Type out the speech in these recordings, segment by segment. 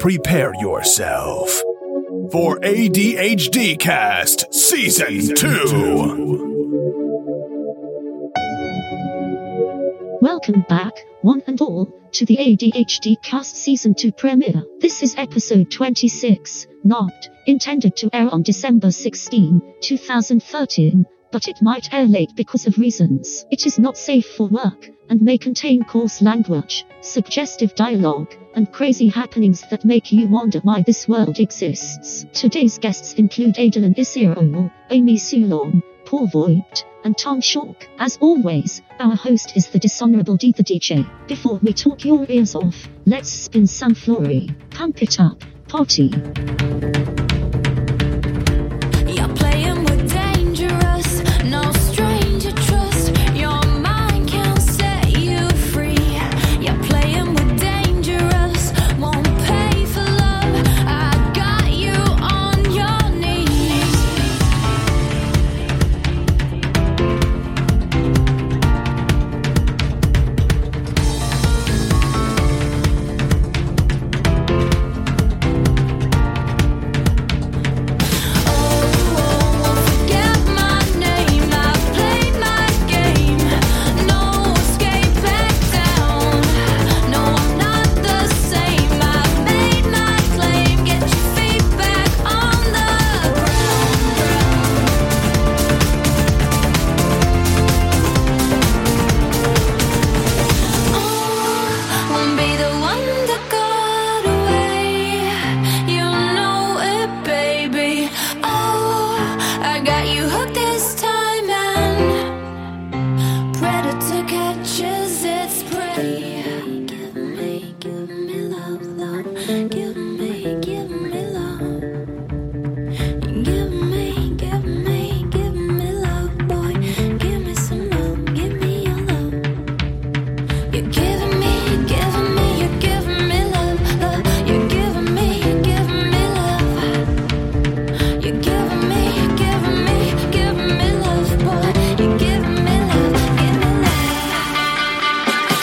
Prepare yourself for ADHD Cast Season 2. Welcome back, one and all, to the ADHD Cast Season 2 premiere. This is episode 26, not intended to air on December 16, 2013, but it might air late because of reasons. It is not safe for work and may contain coarse language, suggestive dialogue, and crazy happenings that make you wonder why this world exists. Today's guests include Adolin Isiro, Amy Sulon, Paul Voigt, and Tom Shork. As always, our host is the dishonorable D the DJ. Before we talk your ears off, let's spin some flory. Pump it up, party. You're playing with dangerous, no stranger trust. Your mind can set you free. You're playing with dangerous, won't pay for love. I got you on your knees. Forget my name, I played my game. No escape back down. No, I'm not the same. I made my claim. Get your feet back on the ground. Oh, Won't be the one that got away. You know it, baby. Oh, I got you hooked this time, and predator catches its prey. Give me, give me love, love. Give me, give me love. Give me, give me, give me love, boy. Give me some love, give me your love. You're giving me, you're giving me, you're giving me love, love. You're giving me, you're giving me love. You're giving me, you're giving me, you're giving me love, boy. You're giving me love, give me love.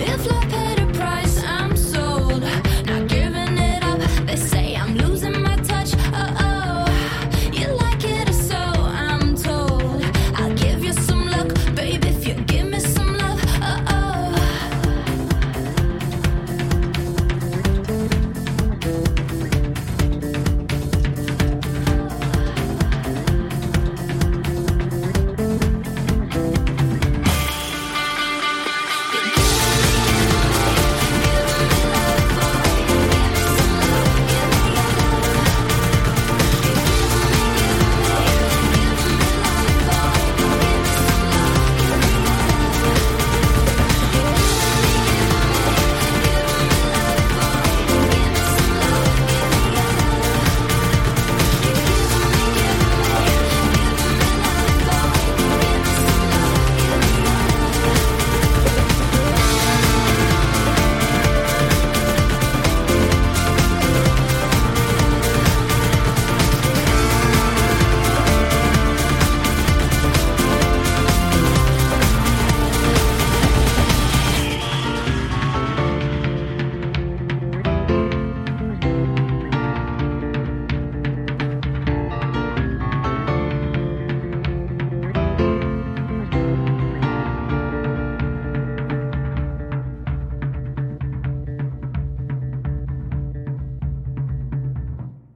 If love paid a price, I'm sold. Not giving it up. They say I'm losing my touch. Uh oh. You like it or so, I'm told. I'll give you some luck, babe, if you give me some love. Uh oh.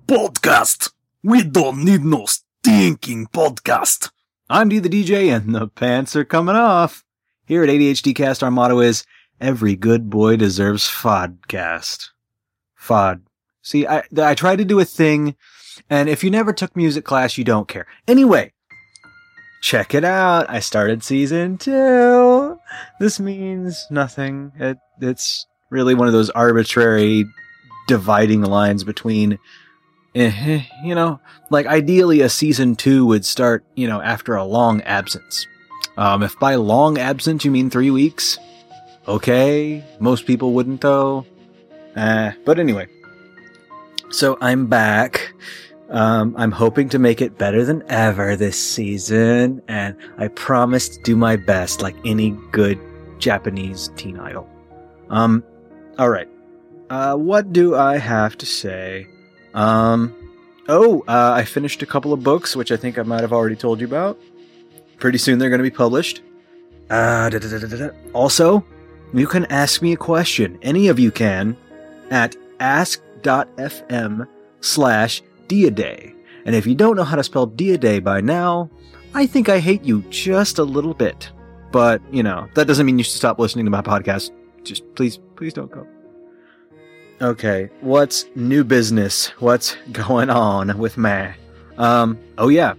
podcast. We don't need no stinking podcast. I'm D the DJ and the pants are coming off. Here at ADHD Cast, our motto is every good boy deserves Fodcast. Fod. See, I, th- I tried to do a thing, and if you never took music class, you don't care. Anyway, check it out. I started season two. This means nothing. It, it's really one of those arbitrary dividing lines between, eh, you know, like ideally a season two would start, you know, after a long absence. Um, if by long absence you mean three weeks, okay. Most people wouldn't though. Uh, but anyway, so I'm back. Um, I'm hoping to make it better than ever this season, and I promise to do my best, like any good Japanese teen idol. Um, all right. Uh, what do I have to say? Um, oh, uh, I finished a couple of books, which I think I might have already told you about. Pretty soon they're going to be published. Uh, da, da, da, da, da. Also, you can ask me a question. Any of you can at ask.fm slash Diaday. And if you don't know how to spell Diaday by now, I think I hate you just a little bit. But, you know, that doesn't mean you should stop listening to my podcast. Just please, please don't go. Okay, what's new business? What's going on with me? Um, oh yeah.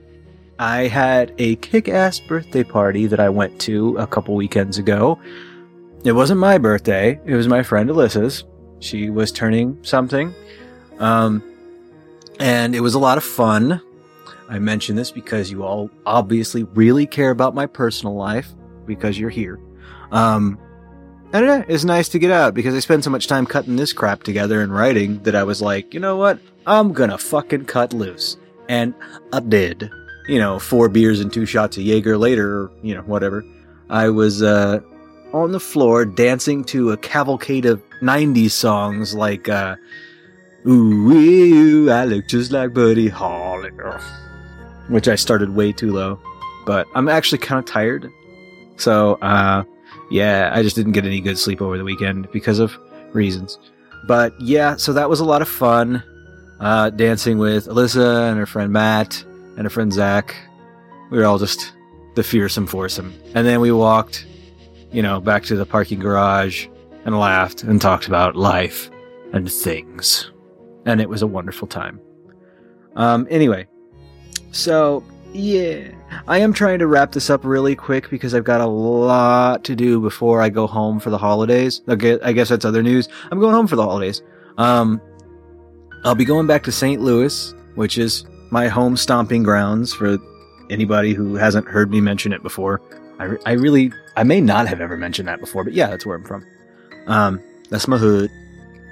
I had a kick ass birthday party that I went to a couple weekends ago. It wasn't my birthday, it was my friend Alyssa's. She was turning something. Um, and it was a lot of fun. I mention this because you all obviously really care about my personal life because you're here. Um, I don't know. It's nice to get out because I spend so much time cutting this crap together and writing that I was like, you know what? I'm gonna fucking cut loose, and I did. You know, four beers and two shots of Jaeger later, or, you know, whatever. I was uh, on the floor dancing to a cavalcade of '90s songs like. Uh, Ooh, wee, ooh, I look just like Buddy Holly. Ugh. Which I started way too low, but I'm actually kind of tired. So, uh, yeah, I just didn't get any good sleep over the weekend because of reasons. But yeah, so that was a lot of fun. Uh, dancing with Alyssa and her friend Matt and her friend Zach. We were all just the fearsome foursome. And then we walked, you know, back to the parking garage and laughed and talked about life and things and it was a wonderful time. Um, anyway, so yeah, I am trying to wrap this up really quick because I've got a lot to do before I go home for the holidays. Okay, I guess that's other news. I'm going home for the holidays. Um, I'll be going back to St. Louis, which is my home stomping grounds for anybody who hasn't heard me mention it before. I, re- I really, I may not have ever mentioned that before, but yeah, that's where I'm from. Um, that's my hood.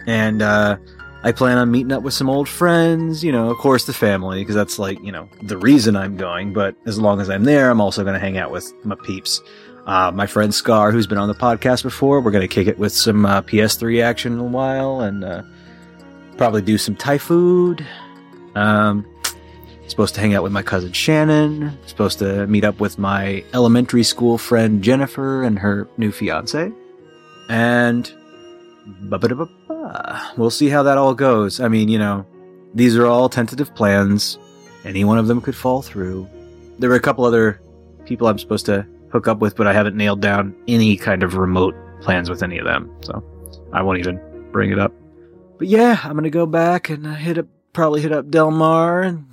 And, uh, I plan on meeting up with some old friends, you know, of course the family, because that's like, you know, the reason I'm going. But as long as I'm there, I'm also going to hang out with my peeps. Uh, my friend Scar, who's been on the podcast before, we're going to kick it with some uh, PS3 action in a while and uh, probably do some Thai food. Um, supposed to hang out with my cousin Shannon. Supposed to meet up with my elementary school friend Jennifer and her new fiance. And Ba-ba-da-ba-ba. We'll see how that all goes. I mean, you know, these are all tentative plans. Any one of them could fall through. There were a couple other people I'm supposed to hook up with, but I haven't nailed down any kind of remote plans with any of them, so I won't even bring it up. But yeah, I'm gonna go back and uh, hit up, probably hit up Delmar, and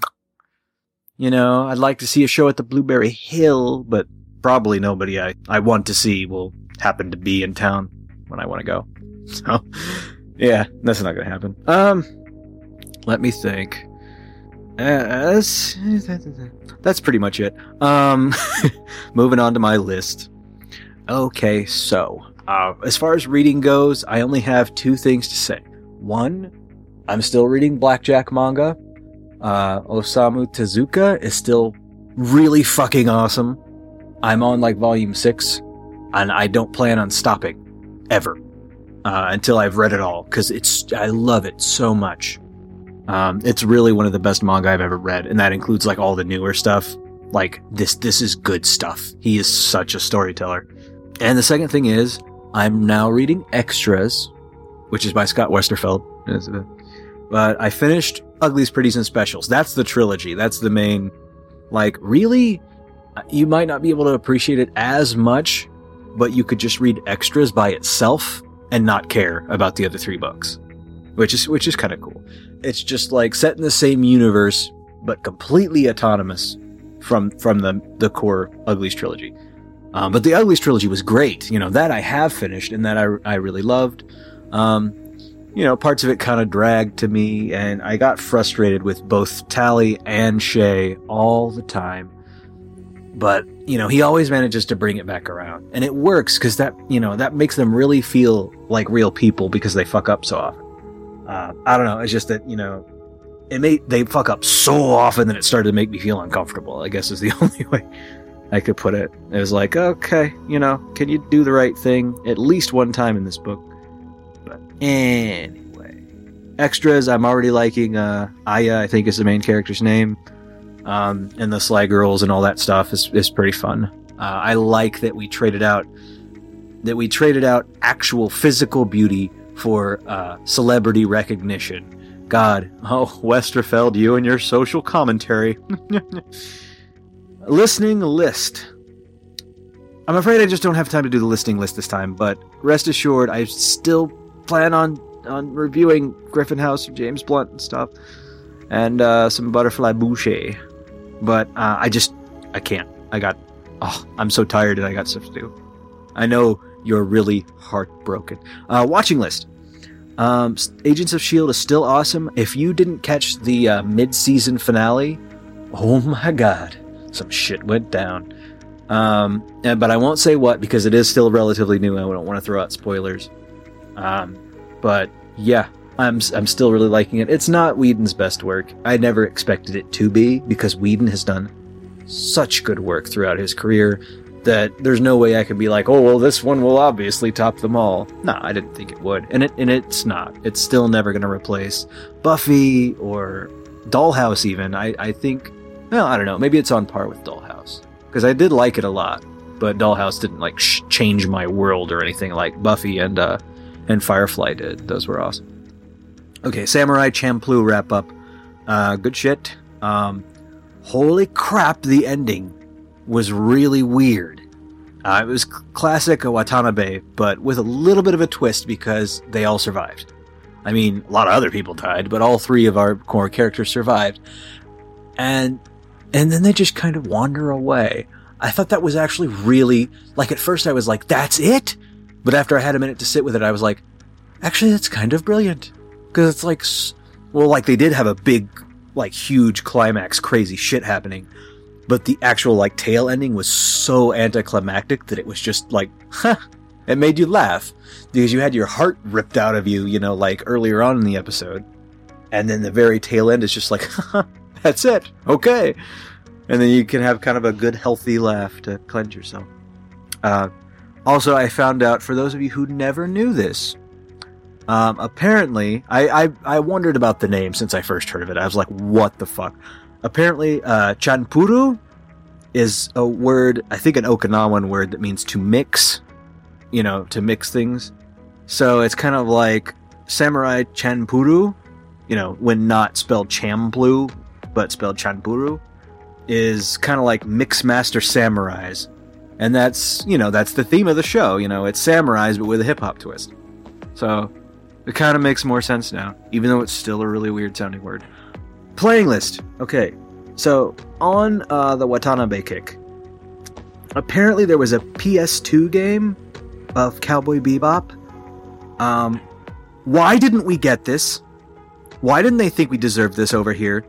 you know, I'd like to see a show at the Blueberry Hill, but probably nobody I I want to see will happen to be in town when I want to go. So, yeah, that's not gonna happen. Um, let me think. Uh, that's, that's pretty much it. Um, moving on to my list. Okay, so uh, as far as reading goes, I only have two things to say. One, I'm still reading Blackjack manga. Uh, Osamu Tezuka is still really fucking awesome. I'm on like volume six, and I don't plan on stopping ever uh, until I've read it all because it's I love it so much. Um, it's really one of the best manga I've ever read, and that includes like all the newer stuff. Like this, this is good stuff. He is such a storyteller. And the second thing is, I'm now reading Extras, which is by Scott Westerfeld. But I finished Uglies, Pretties, and Specials. That's the trilogy. That's the main. Like, really, you might not be able to appreciate it as much, but you could just read Extras by itself and not care about the other three books, which is which is kind of cool. It's just like set in the same universe but completely autonomous, from from the the core Uglies trilogy. Um, but the Uglies trilogy was great. You know that I have finished and that I I really loved. Um, you know, parts of it kind of dragged to me, and I got frustrated with both Tally and Shay all the time. But you know, he always manages to bring it back around, and it works because that you know that makes them really feel like real people because they fuck up so often. Uh, I don't know. It's just that you know, it made they fuck up so often that it started to make me feel uncomfortable. I guess is the only way I could put it. It was like, okay, you know, can you do the right thing at least one time in this book? But anyway, extras. I'm already liking uh, Aya. I think is the main character's name, um, and the Sly Girls and all that stuff is is pretty fun. Uh, I like that we traded out that we traded out actual physical beauty for uh, celebrity recognition. God, oh Westerfeld, you and your social commentary. Listening list. I'm afraid I just don't have time to do the listening list this time, but rest assured, I still plan on on reviewing Griffin House, James Blunt, and stuff, and uh, some Butterfly Boucher. But uh, I just I can't. I got. Oh, I'm so tired, and I got stuff to do. I know you're really heartbroken. Uh, watching list. Um, S- Agents of Shield is still awesome. If you didn't catch the uh, mid-season finale, oh my god, some shit went down. Um, and- but I won't say what because it is still relatively new. and I don't want to throw out spoilers. Um, but yeah, I'm s- I'm still really liking it. It's not Whedon's best work. I never expected it to be because Whedon has done such good work throughout his career that there's no way I could be like, oh well, this one will obviously top them all. No, I didn't think it would, and it and it's not. It's still never going to replace Buffy or Dollhouse. Even I, I think, well, I don't know. Maybe it's on par with Dollhouse because I did like it a lot, but Dollhouse didn't like sh- change my world or anything like Buffy and uh and Firefly did. Those were awesome. Okay, Samurai Champloo wrap up. Uh, good shit. Um, holy crap, the ending was really weird. Uh, it was c- classic Watanabe, but with a little bit of a twist because they all survived. I mean, a lot of other people died, but all three of our core characters survived. And and then they just kind of wander away. I thought that was actually really like at first I was like, that's it? But after I had a minute to sit with it, I was like, actually that's kind of brilliant. Cuz it's like s- well, like they did have a big like huge climax crazy shit happening but the actual like tail ending was so anticlimactic that it was just like huh it made you laugh because you had your heart ripped out of you you know like earlier on in the episode and then the very tail end is just like that's it okay and then you can have kind of a good healthy laugh to cleanse yourself uh, also i found out for those of you who never knew this um, apparently I, I i wondered about the name since i first heard of it i was like what the fuck apparently uh, chanpuru is a word i think an okinawan word that means to mix you know to mix things so it's kind of like samurai chanpuru you know when not spelled champlu but spelled chanpuru is kind of like mix master samurais and that's you know that's the theme of the show you know it's samurais but with a hip-hop twist so it kind of makes more sense now even though it's still a really weird sounding word playing list. Okay, so on uh, the Watanabe kick, apparently there was a PS2 game of Cowboy Bebop. Um, why didn't we get this? Why didn't they think we deserved this over here?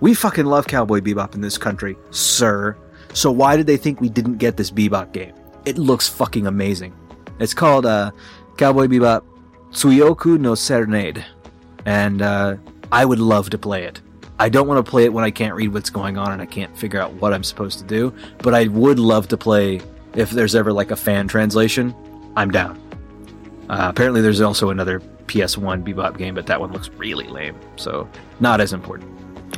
We fucking love Cowboy Bebop in this country, sir. So why did they think we didn't get this Bebop game? It looks fucking amazing. It's called uh, Cowboy Bebop Tsuyoku no Serenade, and uh, I would love to play it. I don't want to play it when I can't read what's going on and I can't figure out what I'm supposed to do, but I would love to play if there's ever like a fan translation. I'm down. Uh, apparently, there's also another PS1 Bebop game, but that one looks really lame, so not as important.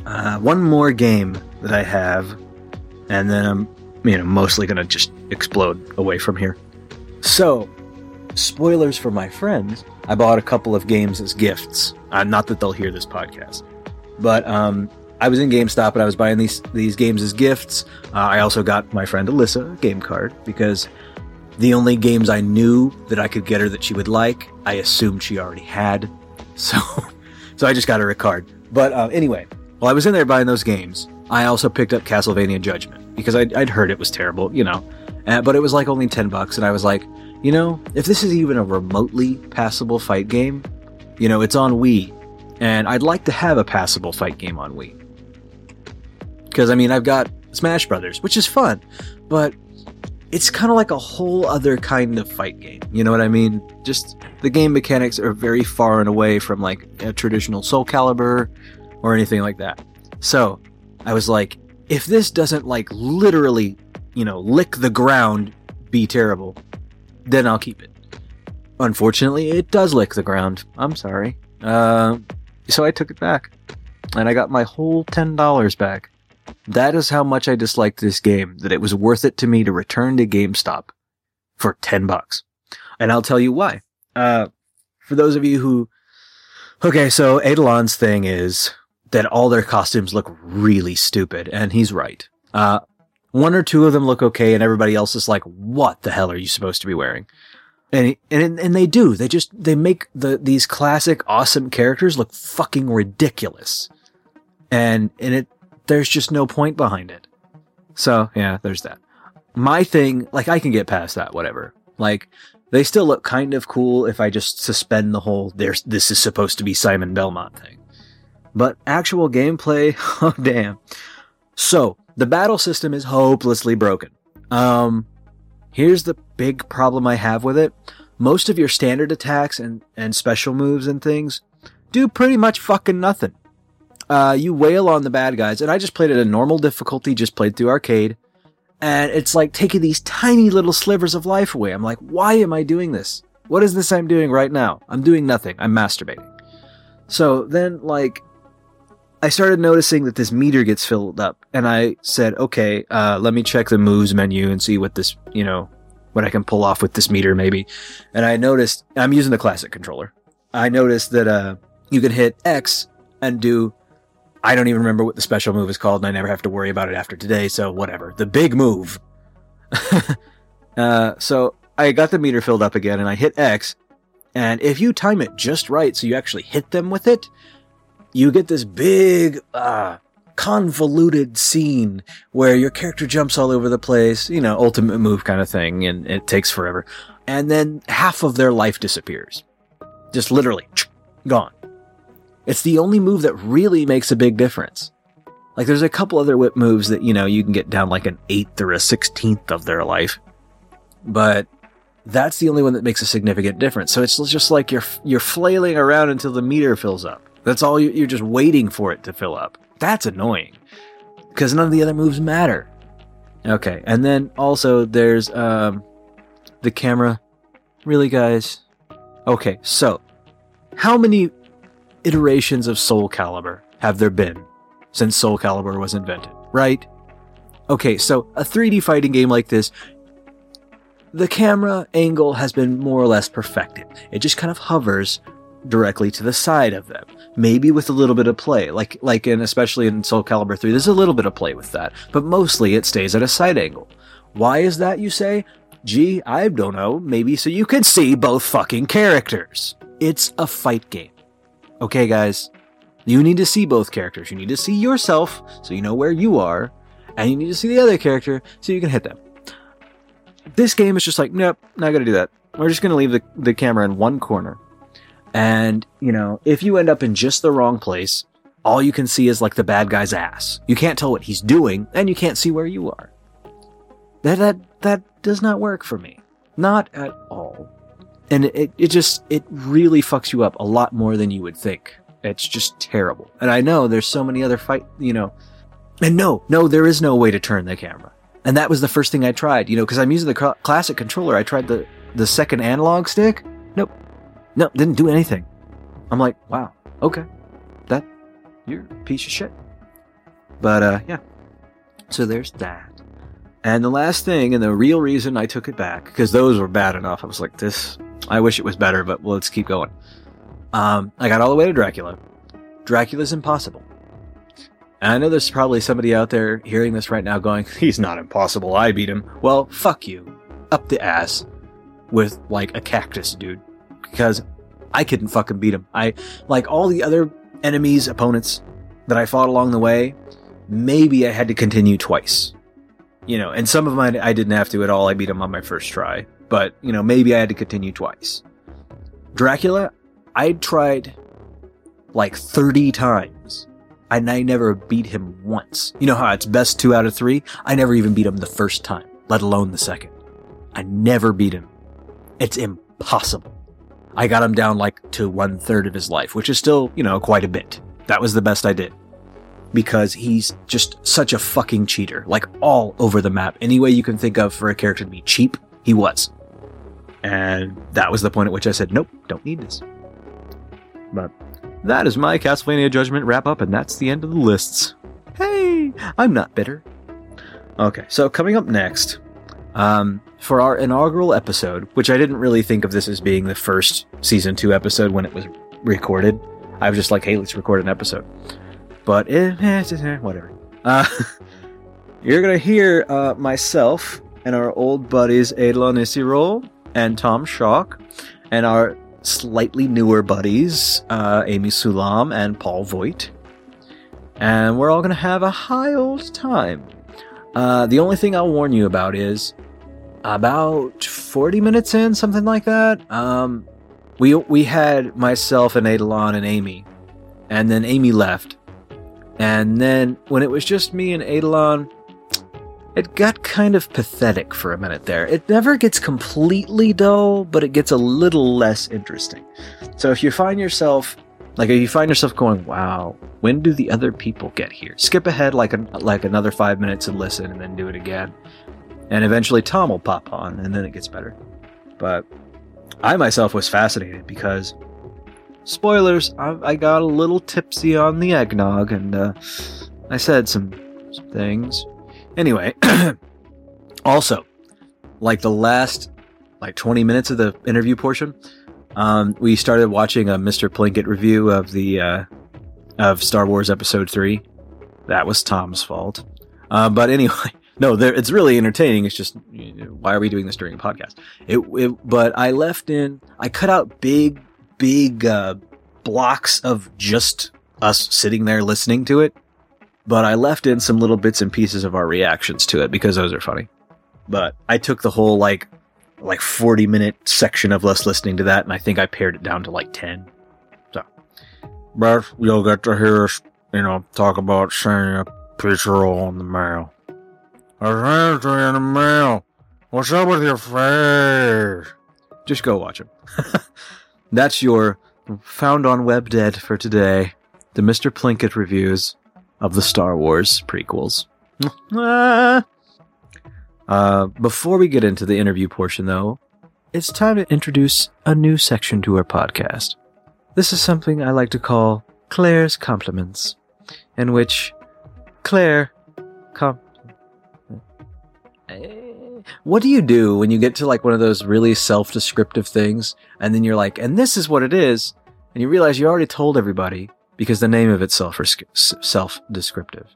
Uh, one more game that I have, and then I'm you know mostly gonna just explode away from here. So, spoilers for my friends. I bought a couple of games as gifts. Uh, not that they'll hear this podcast but um, I was in GameStop and I was buying these these games as gifts. Uh, I also got my friend Alyssa a game card because the only games I knew that I could get her that she would like, I assumed she already had. So, so I just got her a card. But uh, anyway, while I was in there buying those games, I also picked up Castlevania Judgment because I'd, I'd heard it was terrible, you know, uh, but it was like only 10 bucks. And I was like, you know, if this is even a remotely passable fight game, you know, it's on Wii. And I'd like to have a passable fight game on Wii. Because, I mean, I've got Smash Brothers, which is fun, but it's kind of like a whole other kind of fight game. You know what I mean? Just the game mechanics are very far and away from like a traditional Soul Calibur or anything like that. So I was like, if this doesn't like literally, you know, lick the ground, be terrible, then I'll keep it. Unfortunately, it does lick the ground. I'm sorry. Uh, so I took it back, and I got my whole ten dollars back. That is how much I disliked this game, that it was worth it to me to return to GameStop for 10 bucks. And I'll tell you why. Uh, for those of you who, okay, so Adelon's thing is that all their costumes look really stupid, and he's right. Uh, one or two of them look okay, and everybody else is like, what the hell are you supposed to be wearing? And, and and they do. They just they make the these classic awesome characters look fucking ridiculous, and and it there's just no point behind it. So yeah, there's that. My thing, like I can get past that, whatever. Like they still look kind of cool if I just suspend the whole there's this is supposed to be Simon Belmont thing. But actual gameplay, oh damn. So the battle system is hopelessly broken. Um here's the big problem I have with it. Most of your standard attacks and, and special moves and things do pretty much fucking nothing uh, you wail on the bad guys, and I just played it at normal difficulty, just played through arcade, and it's like taking these tiny little slivers of life away. I'm like, why am I doing this? What is this I'm doing right now? I'm doing nothing. I'm masturbating. So then, like, I started noticing that this meter gets filled up, and I said, okay, uh, let me check the moves menu and see what this, you know, what I can pull off with this meter, maybe. And I noticed I'm using the classic controller. I noticed that uh, you can hit X and do I don't even remember what the special move is called, and I never have to worry about it after today, so whatever. The big move. uh, so I got the meter filled up again, and I hit X, and if you time it just right, so you actually hit them with it, you get this big, uh, convoluted scene where your character jumps all over the place, you know, ultimate move kind of thing, and it takes forever. And then half of their life disappears. Just literally, gone. It's the only move that really makes a big difference. Like there's a couple other whip moves that, you know, you can get down like an eighth or a sixteenth of their life. But that's the only one that makes a significant difference. So it's just like you're you're flailing around until the meter fills up. That's all you, you're just waiting for it to fill up. That's annoying because none of the other moves matter. Okay, and then also there's um, the camera. Really, guys? Okay, so how many iterations of Soul Calibur have there been since Soul Calibur was invented, right? Okay, so a 3D fighting game like this, the camera angle has been more or less perfected. It just kind of hovers directly to the side of them, maybe with a little bit of play, like like in especially in Soul Calibur 3, there's a little bit of play with that, but mostly it stays at a side angle. Why is that, you say? Gee, I don't know, maybe so you can see both fucking characters. It's a fight game okay, guys, you need to see both characters. You need to see yourself so you know where you are, and you need to see the other character so you can hit them. This game is just like, nope, not gonna do that. We're just gonna leave the, the camera in one corner. And, you know, if you end up in just the wrong place, all you can see is like the bad guy's ass. You can't tell what he's doing, and you can't see where you are. That that that does not work for me. Not at all and it, it just it really fucks you up a lot more than you would think it's just terrible and i know there's so many other fight you know and no no there is no way to turn the camera and that was the first thing i tried you know because i'm using the cl- classic controller i tried the the second analog stick nope no didn't do anything i'm like wow okay that you're a piece of shit but uh yeah so there's that and the last thing, and the real reason I took it back, because those were bad enough. I was like, this, I wish it was better, but well, let's keep going. Um, I got all the way to Dracula. Dracula's impossible. And I know there's probably somebody out there hearing this right now going, he's not impossible. I beat him. Well, fuck you. Up the ass with like a cactus, dude. Because I couldn't fucking beat him. I, like all the other enemies, opponents that I fought along the way, maybe I had to continue twice. You know, and some of mine I didn't have to at all. I beat him on my first try. But, you know, maybe I had to continue twice. Dracula, I tried like 30 times and I never beat him once. You know how it's best two out of three? I never even beat him the first time, let alone the second. I never beat him. It's impossible. I got him down like to one third of his life, which is still, you know, quite a bit. That was the best I did. Because he's just such a fucking cheater, like all over the map. Any way you can think of for a character to be cheap, he was. And that was the point at which I said, nope, don't need this. But that is my Castlevania Judgment wrap up, and that's the end of the lists. Hey, I'm not bitter. Okay, so coming up next, um, for our inaugural episode, which I didn't really think of this as being the first season two episode when it was recorded. I was just like, hey, let's record an episode. But eh, eh, eh, whatever. Uh, you're gonna hear uh, myself and our old buddies Adlon Isirol and Tom Shock and our slightly newer buddies, uh, Amy Sulam and Paul Voigt. And we're all going to have a high old time. Uh, the only thing I'll warn you about is about 40 minutes in, something like that. Um, we, we had myself and Adelon and Amy, and then Amy left. And then when it was just me and Adelon, it got kind of pathetic for a minute there. It never gets completely dull, but it gets a little less interesting. So if you find yourself like if you find yourself going, "Wow, when do the other people get here?" Skip ahead like an like another 5 minutes and listen and then do it again. And eventually Tom will pop on and then it gets better. But I myself was fascinated because spoilers, I, I got a little tipsy on the eggnog and uh, I said some, some things. Anyway, also, like the last like 20 minutes of the interview portion, um, we started watching a Mr. Plinkett review of the uh, of Star Wars Episode Three. That was Tom's fault. Uh, but anyway, no, there, it's really entertaining. It's just you know, why are we doing this during a podcast? It, it but I left in I cut out big big uh, blocks of just us sitting there listening to it but I left in some little bits and pieces of our reactions to it because those are funny. But I took the whole like like 40 minute section of us listening to that and I think I pared it down to like 10. So but you'll get to hear us, you know, talk about sending a picture on the mail. I sent it in the mail. What's up with your face? Just go watch it. That's your found on web dead for today. The Mr. Plinkett reviews of the Star Wars prequels. Ah. uh, before we get into the interview portion, though, it's time to introduce a new section to our podcast. This is something I like to call Claire's Compliments, in which Claire. Com- what do you do when you get to like one of those really self descriptive things, and then you're like, and this is what it is, and you realize you already told everybody, because the name of itself is self descriptive.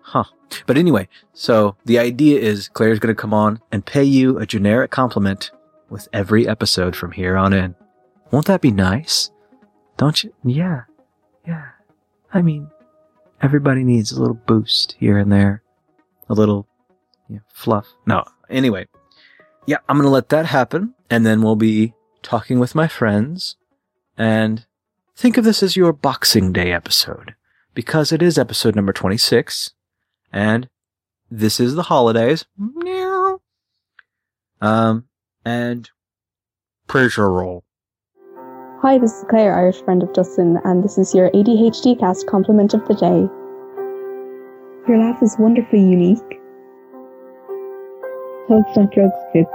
Huh. But anyway, so the idea is Claire's going to come on and pay you a generic compliment with every episode from here on in. Won't that be nice? Don't you? Yeah. Yeah. I mean, everybody needs a little boost here and there, a little you know, fluff. No. Anyway, yeah, I'm going to let that happen. And then we'll be talking with my friends and Think of this as your Boxing Day episode, because it is episode number 26, and this is the holidays. Meow. Um, and pressure roll. Hi, this is Claire, Irish friend of Justin, and this is your ADHD cast compliment of the day. Your laugh is wonderfully unique. Helps on drugs, kids.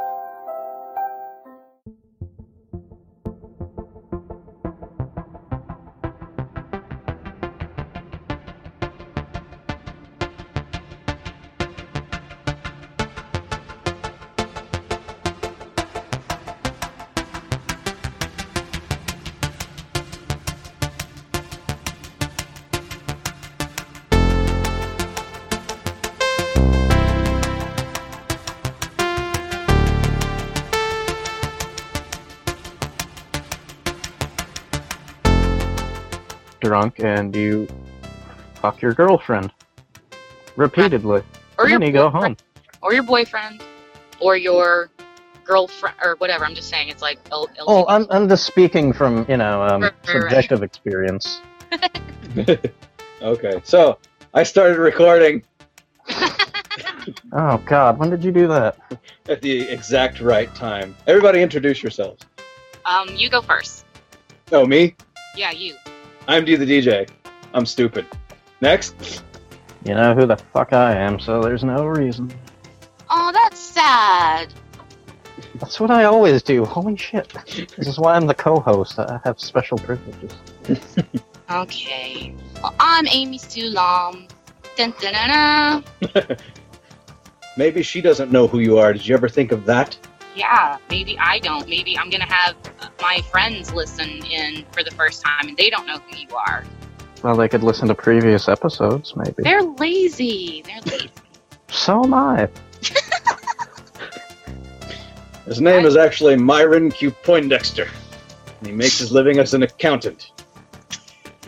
drunk and you fuck your girlfriend. repeatedly. or your Then you go boyfriend- home. or your boyfriend, or your girlfriend, or whatever. I'm just saying it's like. L- Oh, I'm, I'm just speaking from, you know, um, Right, right, right. subjective experience. okay, so I started recording Oh, God, when did you do that? at the exact right time. Everybody introduce yourselves. um, you go first. Oh, me? Yeah, you. I'm D the DJ. I'm stupid. Next. You know who the fuck I am, so there's no reason. Oh, that's sad. That's what I always do. Holy shit. This is why I'm the co host. I have special privileges. Okay. Well, I'm Amy Sulam. Dun, dun, dun, dun. Maybe she doesn't know who you are. Did you ever think of that? Yeah, maybe I don't. Maybe I'm gonna have uh, my friends listen in for the first time, and they don't know who you are. Well, they could listen to previous episodes, maybe. They're lazy. They're lazy. So am I. His name is actually Myron Q. Poindexter. And he makes his living as an accountant.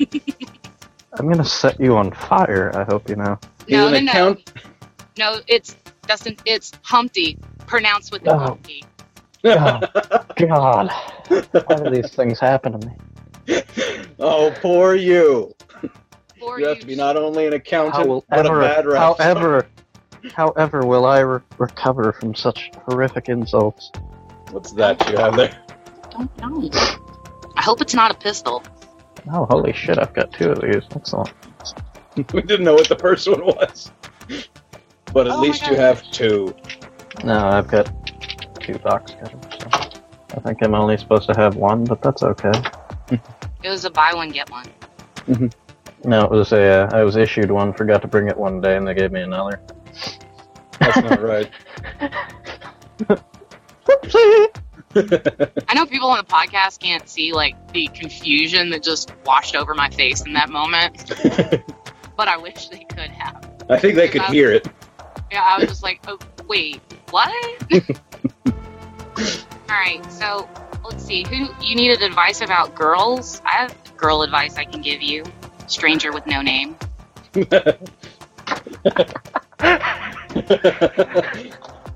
I'm gonna set you on fire, I hope you know. He's no, an no, no, account- no. It's Dustin. It's Humpty, pronounced with the Oh. Humpty. Oh, God. Why do these things happen to me? oh, poor you. For You have to be not only an accountant, but a bad however, rap star. however, however, will I re- recover from such horrific insults? What's that you have there? don't know. I hope it's not a pistol. Oh, holy shit! I've got two of these. Excellent. we didn't know what the first one was. But at Oh my least you God. have two. No, I've got two box cutters. So I think I'm only supposed to have one, but that's okay. It was a buy one get one. Mm-hmm. No, it was a. Uh, I was issued one, forgot to bring it one day, and they gave me another. That's not right. Whoopsie! I know people on the podcast can't see like the confusion that just washed over my face in that moment, but I wish they could have. I think they could hear it. Yeah, I was just like, oh wait, what? All right, so let's see. Who you needed advice about girls? I have girl advice I can give you. Stranger with no name.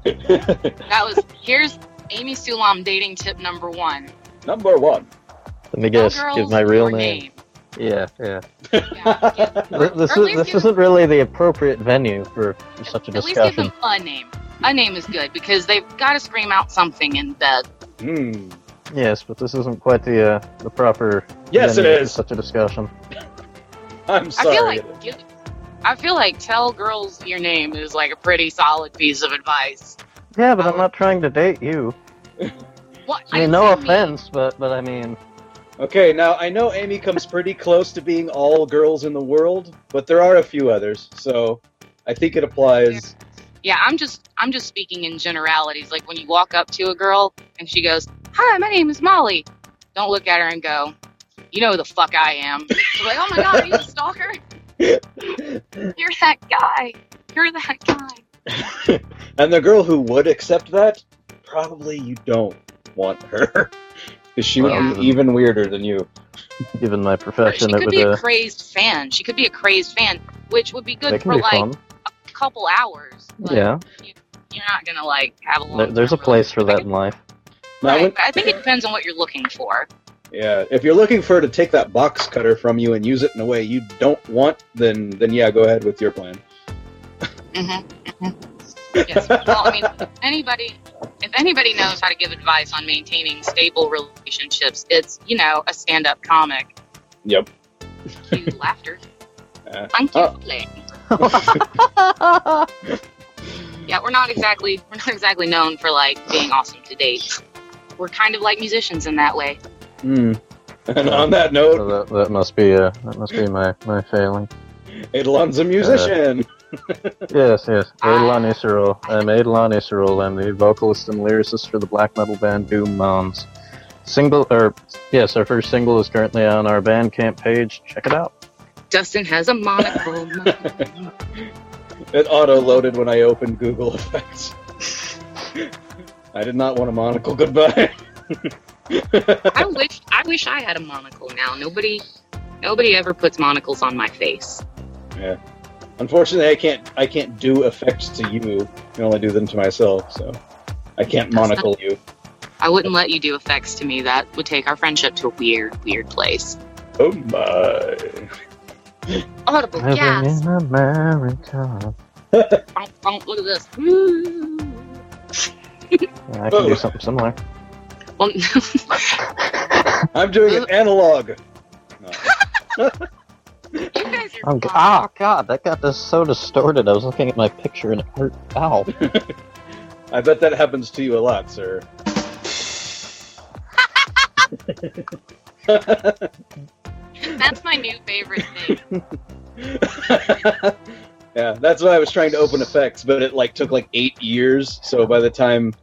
That was here's Amy Sulam dating tip number one. Number one. Let me Tell guess. Give girls my real your name. Yeah, yeah. Yeah, give- Th- This Or at is least this give- isn't really the appropriate venue for such a At least give discussion. them a name. A name is good because they've got to scream out something in bed. Hmm. Yes, but this isn't quite the uh, the proper. Yes, it venue for is. such a discussion. I'm I feel sorry. like give, I feel like tell girls your name is like a pretty solid piece of advice. Yeah, but I'm not trying to date you. What? I mean, didn't say no me. offense, but but I mean, Okay, now I know Amy comes pretty close to being all girls in the world, but there are a few others, so I think it applies. Yeah, I'm just I'm just speaking in generalities. Like when you walk up to a girl and she goes, "Hi, my name is Molly," don't look at her and go, "You know who the fuck I am." She's like, "Oh my god, are you a stalker? You're that guy. You're that guy." And the girl who would accept that, probably you don't want her. Because she would Well, be even weirder than you. given my She profession, it could would be a uh, crazed fan. She could be a crazed fan, which would be they good can for be like fun. a couple hours. But Yeah, You're not gonna like have a. there, long-term there's a place for that in relationship. life. Now, when- Right, but I think it depends on what you're looking for. Yeah, if you're looking for her to take that box cutter from you and use it in a way you don't want, then then yeah, go ahead with your plan. Yes. Well, I mean, anybody, if anybody knows how to give advice on maintaining stable relationships, it's you know a stand-up comic. Yep. Cue laughter. Uh, Thank you oh. for playing. yeah, we're not exactly we're not exactly known for like being awesome to date. We're kind of like musicians in that way. Hmm. And on So that note, that, that must be uh, that must be my my failing. Edelon's a Uh, musician. Yes, yes. Ah. Adelon Isserol. I'm Adelon Isserol. I'm the vocalist and lyricist for the black metal band Doom Moms. Single, or yes, our first single is currently on our Bandcamp page. Check it out. Dustin has a monocle. It auto loaded when I opened Google Effects. I did not want a monocle. Goodbye. I wish I wish I had a monocle now. Nobody nobody ever puts monocles on my face. Unfortunately, I can't I can't do effects to you. I can only do them to myself, so I can't monocle you. I wouldn't let you do effects to me. That would take our friendship to a weird, weird place. Oh my! Audible Living Oh, gas. in America. Bonk, bonk, look at this. Woo. Yeah, I can Oh. do something similar. Well, I'm doing an analog. No. you guys are Oh, g- oh god, that got this so distorted. I was looking at my picture and it hurt. Ow. I bet that happens to you a lot, sir. That's my new favorite thing. yeah, that's why I was trying to open effects, but it like took like eight years. So by the time,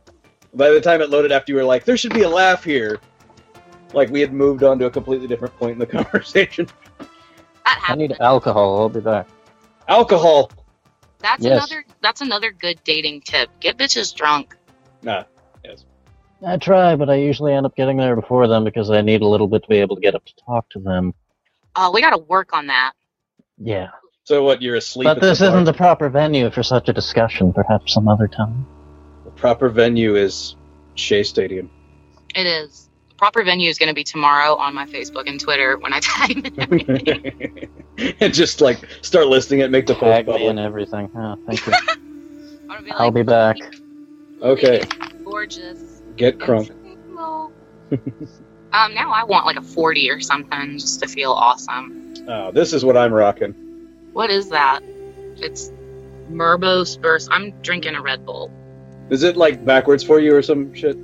by the time it loaded after you were like, there should be a laugh here. Like we had moved on to a completely different point in the conversation. That I happened. need alcohol. I'll be back. Alcohol. That's Yes. another. That's another good dating tip. Get bitches drunk. Nah. I try, but I usually end up getting there before them because I need a little bit to be able to get up to talk to them. Oh, we got to work on that. Yeah. So what? You're asleep. But at the this isn't the bar. proper venue for such a discussion. Perhaps some other time. the proper venue is Shea Stadium. It is. The proper venue is going to be tomorrow on my Facebook and Twitter when I tag. and just like start listing it, make the post Tag me and public. everything. Oh, thank you. I'm gonna be I'll be back. Okay, Gorgeous. get crunk. Sensational. um, now I want like a 40 or something just to feel awesome. Oh, this is what I'm rocking. What is that? It's Merbo Spurs. I'm drinking a Red Bull. Is it like backwards for you or some shit?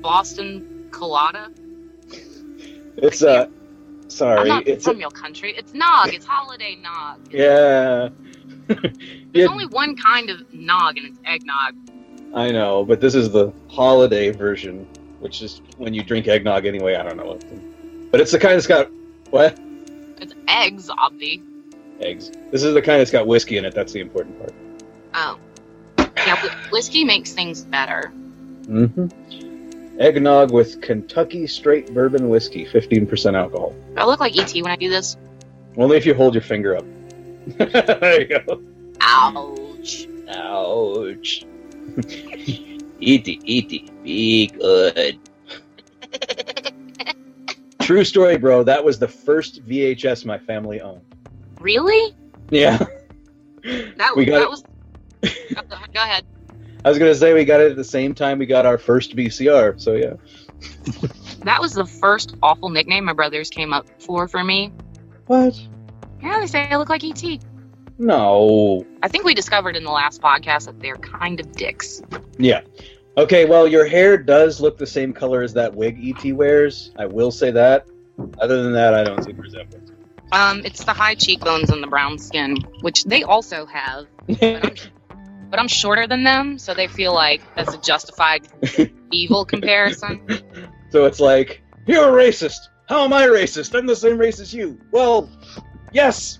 Boston Colada. It's uh, I'm sorry, not it's from your country. It's Nog. It's Holiday Nog. yeah. There's yeah, only one kind of nog, and it's eggnog. I know, but this is the holiday version, which is when you drink eggnog anyway. I don't know what, but it's the kind that's got what It's eggs, obvi. eggs. This is the kind that's got whiskey in it. That's the important part. Oh. Yeah, whi- whiskey makes things better. Mm-hmm. Eggnog with Kentucky straight bourbon whiskey, fifteen percent alcohol. Do I look like ET when I do this? Only if you hold your finger up. there you go. Ouch. Ouch. eat it, eat it. Be good. True story, bro. That was the first VHS my family owned. Really? Yeah. That, We got that it. was. Go ahead. I was going to say we got it at the same time we got our first VCR, so yeah. That was the first awful nickname my brothers came up for for me. What? Yeah, they say I look like E ET. No. I think we discovered in the last podcast that they're kind of dicks. Yeah. Okay, well, your hair does look the same color as that wig ET wears. I will say that. Other than that, I don't see the resemblance. Um, it's the high cheekbones and the brown skin, which they also have. But I'm, but I'm shorter than them, so they feel like that's a justified evil comparison. So it's like, you're a racist. How am I racist? I'm the same race as you. Well, yes.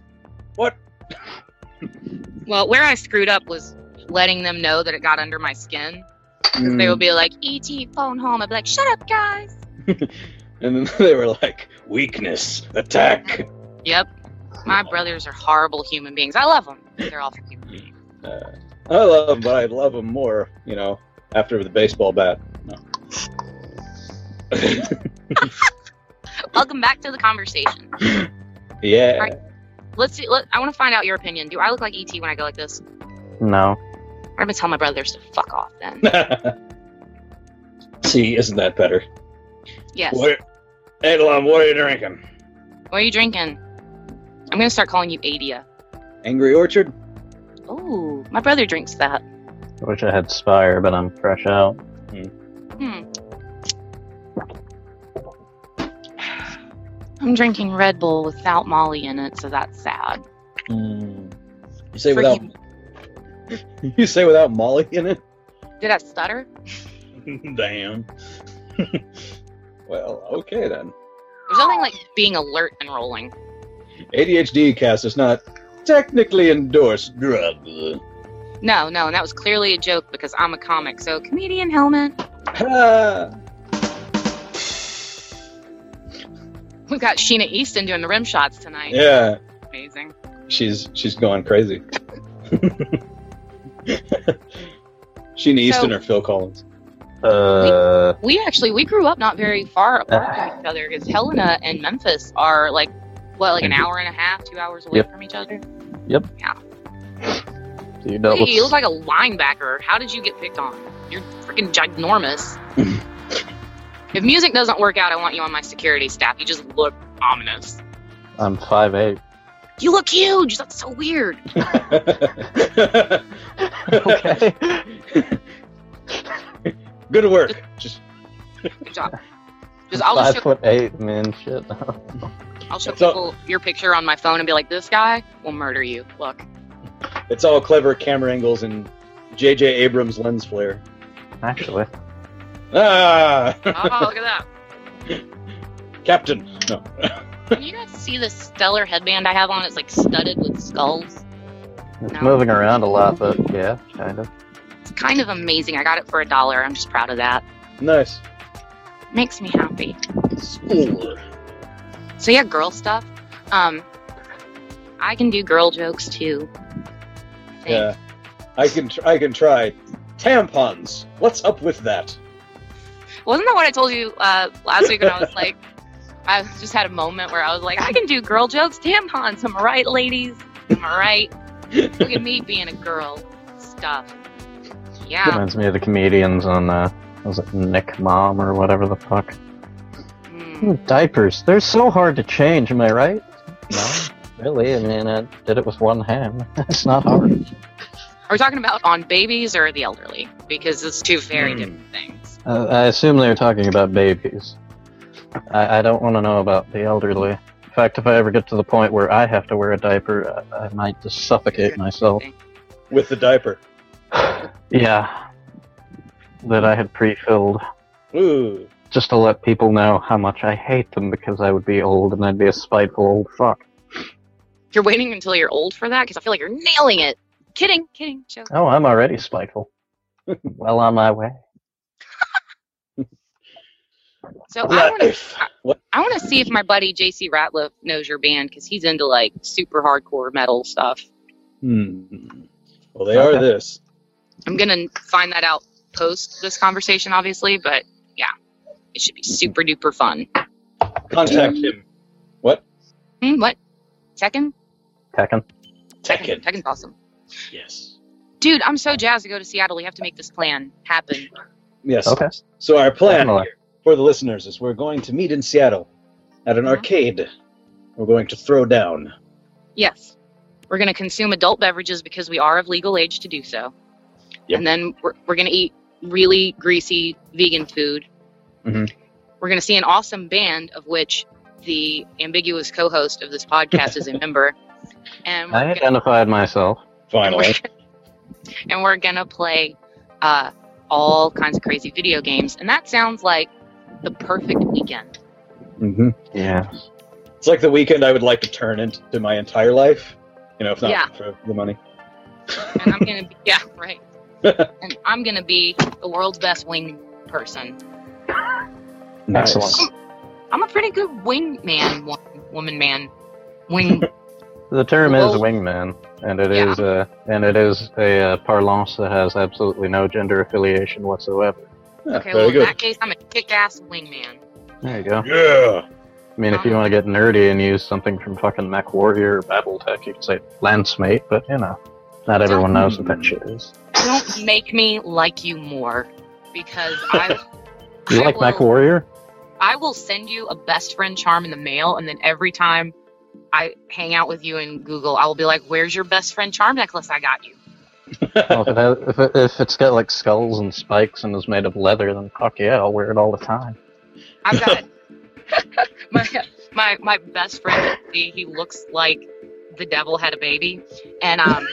Well, where I screwed up was letting them know that it got under my skin. 'Cause They would be like, "ET, phone home." I'd be like, "Shut up, guys." And then they were like, weakness, attack. Yep, my brothers are horrible human beings. I love them. They're awful human beings. Uh, I love them, but I love them more, you know, after the baseball bat. No. Welcome back to the conversation. yeah. Let's see. Let, I want to find out your opinion. Do I look like ET when I go like this? No. I'm gonna tell my brothers to fuck off then. See, isn't that better? Yes. What, What? Edelon, what are you drinking? are you drinking? I'm gonna start calling you Adia. Angry Orchard? Oh, my brother drinks that. I wish I had Spire, but I'm fresh out. Hmm. I'm drinking Red Bull without Molly in it, so that's sad. Mm. You say For without. you say without Molly in it? Did I stutter? Damn. well, okay then. There's nothing like being alert and rolling. ADHD cast is not technically endorsed drug. No, no, and that was clearly a joke because I'm a comic, so comedian helmet. Ah. We've got Sheena Easton doing the rim shots tonight. yeah. Amazing. she's she's gone crazy. she and Easton So- are Phil Collins. Uh, We actually we grew up not very far apart from each other because Helena and Memphis are like what like an hour and a half, two hours away Yep. from each other. do you know? hey, you look like a linebacker. How did you get picked on? You're freaking ginormous. if music doesn't work out, I want you on my security staff. You just look ominous. I'm five eight. You look huge. That's so weird. Okay. Good work. Just Good job. Just I'll five just show, foot eight, man. Shit. I'll show It's all- people your picture on my phone and be like, this guy will murder you. Look, it's all clever camera angles and J.J. Abrams lens flare. Actually, Ah, oh look at that. Captain. No. Can you guys see this stellar headband I have on? It's like studded with skulls. it's No. moving around a lot, but yeah, kind of. It's kind of amazing. I got it for a dollar. I'm just proud of that. Nice. Makes me happy. So yeah, girl stuff. Um, I can do girl jokes too. I think. Yeah. I can tr- I can try. Tampons. What's up with that? Wasn't that what I told you uh, last week when I was like, I just had a moment where I was like, I can do girl jokes, tampons. Am I right, ladies? Am I right? Look at me being a girl. Stuff. Yeah. Reminds me of the comedians on uh, was it Nick Mom or whatever the fuck. Mm. Hmm, Diapers. They're so hard to change. Am I right? No, really. I mean, I did it with one hand. It's not hard. Are we talking about on babies or the elderly? Because it's two very Hmm. different things. Uh, I assume they're talking about babies. I, I don't want to know about the elderly. In fact, if I ever get to the point where I have to wear a diaper, I, I might just suffocate myself. With the diaper. Yeah. That I had pre filled Ooh. just to let people know how much I hate them because I would be old and I'd be a spiteful old fuck. You're waiting until you're old for that? Because I feel like you're nailing it. Kidding, kidding, joke. Oh, I'm already spiteful. well on my way. So I want to What? I want to see if my buddy JC Ratliff knows your band because he's into like super hardcore metal stuff. Hmm. Well, they are Okay. this. I'm gonna find that out post this conversation, obviously, but yeah, it should be super duper fun. Contact him. What? Hmm, what? Tekken? Tekken. Tekken. Tekken's awesome, Yes. dude. I'm so jazzed to go to Seattle. We have to make this plan happen. Yes. Okay. So our plan Definitely. here for the listeners is we're going to meet in Seattle at an Mhm. arcade. We're going to throw down. Yes, we're gonna consume adult beverages because we are of legal age to do so, Yep. and then we're we're gonna eat really greasy vegan food. Mhm. We're gonna see an awesome band of which the ambiguous co-host of this podcast is a member, and we're I gonna- identified myself. Finally. and we're gonna play uh, all kinds of crazy video games. And that sounds like the perfect weekend. hmm Yeah. It's like the weekend I would like to turn into my entire life. You know, if not Yeah. for the money. And I'm gonna be, yeah, right. and I'm gonna be the world's best wing person. Nice. Excellent. I'm a pretty good wing man, wo- woman man, wing. The term is Well- wingman, and it is Yeah. uh, and it is a uh, parlance that has absolutely no gender affiliation whatsoever. Yeah, Okay, well very in good. that case, I'm a kick-ass wingman. There you go. Yeah. I mean, if you want to get nerdy and use something from fucking Mech Warrior or BattleTech, you could say Lancemate, but you know, not everyone knows what that shit is. Don't make me like you more, because I. You I like Mech will- Warrior? I will send you a best friend charm in the mail, and then every time I hang out with you in Google, I will be like, "Where's your best friend charm necklace? I got you." well, if, it has, if, it, if it's got like skulls and spikes and is made of leather, then fuck yeah, I'll wear it all the time. I've got my my my best friend. He he looks like the devil had a baby, and um,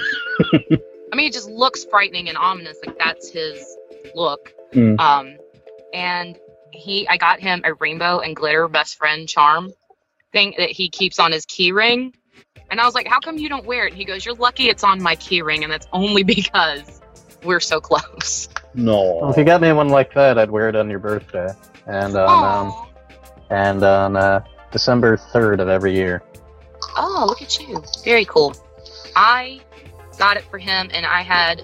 I mean, it just looks frightening and ominous. Like that's his look. Mm. Um, and he, I got him a rainbow and glitter best friend charm thing that he keeps on his key ring. And I was like, "How come you don't wear it?" And he goes, "You're lucky it's on my key ring, and that's only because we're so close." Well, No. if you got me one like that, I'd wear it on your birthday and on um, Aw. and on uh, December third of every year. oh, look at you! Very cool. I got it for him, and I had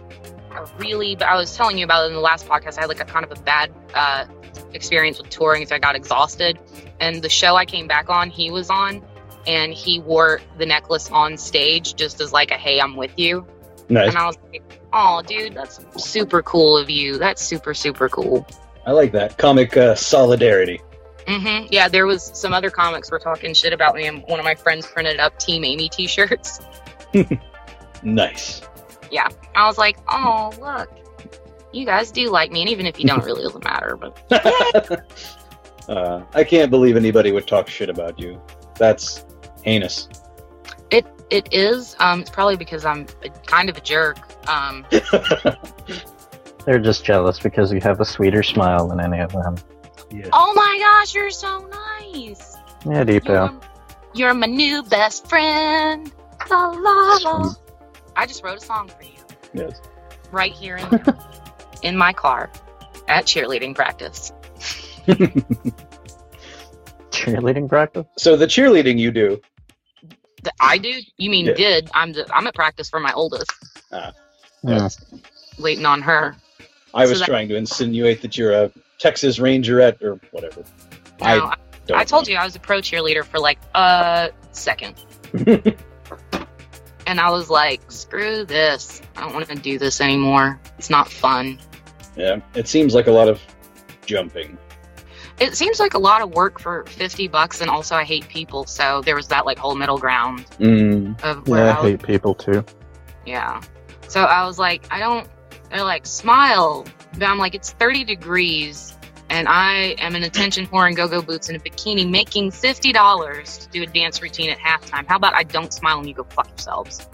a really. I was telling you about it in the last podcast. I had like a kind of a bad uh, experience with touring, so I got exhausted. And the show I came back on, he was on, and he wore the necklace on stage just as like a "Hey, I'm with you." Nice. And I was like, "Oh, dude, that's super cool of you. That's super super cool." I like that comic uh, solidarity. hmm Yeah, there was some other comics were talking shit about me, and one of my friends printed up Team Amy T-shirts. Nice. I was like, oh, look, you guys do like me. And even if you don't, it really doesn't matter. But Uh, I can't believe anybody would talk shit about you. That's heinous. it it is. Um, it's probably because I'm a, kind of a jerk. Um, They're just jealous because you have a sweeter smile than any of them. oh my gosh, you're so nice. Yeah, deep down. You're, you're my new best friend. La la la. I just wrote a song for you Yes. right here and now, in my car at cheerleading practice. Cheerleading practice? So the cheerleading you do. The, I do. You mean Yeah. Ah. did? I'm the, I'm at practice for my oldest, Yeah. waiting on her. uh, I So was that- trying to insinuate that you're a Texas Rangerette or whatever. I No, don't I told you I was a pro cheerleader for like a second. and I was like, screw this. I don't want to do this anymore. It's not fun. Yeah. It seems like a lot of jumping. It seems like a lot of work for 50 bucks, and also I hate people. So there was that like whole middle ground Mm. of where Yeah, I I was, hate people too. yeah. So I was like, I don't, they're like, smile. But I'm like, it's 30 degrees, and I am an attention whore in go go boots and a bikini making $50 to do a dance routine at halftime. How about I don't smile and you go fuck yourselves?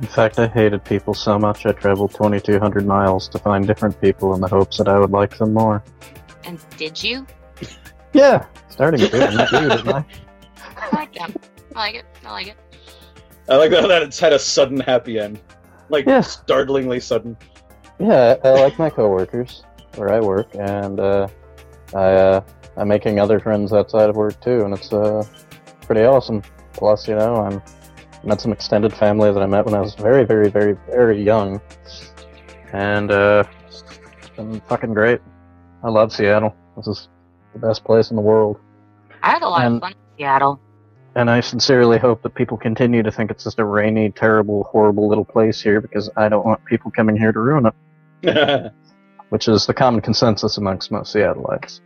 In fact, I hated people so much I traveled 2,200 miles to find different people in the hopes that I would like them more. And did you? Yeah, starting to. I'm a dude, isn't I? I like that. I like it. I like it. I like how that it's had a sudden happy end. Like Yeah. startlingly sudden. Yeah, I I like my coworkers where I work, and uh, I uh, I'm making other friends outside of work too, and it's uh, pretty awesome. Plus, you know, I'm met some extended family that I met when I was very, very, very, very young, and uh, it's been fucking great. I love Seattle. This is the best place in the world, I had a lot And- of fun in Seattle. and I sincerely hope that people continue to think it's just a rainy, terrible, horrible little place here because I don't want people coming here to ruin it, which is the common consensus amongst most Seattleites.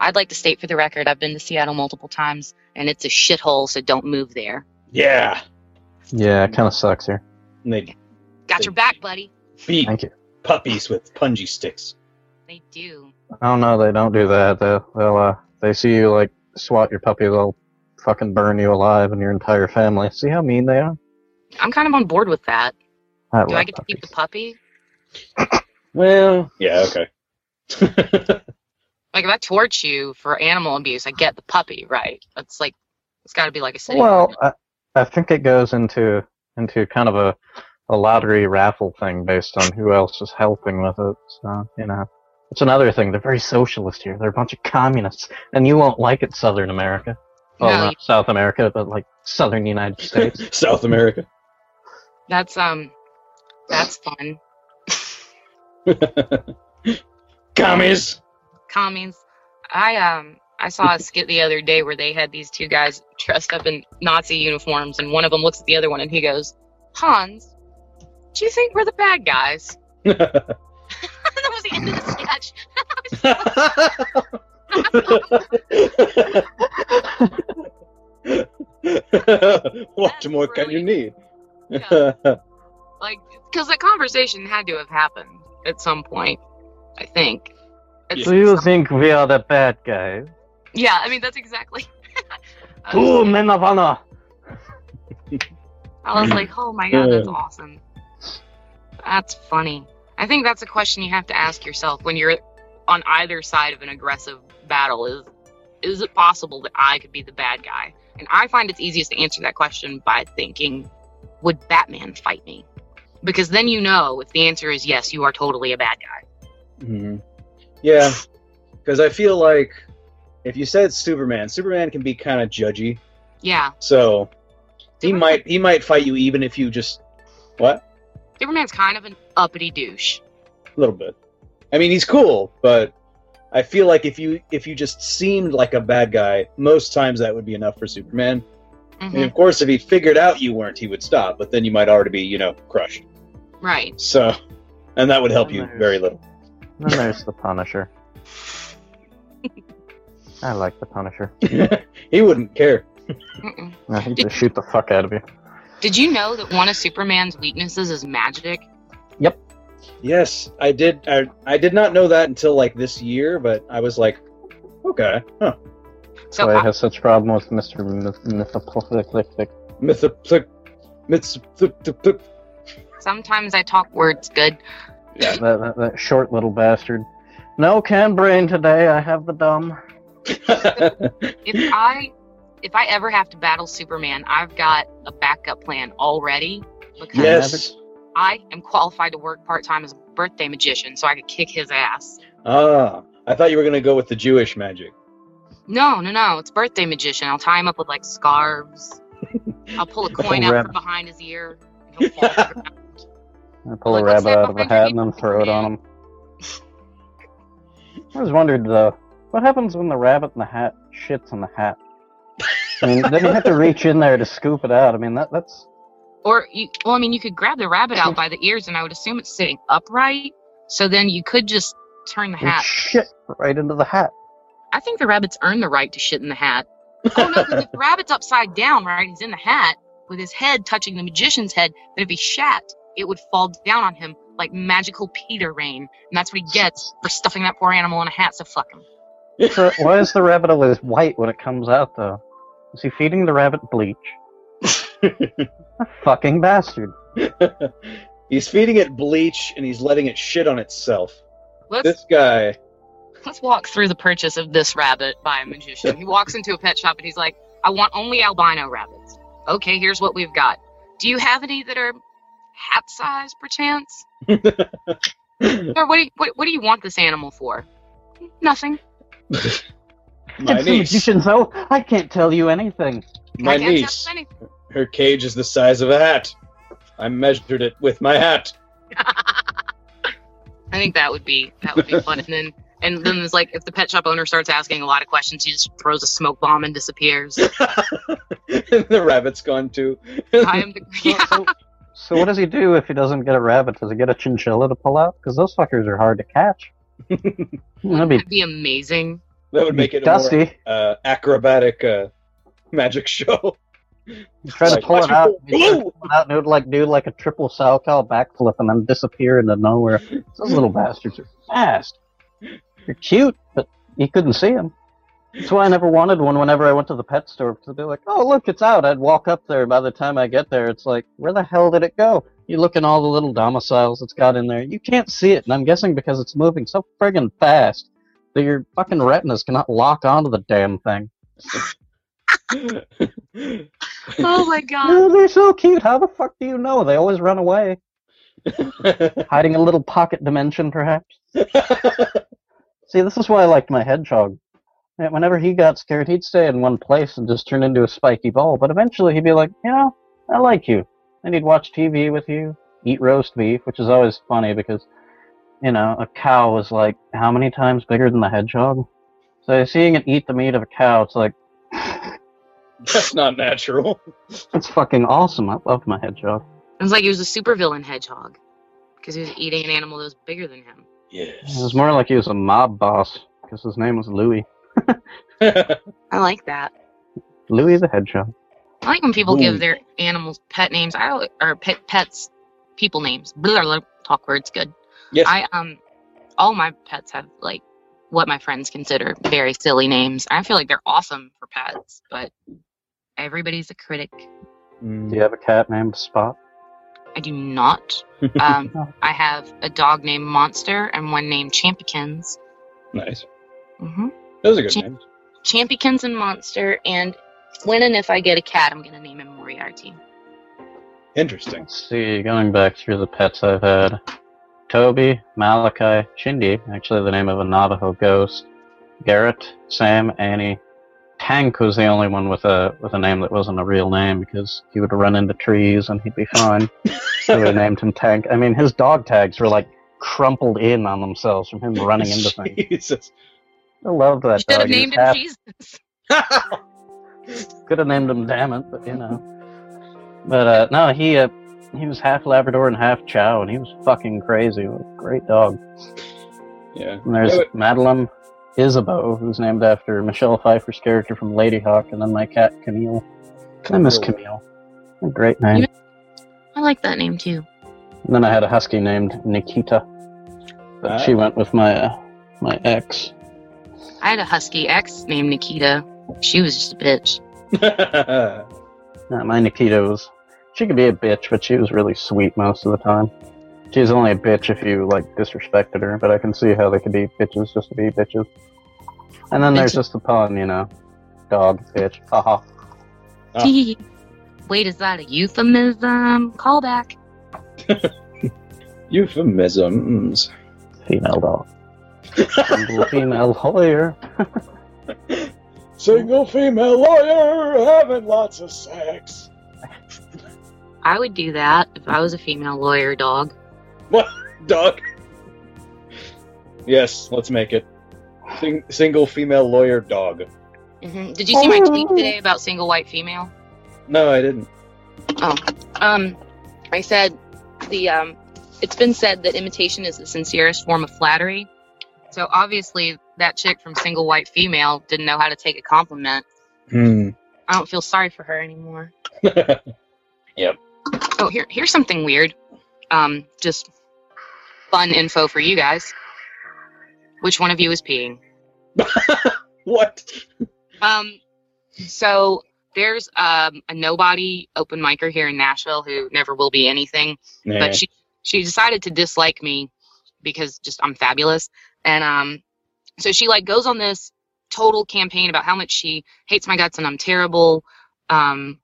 I'd like to state for the record, I've been to Seattle multiple times, and it's a shithole, so don't move there. yeah. Yeah, it kind of sucks here. And they Got your back, buddy. beat Thank you. puppies with punji sticks. They do. Oh no, they don't do that. They'll, they'll uh, they see you like swat your puppy, they'll fucking burn you alive and your entire family. See how mean they are? I'm kind of on board with that. I Do love I get to keep the puppies. puppy? Well, yeah, okay. Like, if I torch you for animal abuse, I get the puppy, right? That's like, it's got to be like a city. Well, I, I think it goes into into kind of a, a lottery raffle thing based on who else is helping with it. So you know, it's another thing. They're very socialist here. They're a bunch of communists, and you won't like it, Southern America. Well, No, not South America, but like Southern United States. South America. that's, um, that's fun. Commies. Commies. I, um, I saw a skit the other day where they had these two guys dressed up in Nazi uniforms, and one of them looks at the other one and he goes, Hans, do you think we're the bad guys? that was the end of the sketch. what more can you need? Yeah. Like, because the conversation had to have happened at some point, I think. It's- Do you think we are the bad guys? Yeah, I mean, that's exactly. I, Two was, men of honor. I was like, oh my god, that's awesome. That's funny. I think that's a question you have to ask yourself when you're on either side of an aggressive battle is is it possible that I could be the bad guy? And I find it's easiest to answer that question by thinking, would Batman fight me? Because then you know if the answer is yes, you are totally a bad guy. Mhm. Yeah, because I feel like if you said Superman, Superman can be kind of judgy. Yeah. So he Superman- might he might fight you even if you just What? Superman's kind of an uppity douche. A little bit. I mean, he's cool, but I feel like if you if you just seemed like a bad guy, most times that would be enough for Superman. And Mhm. of course, if he figured out you weren't, he would stop. But then you might already be, you know, crushed. Right. So, and that would help you very little. And then there's the Punisher. I like the Punisher. he wouldn't care. Mm-mm. No, he just shoot the fuck out of you. Did you know that one of Superman's weaknesses is magic? Yes, I did. I, I did not know that until like this year, but I was like, okay, huh. That's So why I I, have such problem with Mr. Mythopolithic. Mythoptic, mythoptic. sometimes I talk words good. That, that, that short little bastard. No can brain today, I have the dumb. If I if I ever have to battle Superman, I've got a backup plan already because yes. I am qualified to work part time as a birthday magician, so I could kick his ass. Ah, I thought you were gonna go with the Jewish magic. No, no, no, it's birthday magician. I'll tie him up with like scarves. I'll pull a coin out rabbit. from behind his ear. and he'll fall to the ground. I pull a Like, what's rabbit that out of a behind hat your and then knee, throw it man? on him. I was wondered though, what happens when the rabbit in the hat shits in the hat? I mean, then you have to reach in there to scoop it out. I mean, that that's Or you, well, I mean, you could grab the rabbit out by the ears, and I would assume it's sitting upright. So then you could just turn the you hat. shit right into the hat. I think the rabbits earned the right to shit in the hat. Oh no, 'cause if the rabbit's upside down, right? He's in the hat with his head touching the magician's head. Then if he shat, it would fall down on him like magical Peter rain, and that's what he gets for stuffing that poor animal in a hat. So fuck him. So why is the rabbit always white when it comes out though? Is he feeding the rabbit bleach? a fucking bastard. he's feeding it bleach and he's letting it shit on itself. Let's This guy. let's walk through the purchase of this rabbit by a magician. He walks into a pet shop and he's like, I want only albino rabbits. Okay, here's what we've got. Do you have any that are hat size, perchance? Or what do you, what, what do you want this animal for? Nothing. My it's a niece. magician, though. I can't tell you anything. My I can't niece. tell you anything. Her cage is the size of a hat. I measured it with my hat. I think that would be that would be fun. And then and then it's like if the pet shop owner starts asking a lot of questions, he just throws a smoke bomb and disappears. the rabbit's gone too. I am the So, so, so what does he do if he doesn't get a rabbit? Does he get a chinchilla to pull out? Because those fuckers are hard to catch. That'd be, that'd be amazing. That would make it a more, dusty. uh, acrobatic uh, magic show. You try to Like, pull watch it me out. go, You try to "Whoa!" pull it out and it would like do like a triple sow cow backflip and then disappear into nowhere. Those little bastards are fast. They're cute, but you couldn't see them. That's why I never wanted one. Whenever I went to the pet store, because they'd be like, "Oh, look, it's out." I'd walk up there. By the time I get there, it's like, "Where the hell did it go?" You look in all the little domiciles it's got in there. You can't see it, and I'm guessing because it's moving so friggin' fast that your fucking retinas cannot lock onto the damn thing. Oh my god. No, they're so cute. How the fuck do you know? They always run away. Hiding in a little pocket dimension, perhaps. See, this is why I liked my hedgehog. Yeah, Whenever he got scared, he'd stay in one place and just turn into a spiky ball. But eventually, he'd be like, you know, I like you. And he'd watch TV with you, eat roast beef, which is always funny because, you know, a cow was like how many times bigger than the hedgehog? So seeing it eat the meat of a cow, it's like, That's not natural. that's fucking awesome. I love my hedgehog. It was like he was a supervillain hedgehog because he was eating an animal that was bigger than him. It Yes. was more like he was a mob boss because his name was Louis. I like that. Louis the Hedgehog. I like when people Ooh. give their animals pet names. I al- or pet pets people names. Blah, blah, blah. talk words good. yes. I um all my pets have like what my friends consider very silly names. I feel like they're awesome for pets, but everybody's a critic. Mm. Do you have a cat named Spot? I do not. Um, I have a dog named Monster and one named Champikins. Nice. hmm Mm-hmm. Those are good Ch- names. Champikins and Monster, and when and if I get a cat, I'm gonna name him Moriarty. Interesting. Let's see, going back through the pets I've had. Toby, Malachi, Shindy, actually the name of a Navajo ghost. Garrett, Sam, Annie. Tank was the only one with a with a name that wasn't a real name because he would run into trees and he'd be fine. So they named him Tank. I mean, his dog tags were like crumpled in on themselves from him running into things. Jesus. I love that. should have dog. He was named him half- Jesus. Could have named him Damn It, but you know. But uh, no, he uh, he was half Labrador and half Chow, and he was fucking crazy. What a great dog. Yeah. And there's Yeah, Madeline Isabeau, who's named after Michelle Pfeiffer's character from Lady Hawk, and then my cat Camille. I miss Camille. Camille. A great name. You I like that name too. And then I had a husky named Nikita, but she Ah. went with my uh, my ex. I had a husky ex named Nikita. She was just a bitch. Uh, my Nikita was. She could be a bitch, but she was really sweet most of the time. She was only a bitch if you like disrespected her, but I can see how they could be bitches just to be bitches. And then there's Bitches. just the pun, you know, dog bitch. Haha. Ah. Wait, is that a euphemism? Callback. Euphemisms. Female dog. Single female lawyer. Single female lawyer having lots of sex. I would do that if I was a female lawyer dog. Dog. Yes, let's make it. Sing- single female lawyer dog. hmm Did you see my tweet Oh. today about single white female? No, I didn't. Um, I said the um, it's been said that imitation is the sincerest form of flattery. So obviously, that chick from single white female didn't know how to take a compliment. Hmm. I don't feel sorry for her anymore. yeah. Oh, here, here's something weird. Um, just fun info for you guys. Which one of you is peeing? What? Um, so there's um, a nobody open micer here in Nashville who never will be anything, Nah. but she she decided to dislike me because just I'm fabulous, and um, so she like goes on this total campaign about how much she hates my guts and I'm terrible, um,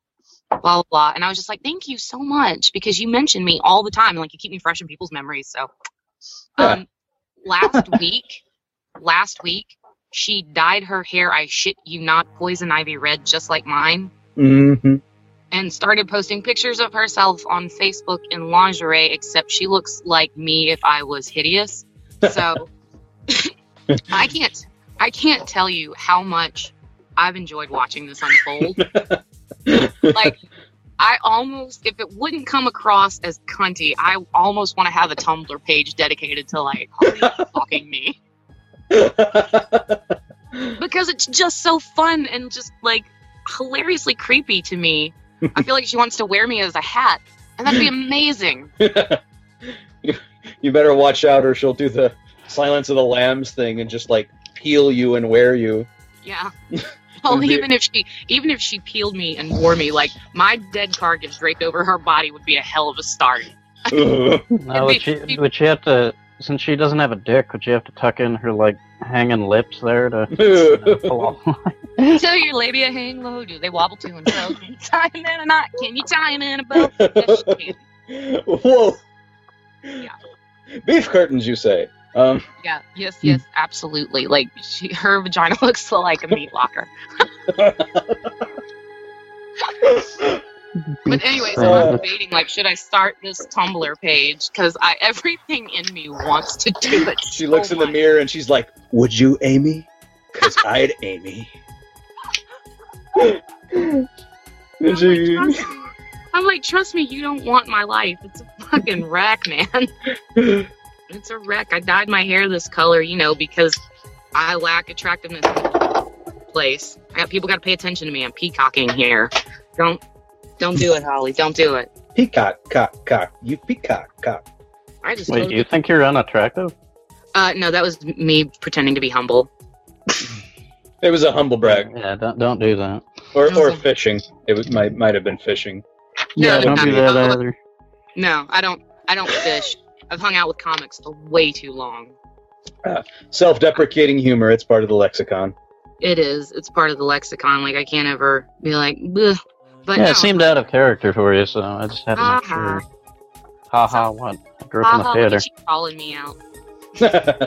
blah blah blah, and I was just like, thank you so much because you mention me all the time, and, like you keep me fresh in people's memories. So, um, last week, last week she dyed her hair, I shit you not, poison ivy red, just like mine, hmm and started posting pictures of herself on Facebook in lingerie, except she looks like me if I was hideous. So I can't I can't tell you how much I've enjoyed watching this unfold. like I almost if it wouldn't come across as cunty, I almost want to have a Tumblr page dedicated to like Holly fucking me because it's just so fun and just like hilariously creepy to me. I feel like she wants to wear me as a hat, and that'd be amazing. you better watch out or she'll do the Silence of the Lambs thing and just like peel you and wear you. Yeah. Well, Mhm. even if she even if she peeled me and wore me, like my dead carcass draped over her body would be a hell of a start. Ugh. Now, would she, would she have to? Since she doesn't have a dick, would she have to tuck in her like hanging lips there to you know, pull off? So your labia hang low, do they wobble to and fro? Can you tie 'em in a knot? Can you tie 'em in a bow? Yes, you can. Whoa. Beef curtains, you say? Um, Yeah, yes, yes, absolutely. Like she, her vagina looks like a meat locker. But anyway, so I'm Uh. debating like, should I start this Tumblr page? Because I everything in me wants to do it. she so looks in the much. mirror and she's like, "Would you, Amy? Because I'd Amy." I'm and like, she, trust me. I'm like, trust me, you don't want my life. It's a fucking wreck, man. It's a wreck. I dyed my hair this color, you know, because I lack attractiveness in the place. I got people got to pay attention to me. I'm peacocking here. Don't, don't do it, Holly. Don't do it. peacock, cock, cock. You peacock, cock. I just Wait, totally- you think you're unattractive? uh, no, that was me pretending to be humble. It was a humble brag, Yeah, don't don't do that. or or fishing. It was, might might have been fishing. No, don't no, do no. that either. No, I don't. I don't fish. I've hung out with comics for way too long. Uh, Self-deprecating humor. It's part of the lexicon. It is. It's part of the lexicon. Like I can't ever be like, Bleh. but yeah, no. it seemed out of character for you, so I just had to make Uh-huh. sure. Ha ha! What? I grew up in Haha, the look theater. at you calling me out.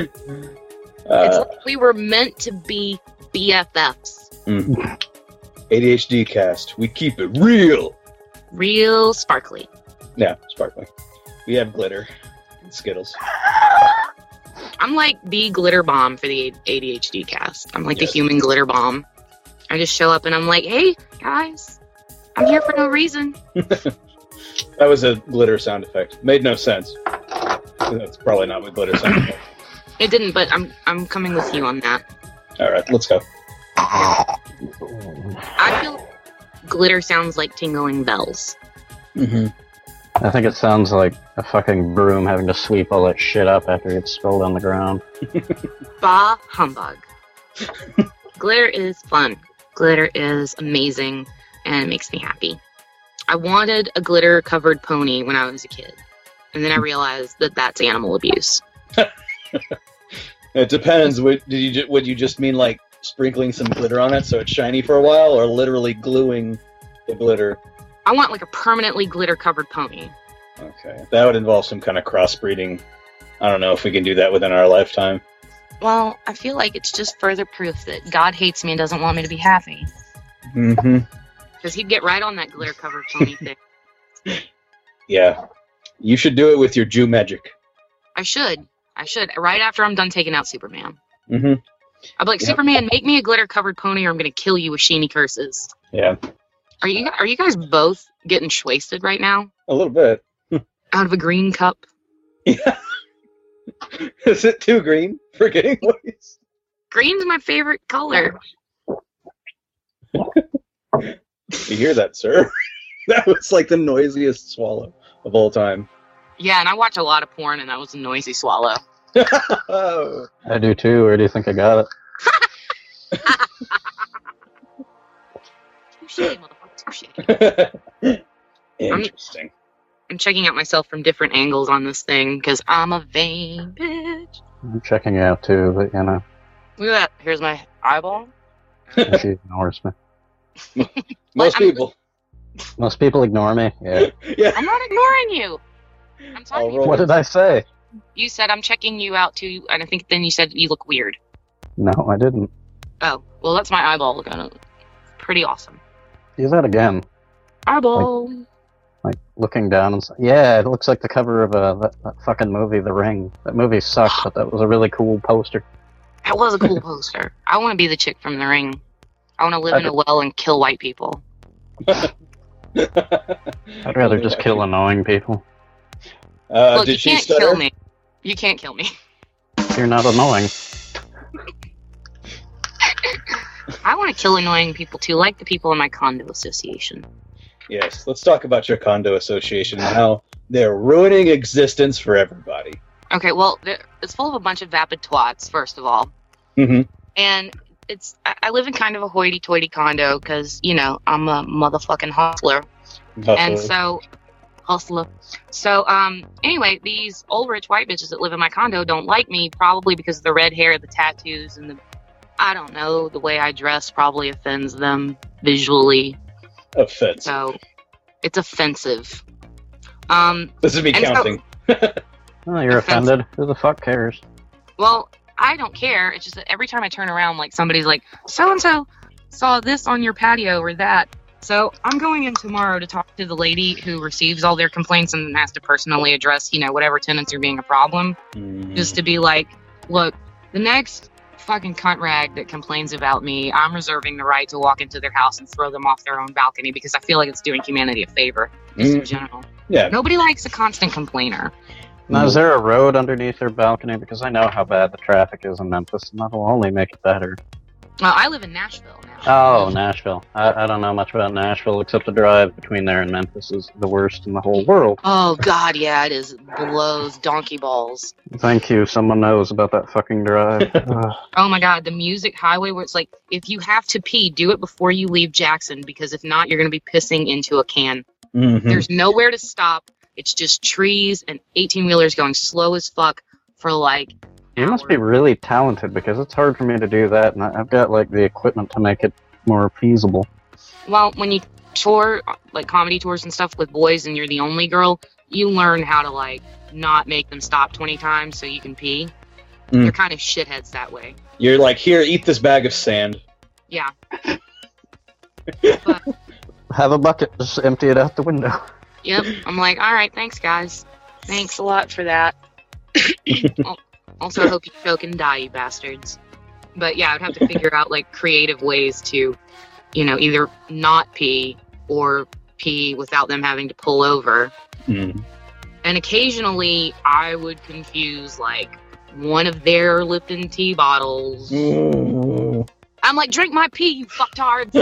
it's Uh, like we were meant to be BFFs, Mm. ADHD cast. We keep it real. real sparkly. Yeah, sparkling. We have glitter and Skittles. I'm like the glitter bomb for the ADHD cast. I'm like Yes. the human glitter bomb. I just show up and I'm like, hey guys, I'm here for no reason. That was a glitter sound effect. Made no sense. That's probably not what glitter sound effect. It didn't, but I'm I'm coming with you on that. All right, let's go. I feel glitter sounds like tingling bells. Mm-hmm. I think it sounds like a fucking broom having to sweep all that shit up after it gets spilled on the ground. Bah humbug. glitter is fun. Glitter is amazing and it makes me happy. I wanted a glitter covered pony when I was a kid. And then I realized that that's animal abuse. It depends. Would, did you ju- would you just mean like sprinkling some glitter on it so it's shiny for a while, or literally gluing the glitter? I want like a permanently glitter covered pony. Okay, that would involve some kind of crossbreeding. I don't know if we can do that within our lifetime. Well, I feel like it's just further proof that God hates me and doesn't want me to be happy. Mm-hmm. Because he'd get right on that glitter covered pony thing. Yeah, you should do it with your Jew magic. I should. I should. Right after I'm done taking out Superman. Mm-hmm. I'd be like, Yep. Superman, make me a glitter covered pony or I'm gonna kill you with sheeny curses. Yeah, Are you are you guys both getting schwasted right now? a little bit. Out of a green cup? Is it too green for getting waste? Green's my favorite color. You hear that, sir? that was like the noisiest swallow of all time. Yeah, and I watch a lot of porn and that was a noisy swallow. Oh. I do too. Where do you think I got it? Touche, motherfucker, touche. Interesting. I'm checking out myself from different angles on this thing because I'm a vain bitch. I'm checking out too, but you know, Look at that. Here's my eyeball. she ignores me. Most I'm- people. Most people ignore me. Yeah. Yeah. I'm not ignoring you. I'm I'll talking. roll What did I say? You said I'm checking you out too, and I think then you said you look weird. No, I didn't. Oh, well, that's my eyeball looking. at it. Pretty awesome. Do that again. Eyeball. Like looking down and s yeah, it looks like the cover of uh, that, that fucking movie, The Ring. That movie sucked, but that was a really cool poster. That was a cool poster. I want to be the chick from The Ring. I want to live in a well and kill white people. I'd rather just kill annoying people. Uh, Look, did you she can't stutter? kill me. You can't kill me. You're not annoying. I want to kill annoying people too, like the people in my condo association. Yes. Let's talk about your condo association and how they're ruining existence for everybody. Okay, well, there- it's full of a bunch of vapid twats, first of all. hmm And it's I- I live in kind of a hoity-toity condo because, you know, I'm a motherfucking hustler. And so, hustler. So, um, anyway, these old rich white bitches that live in my condo don't like me, probably because of the red hair, the tattoos, and the I don't know, the way I dress probably offends them visually. Offense. So, it's offensive. Um, This is me and so- counting. Oh, you're Offensive. offended. Who the fuck cares? well, I don't care. It's just that every time I turn around, like somebody's like, so and so saw this on your patio or that. So I'm going in tomorrow to talk to the lady who receives all their complaints and has to personally address, you know, whatever tenants are being a problem. Mm. just to be like, look, the next fucking cunt rag that complains about me, I'm reserving the right to walk into their house and throw them off their own balcony because I feel like it's doing humanity a favor, just in Mm, general. Yeah. Nobody likes a constant complainer. Now, is there a road underneath their balcony? Because I know how bad the traffic is in Memphis, and that'll only make it better. Well, I live in Nashville now. Oh, Nashville. I, I don't know much about Nashville, except the drive between there and Memphis is the worst in the whole world. Oh God, yeah, it is blows donkey balls. Thank you. Someone knows about that fucking drive. Ugh. Oh my God, the music highway where it's like, if you have to pee, do it before you leave Jackson because if not, you're gonna be pissing into a can. Mhm. There's nowhere to stop. It's just trees and 18 wheelers going slow as fuck for like. you must be really talented because it's hard for me to do that, and I, I've got like the equipment to make it more feasible. Well, when you tour, like comedy tours and stuff with boys, and you're the only girl, you learn how to like not make them stop 20 times so you can pee. Mm. They're kind of shitheads that way. You're like, here, eat this bag of sand. Yeah. Have a bucket, just empty it out the window. Yep. I'm like, all right, thanks, guys. Thanks a lot for that. Al- also, hope you choke and die, you bastards. But yeah, I'd have to figure out like creative ways to, you know, either not pee or pee without them having to pull over. Mm. And occasionally, I would confuse like one of their Lipton tea bottles. Mm. I'm like, drink my pee, you fucktards.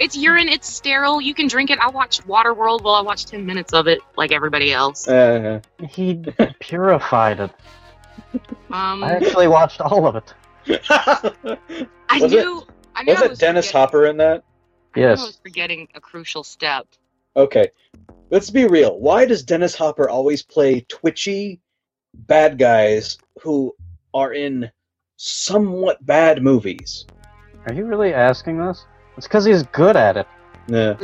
it's urine. It's sterile. You can drink it. I watched Waterworld while I watched ten minutes of it, like everybody else. Uh, He purified it. Um, I, I actually watched all of it. was knew. it- I knew was I it Dennis forgetting- Hopper in that? I knew I Yes. was forgetting a crucial step. Okay. Let's be real. Why does Dennis Hopper always play twitchy bad guys who are in somewhat bad movies? Are you really asking this? It's because he's good at it. Yeah.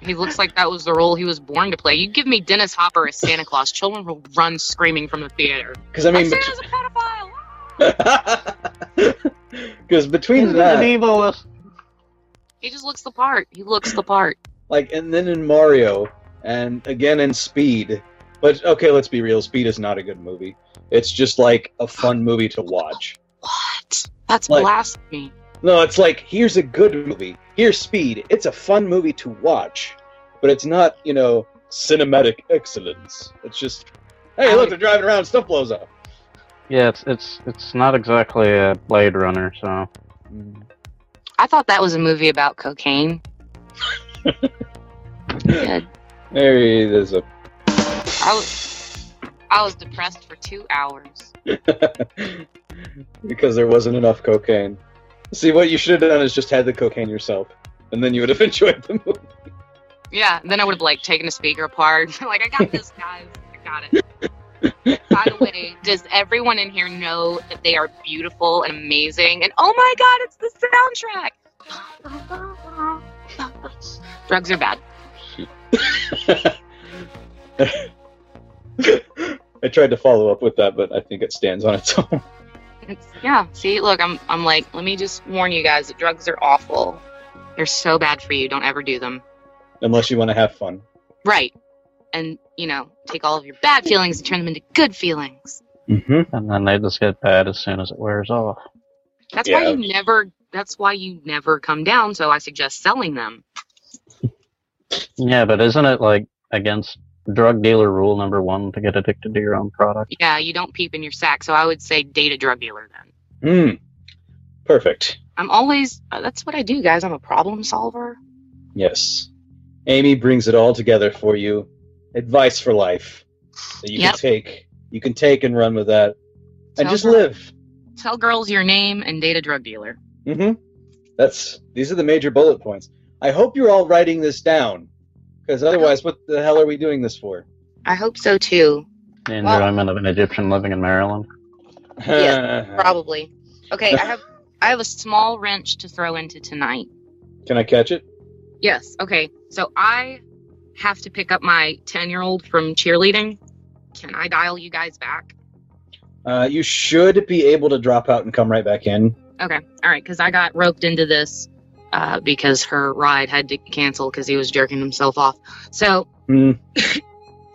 He looks like that was the role he was born to play. You give me Dennis Hopper as Santa Claus, children will run screaming from the theater. Because I I mean, said he was a pedophile. because between He's an that, evilist. He just looks the part. He looks the part. like, and then in Mario, and again in Speed. But okay, let's be real. Speed is not a good movie. It's just like a fun movie to watch. What? That's Like- blasphemy. No, it's like here's a good movie. Here's Speed. It's a fun movie to watch, but it's not, you know, cinematic excellence. It's just, hey, look, they're driving around, stuff blows up. Yeah, it's it's it's not exactly a Blade Runner, so I thought that was a movie about cocaine. yeah, There is a. I was, I was depressed for two hours. because there wasn't enough cocaine. See, what you should have done is just had the cocaine yourself, and then you would have enjoyed the movie. Yeah, then I would have like taken a speaker apart. like I got this, guys. I got it. By the way, does everyone in here know that they are beautiful and amazing? And oh my God, it's the soundtrack. Drugs are bad. I tried to follow up with that, but I think it stands on its own. It's, yeah. See, look, I'm I'm like, let me just warn you guys that drugs are awful. They're so bad for you. Don't ever do them. Unless you want to have fun. Right. And you know, take all of your bad feelings and turn them into good feelings. Mm-hmm. and then they just get bad as soon as it wears off. That's Yeah. why you never. That's why you never come down. So I suggest selling them. Yeah, but isn't it like against drug dealer rule number one to get addicted to your own product? Yeah, you don't peep in your sack. So I would say date a drug dealer then. Hmm. Perfect. I'm always. uh, That's what I do, guys. I'm a problem solver. Yes. Amy brings it all together for you. Advice for life that you Yep. can take. You can take and run with that, and Tell just her- live. Tell girls your name and date a drug dealer. hmm That's these are the major bullet points. I hope you're all writing this down, because otherwise, what the hell are we doing this for? I hope so too. The Well- enjoyment of an Egyptian living in Maryland. Yeah, Probably. Okay, I have I have a small wrench to throw into tonight. Can I catch it? Yes. Okay. So I have to pick up my 10 year old from cheerleading. Can I dial you guys back? Uh, you should be able to drop out and come right back in. Okay. All right. Because I got roped into this uh, because her ride had to cancel because he was jerking himself off. So Hmm.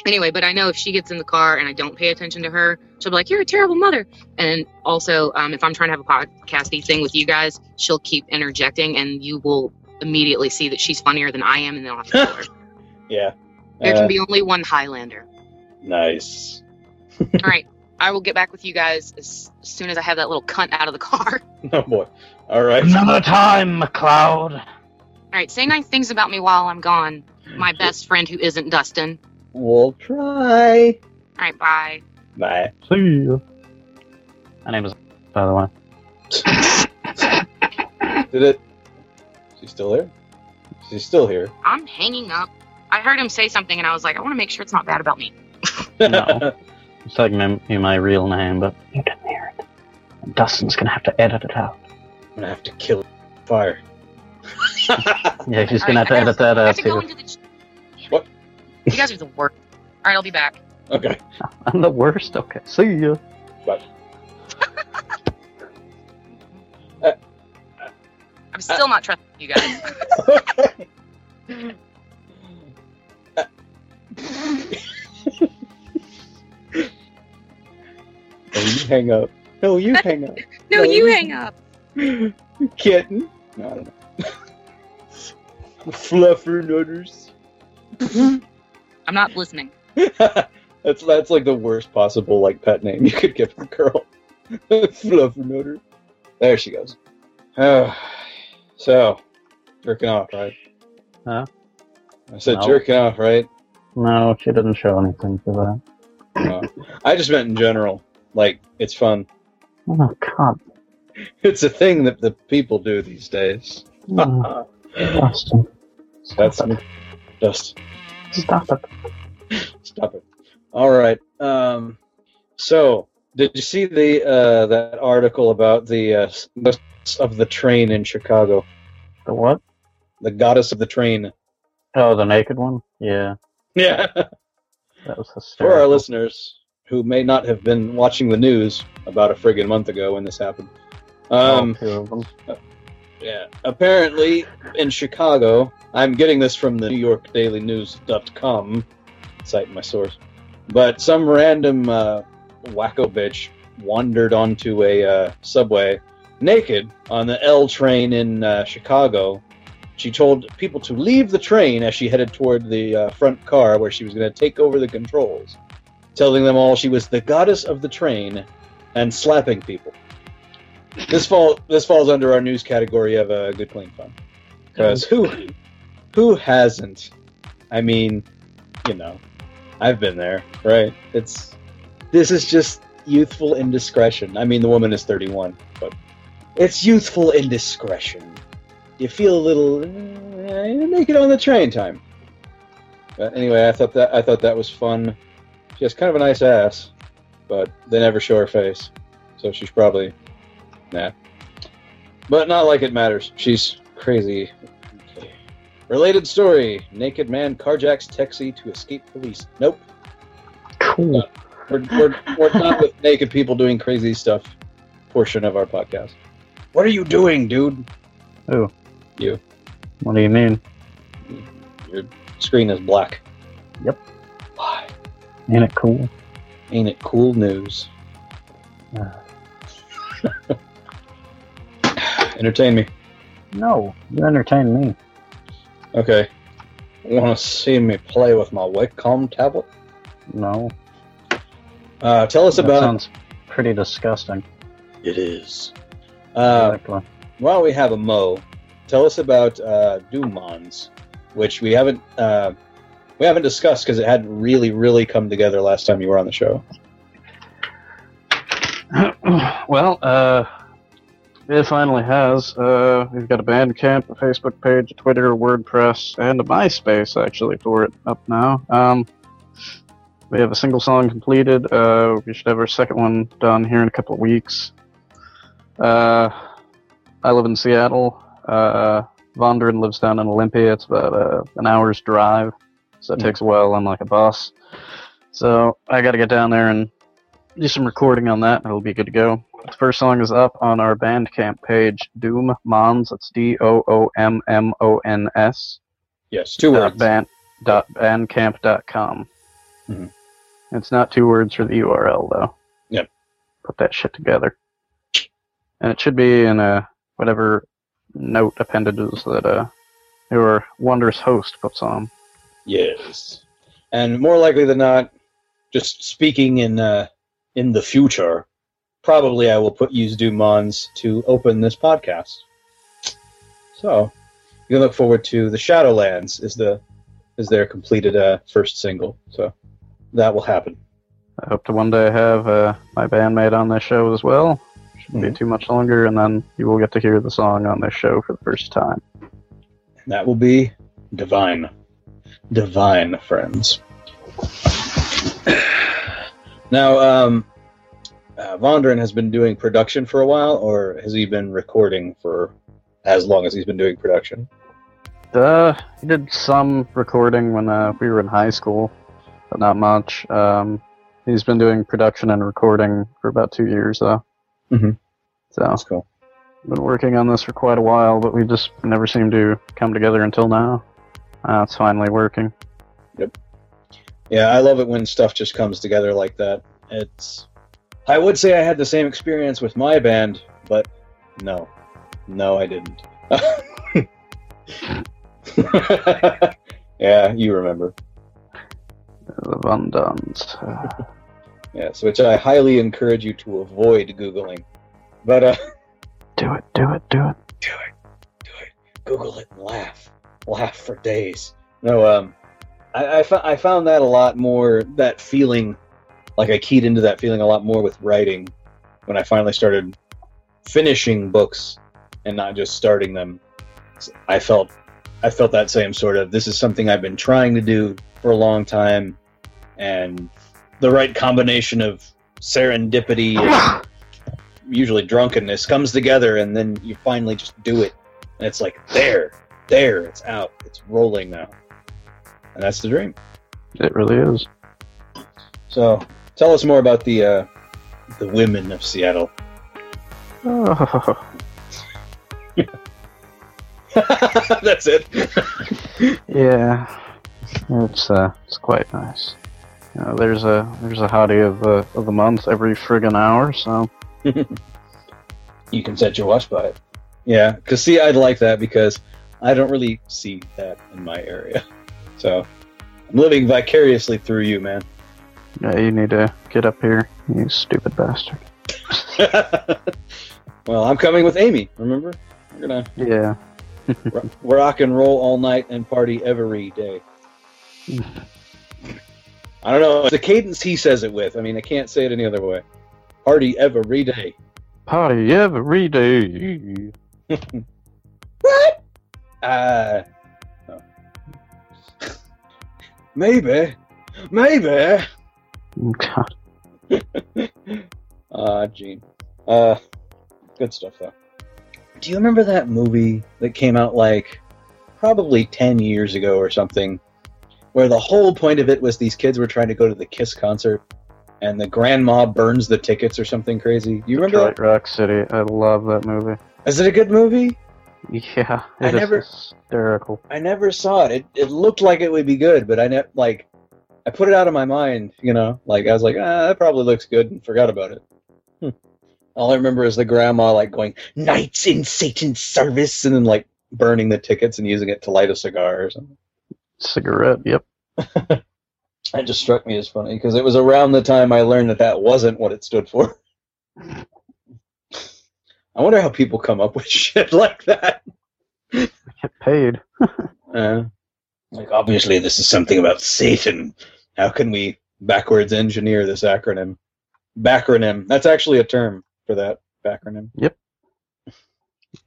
anyway, but I know if she gets in the car and I don't pay attention to her, she'll be like, "You're a terrible mother." And also, um, if I'm trying to have a podcasty thing with you guys, she'll keep interjecting, and you will immediately see that she's funnier than I am, and then I'll have to kill her. Yeah. There Uh, can be only one Highlander. nice. All right, I will get back with you guys as, as soon as I have that little cunt out of the car. Oh boy. All right. Another time, McCloud. All right, say nice things about me while I'm gone. My best friend who isn't Dustin. We'll try. All right, bye. Bye. See you. My name is, by the way. Did it? She's still there. She's still here. I'm hanging up. I heard him say something, and I was like, I want to make sure it's not bad about me. No. It's like my, my real name, but you didn't hear it. And Dustin's gonna have to edit it out. I'm gonna have to kill fire. Yeah, he's All gonna right, have to I edit that I out have to go too. into the. Damn it. What? You guys are the worst. All right, I'll be back. okay. I'm the worst. Okay, see ya. I'm still not trusting you guys. Uh, hang up. No, you hang up. No, you hang up. Kitten. No, I don't know. Fluffer nutters. I'm not listening. that's that's like the worst possible like pet name you could give a girl. Fluffernutter. There she goes. Oh, so jerking off, right? Huh? I said No. jerking off, right? No, she didn't show anything for that. No. I just meant in general. Like it's fun. Oh God, It's a thing that the people do these days. Oh, Dustin, That's Dust. stop it! Stop it. All right. Um, so, did you see the uh, that article about the uh, goddess of the train in Chicago? The what? The goddess of the train. Oh, the naked one. Yeah, Yeah. that was For our hysterical. listeners who may not have been watching the news about a friggin' month ago when this happened, All um, two of them. Yeah. Apparently, in Chicago, I'm getting this from the New York Daily News.com, citing my source, but some random uh, wacko bitch wandered onto a uh, subway naked on the L train in uh, Chicago. She told people to leave the train as she headed toward the uh, front car where she was going to take over the controls, telling them all she was the goddess of the train and slapping people this fall this falls under our news category of uh, good clean fun because who who hasn't i mean you know i've been there right it's this is just youthful indiscretion i mean the woman is 31 but it's youthful indiscretion you feel a little uh, you're naked on the train time but anyway i thought that i thought that was fun she has kind of a nice ass but they never show her face so she's probably Nah. But not like it matters. She's crazy. Related story Naked man carjacks taxi to escape police. Nope. Cool. We're, we're, we're not with naked people doing crazy stuff portion of our podcast. What are you doing, dude? Who? You. Oh. What do you mean? Your screen is black. Yep. Why? Ain't it cool? Ain't it cool news? Ah. Entertain me. No, you entertain me. Okay. Want to see me play with my Wacom tablet? No, Uh, tell us that about. sounds pretty disgusting. It is. Uh, Exactly. while we have a Mo, tell us about uh, Dumons, which we haven't uh, we haven't discussed because it hadn't really really come together last time you were on the show. well, uh, it finally has. Uh, we've got a Bandcamp, a Facebook page, a Twitter, a WordPress, and a MySpace actually for it up now. Um, we have a single song completed. Uh, we should have our second one done here in a couple of weeks. Uh, I live in Seattle. Uh, Vondren lives down in Olympia. It's about uh, an hour's drive, so Hmm. it takes a while on like a bus. So I got to get down there and do some recording on that, and it'll be good to go. The first song is up on our Bandcamp page, Doom Mons. That's D O O M M O N S. Yes, two Dot words. band, dot bandcamp dot com. Mhm. It's not two words for the URL though. Yep. Put that shit together, and it should be in uh whatever note appendages that uh your wondrous host puts on. Yes, and more likely than not, just speaking in uh, in the future, probably I will put use Dumons to open this podcast. So you can look forward to the Shadowlands is the is their completed uh, first single. So that will happen. I hope to one day have uh, my bandmate on this show as well. Shouldn't Mhm. be too much longer, and then you will get to hear the song on this show for the first time. That will be divine. Divine, friends. now, um, uh, Vondren has been doing production for a while, or has he been recording for as long as he's been doing production? Uh, he did some recording when uh, we were in high school, but not much. Um, he's been doing production and recording for about two years, though. Mhm. So, That's cool. been working on this for quite a while, but we just never seemed to come together until now. Now it's finally working. Yeah, I love it when stuff just comes together like that. It's I would say I had the same experience with my band, but no. No, I didn't. yeah, you remember. The Von Duns. Yes, which I highly encourage you to avoid Googling. But, uh, Do it, do it, do it. Google it and laugh, laugh for days. No, um, I I, fo- I found that a lot more that feeling, like I keyed into that feeling a lot more with writing when I finally started finishing books and not just starting them. S- I felt I felt that same sort of this is something I've been trying to do for a long time, and the right combination of serendipity and usually drunkenness comes together, and then you finally just do it. And it's like, there, there, it's out, it's rolling now. And that's the dream. It really is. So tell us more about the uh, the women of Seattle. that's it. Yeah, it's uh, it's quite nice. You know, there's a there's a hottie of the of the month every friggin' hour, so you can set your watch by it. Yeah, because see, I'd like that because I don't really see that in my area. So I'm living vicariously through you, man. yeah, you need to get up here, you stupid bastard. well, I'm coming with Amy. Remember, we're gonna Yeah, Ro- rock and roll all night and party every day. I don't know. It's the cadence he says it with. I mean, I can't say it any other way. Party every day. party every day. What? Uh. no. Maybe. Maybe. God, Ah, Gene. Uh, good stuff though. Do you remember that movie that came out like probably ten years ago or something, where the whole point of it was these kids were trying to go to the Kiss concert, and the grandma burns the tickets or something crazy? Do you remember? Detroit Rock City. I love that movie. that? Is it a good movie? Yeah, I it is never- hysterical. I never saw it. It, it looked like it would be good, but I ne- like I put it out of my mind. You know, like I was like, ah, that probably looks good, and forgot about it. Hmm. All I remember is the grandma like going "Knights in Satan's service" and then like burning the tickets and using it to light a cigar or something. Cigarette. Yep. It just struck me as funny because it was around the time I learned that that wasn't what it stood for. I wonder how people come up with shit like that. Get paid. Uh, like, obviously, this is something about Satan. How can we backwards engineer this acronym? Backronym. That's actually a term for that. Backronym. Yep.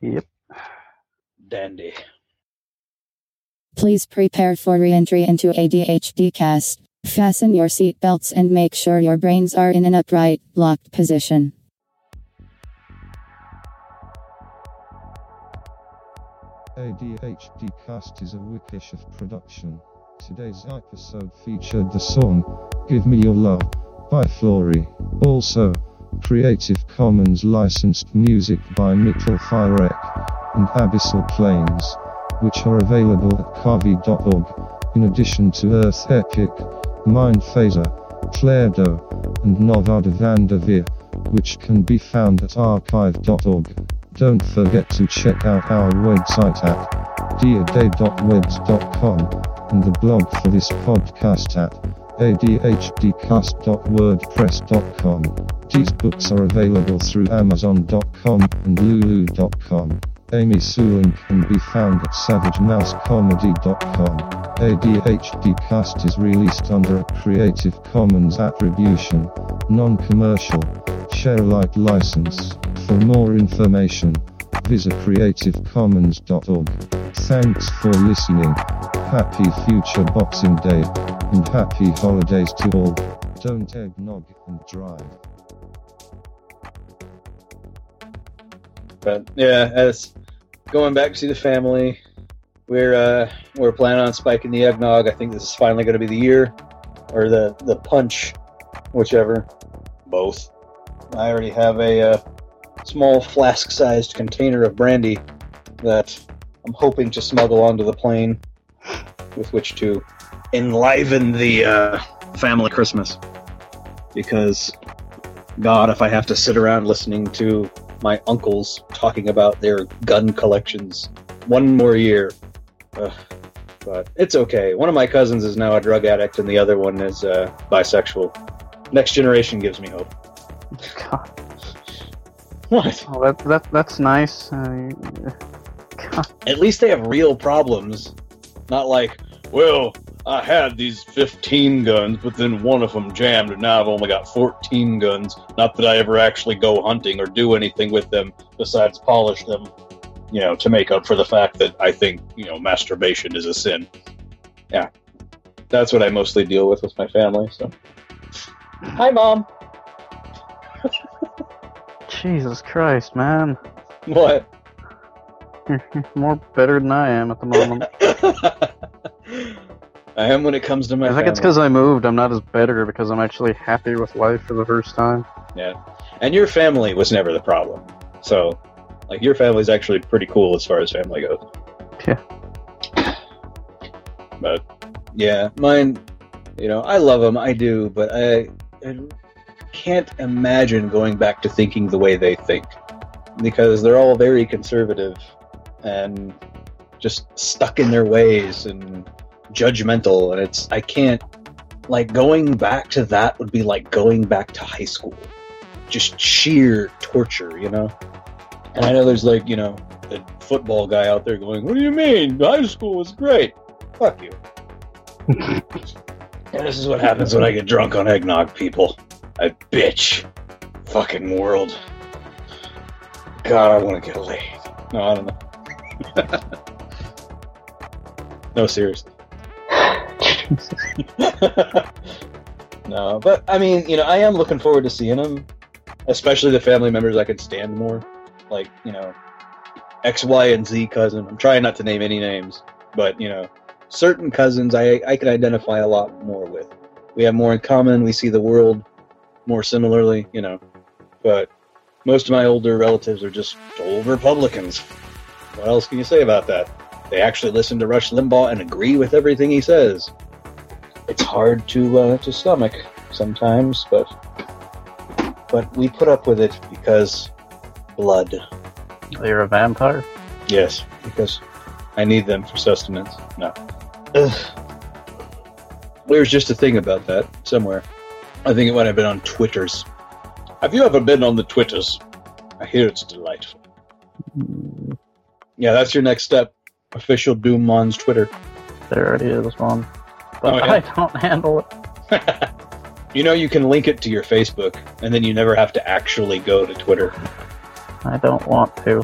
Yep. Dandy. Please prepare for re-entry into ADHD cast. Fasten your seatbelts and make sure your brains are in an upright, locked position. ADHD Cast is a Wickishift production. Today's episode featured the song Give Me Your Love by Flory. Also, Creative Commons licensed music by Mitchell Firek and Abyssal Plains, which are available at kavi.org, in addition to Earth Epic, Mind Phaser, Clairdo, and Novada Vanderveer, which can be found at archive.org. Don't forget to check out our website at deaday.webs.com and the blog for this podcast at adhdcast.wordpress.com. These books are available through amazon.com and lulu.com. Amy Suling can be found at savagemousecomedy.com. ADHD Cast is released under a Creative Commons Attribution, Non-Commercial, Sharealike license. For more information, visit creativecommons.org. Thanks for listening. Happy future Boxing Day, and happy holidays to all. Don't eggnog and drive. But yeah, as going back to see the family, we're uh, we're planning on spiking the eggnog. I think this is finally going to be the year, or the the punch, whichever, both. I already have a uh, small flask-sized container of brandy that I'm hoping to smuggle onto the plane, with which to enliven the uh, family Christmas, because God, if I have to sit around listening to my uncles talking about their gun collections one more year. Ugh, but it's okay. One of my cousins is now a drug addict, and the other one is uh, bisexual. Next generation gives me hope. What? Oh, Well, that, that, that's nice. Uh, At least they have real problems. Not like, well, I had these 15 guns, but then one of them jammed, and now I've only got 14 guns. Not that I ever actually go hunting or do anything with them besides polish them, you know, to make up for the fact that I think, you know, masturbation is a sin. Yeah. That's what I mostly deal with with my family, so. Hi, Mom. Jesus Christ, man. What? More better than I am at the moment. I am when it comes to my I think it's family. because I moved. I'm not as better because I'm actually happy with life for the first time. Yeah. And your family was never the problem. So, like, your family's actually pretty cool as far as family goes. Yeah. But, yeah, mine, you know, I love them, I do, but I, I can't imagine going back to thinking the way they think because they're all very conservative and just stuck in their ways and judgmental. And it's, I can't, like, going back to that would be like going back to high school just sheer torture, you know? And I know there's like, you know, the football guy out there going, What do you mean? High school was great. Fuck you. and this is what happens when I get drunk on eggnog, people. I bitch. Fucking world. God, I want to get laid. No, I don't know. no, seriously. no, but I mean, you know, I am looking forward to seeing them, especially the family members I could stand more, like you know, X, Y, and Z cousin. I'm trying not to name any names, but you know, certain cousins I I can identify a lot more with. We have more in common. We see the world more similarly, you know. But most of my older relatives are just old Republicans. What else can you say about that? They actually listen to Rush Limbaugh and agree with everything he says it's hard to uh, to stomach sometimes, but but we put up with it because blood. You're a vampire. Yes, because I need them for sustenance. No. Ugh. There's just a thing about that somewhere. I think it might have been on Twitters. Have you ever been on the Twitters? I hear it's delightful. Yeah, that's your next step. Official Doom Mon's Twitter. There already is one. Oh, But yeah. I don't handle it. You know, you can link it to your Facebook, and then you never have to actually go to Twitter. I don't want to.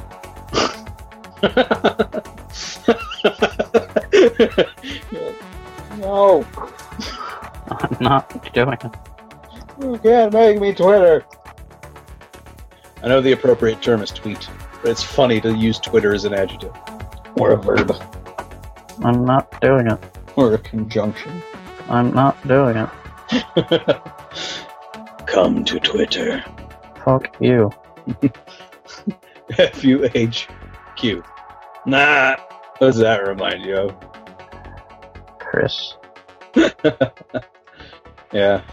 no. I'm not doing it. You can't make me Twitter. I know the appropriate term is tweet, but it's funny to use Twitter as an adjective. Or a verb. I'm not doing it. Or a conjunction. I'm not doing it. Come to Twitter. Fuck you. F U H Q. Nah. What does that remind you of? Chris. Yeah.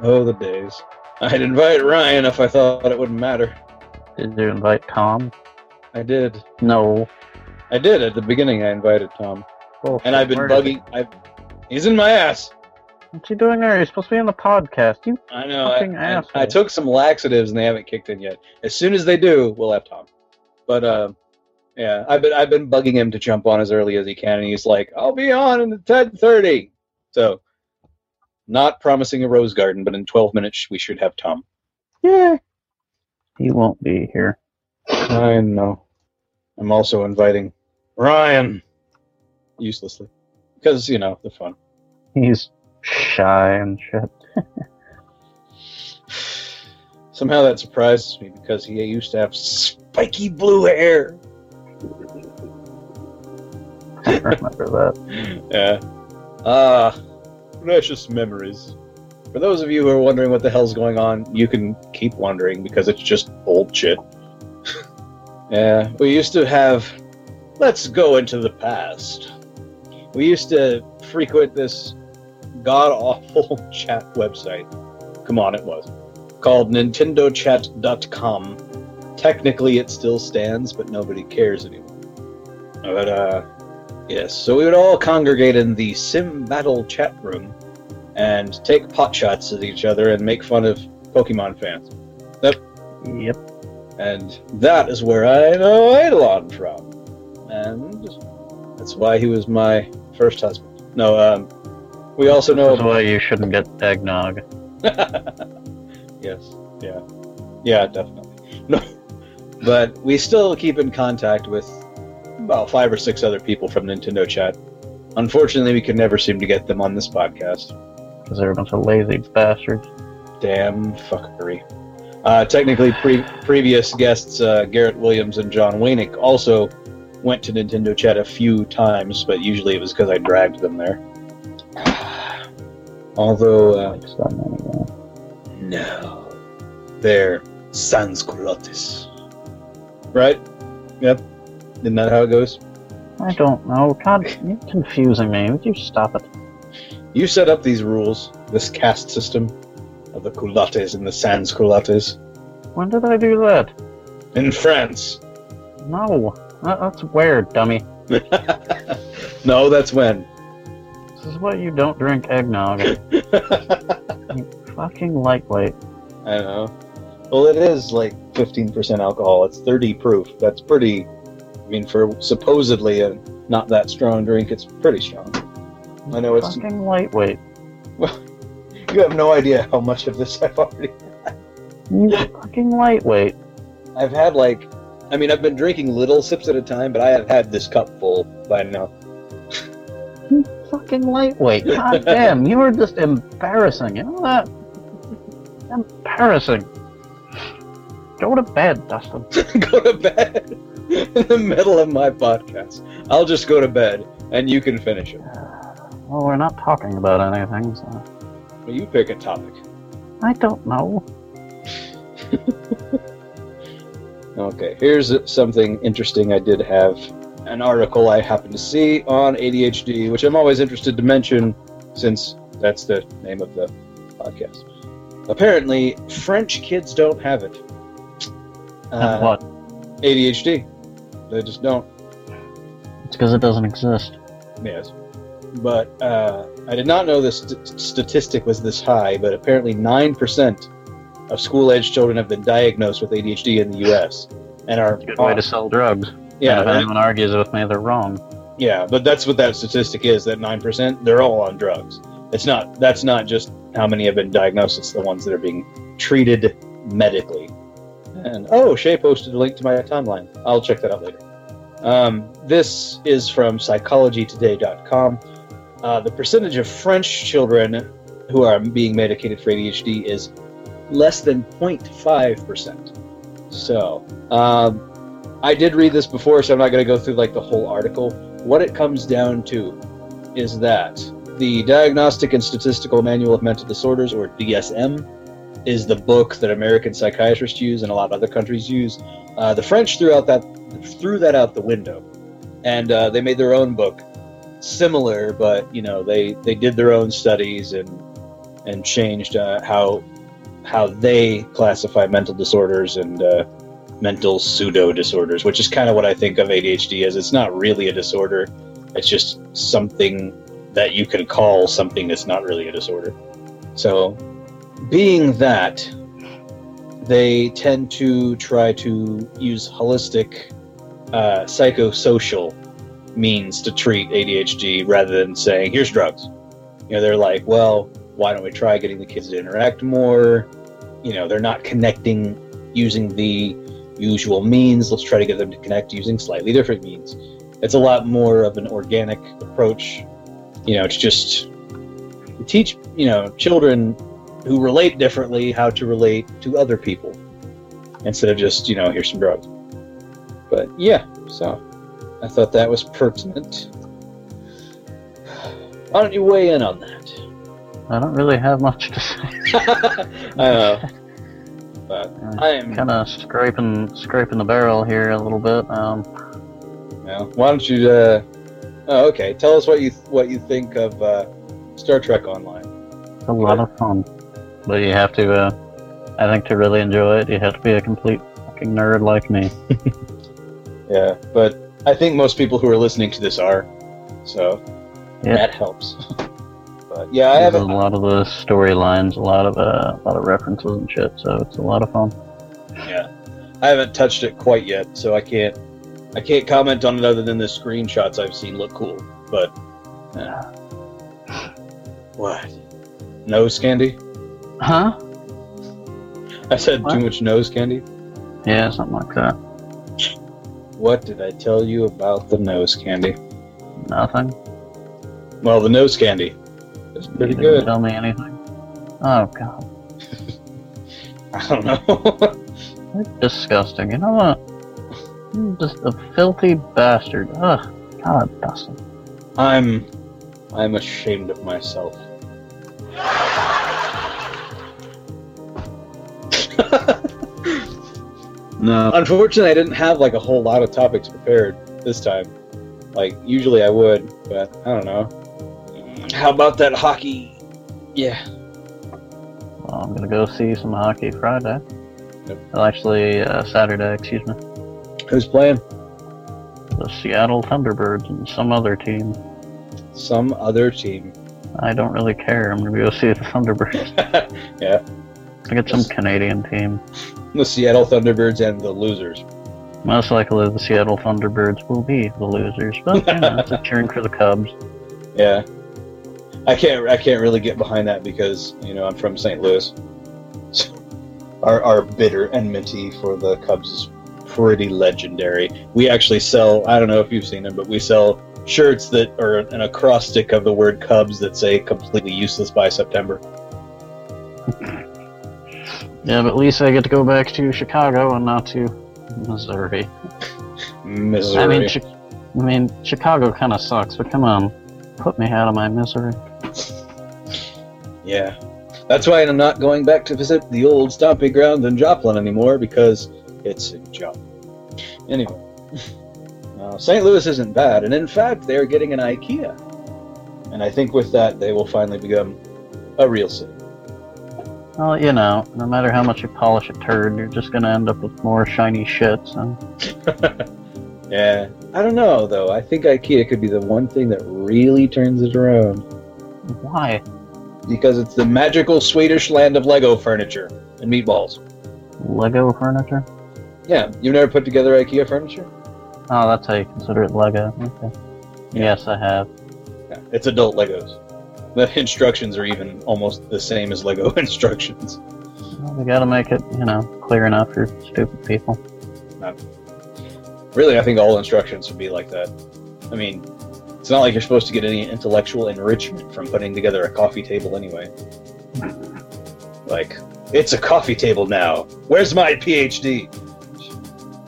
Oh, the days. I'd invite Ryan if I thought it wouldn't matter. Did you invite Tom? I did. No. I did at the beginning. I invited Tom, and I've been where did bugging. I, he's in my ass. What you doing there? You're supposed to be on the podcast. You I know. I, Fucking I, asshole. I took some laxatives and they haven't kicked in yet. As soon as they do, we'll have Tom. But uh, yeah, I've been I've been bugging him to jump on as early as he can, and he's like, "I'll be on in the ten thirty. So, not promising a rose garden, but in twelve minutes we should have Tom. Yeah. He won't be here. I know. I'm also inviting Ryan, uselessly, because you know the fun. He's shy and shit. Somehow that surprises me because he used to have spiky blue hair. I remember that. Yeah. Ah, precious memories. For those of you who are wondering what the hell's going on, you can keep wondering because it's just old shit. yeah, we used to have. Let's go into the past. We used to frequent this god awful chat website. Come on, it was. called nintendochat.com. Technically, it still stands, but nobody cares anymore. But, uh, yes, so we would all congregate in the Sim Battle chat room and take pot shots at each other and make fun of Pokemon fans. Yep. Yep. And that is where I know Eidolon from. And that's why he was my first husband. No, um, we also know. That's why you shouldn't get eggnog. yes. Yeah. Yeah, definitely. No. But we still keep in contact with about five or six other people from Nintendo Chat. Unfortunately, we could never seem to get them on this podcast. Because they're a bunch of lazy bastards. Damn fuckery. Uh, technically, pre- previous guests uh, Garrett Williams and John Wainick also went to Nintendo Chat a few times, but usually it was because I dragged them there. Although, uh, no, they're sans culottes, right? Yep. Isn't that how it goes? I don't know. God, you're confusing me. Would you stop it? You set up these rules, this caste system of the culottes and the sans culottes When did I do that? in France. No. That, that's where, dummy. No, that's when. This is why you don't drink eggnog. you fucking lightweight. I know. Well, it is like 15% alcohol. It's 30 proof. That's pretty. I mean, for supposedly a not that strong drink, it's pretty strong. I know it's. Fucking lightweight. Well, you have no idea how much of this I've already. You fucking lightweight. I've had like. I mean, I've been drinking little sips at a time, but I have had this cup full by now. Fucking lightweight. God damn, you are just embarrassing. You know that? Embarrassing. Go to bed, Dustin. go to bed in the middle of my podcast. I'll just go to bed and you can finish it. Well, we're not talking about anything, so. Well, You pick a topic. I don't know. Okay, here's something interesting I did have an article I happened to see on ADHD, which I'm always interested to mention since that's the name of the podcast. Apparently, French kids don't have it. Uh, Have what? ADHD. They just don't. It's because it doesn't exist. Yes. But uh, I did not know this st- statistic was this high, but apparently 9% of school aged children have been diagnosed with ADHD in the U.S. and are. Good way to sell drugs. And Yeah, if that- anyone argues with me, they're wrong. yeah, but that's what that statistic is that 9%, they're all on drugs. It's not. That's not just how many have been diagnosed, it's the ones that are being treated medically. And oh, Shay posted a link to my timeline. I'll check that out later. Um, this is from psychologytoday.com. Uh, the percentage of French children who are being medicated for ADHD is less than 0.5%. So, um, I did read this before, so I'm not going to go through like the whole article. What it comes down to is that the Diagnostic and Statistical Manual of Mental Disorders, or DSM, is the book that American psychiatrists use and a lot of other countries use. Uh, the French threw out that threw that out the window, and uh, they made their own book, similar, but you know they they did their own studies and and changed uh, how how they classify mental disorders and uh, mental pseudo disorders, which is kind of what I think of ADHD as. It's not really a disorder; it's just something that you can call something that's not really a disorder. So being that they tend to try to use holistic uh, psychosocial means to treat ADHD rather than saying, here's drugs. You know, they're like, well, why don't we try getting the kids to interact more? You know, they're not connecting using the usual means. Let's try to get them to connect using slightly different means. It's a lot more of an organic approach. You know, it's just you teach, you know, children who relate differently how to relate to other people instead of just, you know, here's some drugs. But yeah, so I thought that was pertinent. Why don't you weigh in on that? I don't really have much to say. I know. But I am. kind of scraping scraping the barrel here a little bit. Um, Yeah. Why don't you? Uh, oh, okay. Tell us what you what you think of uh, Star Trek Online. it's a lot of fun, but you have to uh, I think to really enjoy it, you have to be a complete fucking nerd like me. Yeah, but I think most people who are listening to this are, so Yeah. that helps. but yeah, I There's a haven't. lot of the storylines, a lot of uh, a lot of references and shit. So it's a lot of fun. Yeah, I haven't touched it quite yet, so I can't. I can't comment on it other than the screenshots I've seen look cool. But yeah. what? Nose candy? Huh? I said What? too much nose candy. Yeah, something like that. What did I tell you about the nose candy? Nothing. Well, the nose candy. It's pretty You didn't good. Tell me anything. Oh god, I don't know. disgusting. You know what? You're just a filthy bastard. Ugh. God, Dustin. I'm. I'm ashamed of myself. Um, No. Unfortunately, I didn't have like a whole lot of topics prepared this time. Like usually I would, but I don't know. How about that hockey? Yeah. Well, I'm gonna go see some hockey Friday. Well, actually, uh, Saturday. Excuse me. Who's playing? The Seattle Thunderbirds and some other team. Some other team. I don't really care. I'm gonna go see the Thunderbirds. Yeah. I get some Canadian team. The Seattle Thunderbirds and the losers. Most likely, the Seattle Thunderbirds will be the losers, but you know, it's a cheering for the Cubs. Yeah. I can't. I can't really get behind that because you know I'm from St. Louis. Our our bitter enmity for the Cubs is pretty legendary. We actually sell. I don't know if you've seen them, but we sell shirts that are an acrostic of the word Cubs that say "completely useless by September." Yeah, but at least I get to go back to Chicago and not to Missouri. Missouri. I mean, chi- I mean, Chicago kind of sucks, but come on, put me out of my misery. Yeah. That's why I'm not going back to visit the old stomping grounds in Joplin anymore because it's in Joplin. Anyway, uh, St. Louis isn't bad, and in fact, they're getting an IKEA. And I think with that, they will finally become a real city. Well, you know, no matter how much you polish a turd, you're just gonna end up with more shiny shit. So, Yeah. I don't know, though. I think IKEA could be the one thing that really turns it around. Why? Because it's the magical Swedish land of Lego furniture and meatballs. Lego furniture? Yeah, you've never put together IKEA furniture? Oh, that's how you consider it Lego. Okay. Yes, I have. Yeah, it's adult Legos. The instructions are even almost the same as Lego instructions. Well, we gotta make it, you know, clear enough for stupid people. Really, I think all instructions would be like that. I mean, it's not like you're supposed to get any intellectual enrichment from putting together a coffee table anyway. Like, it's a coffee table now. Where's my PhD?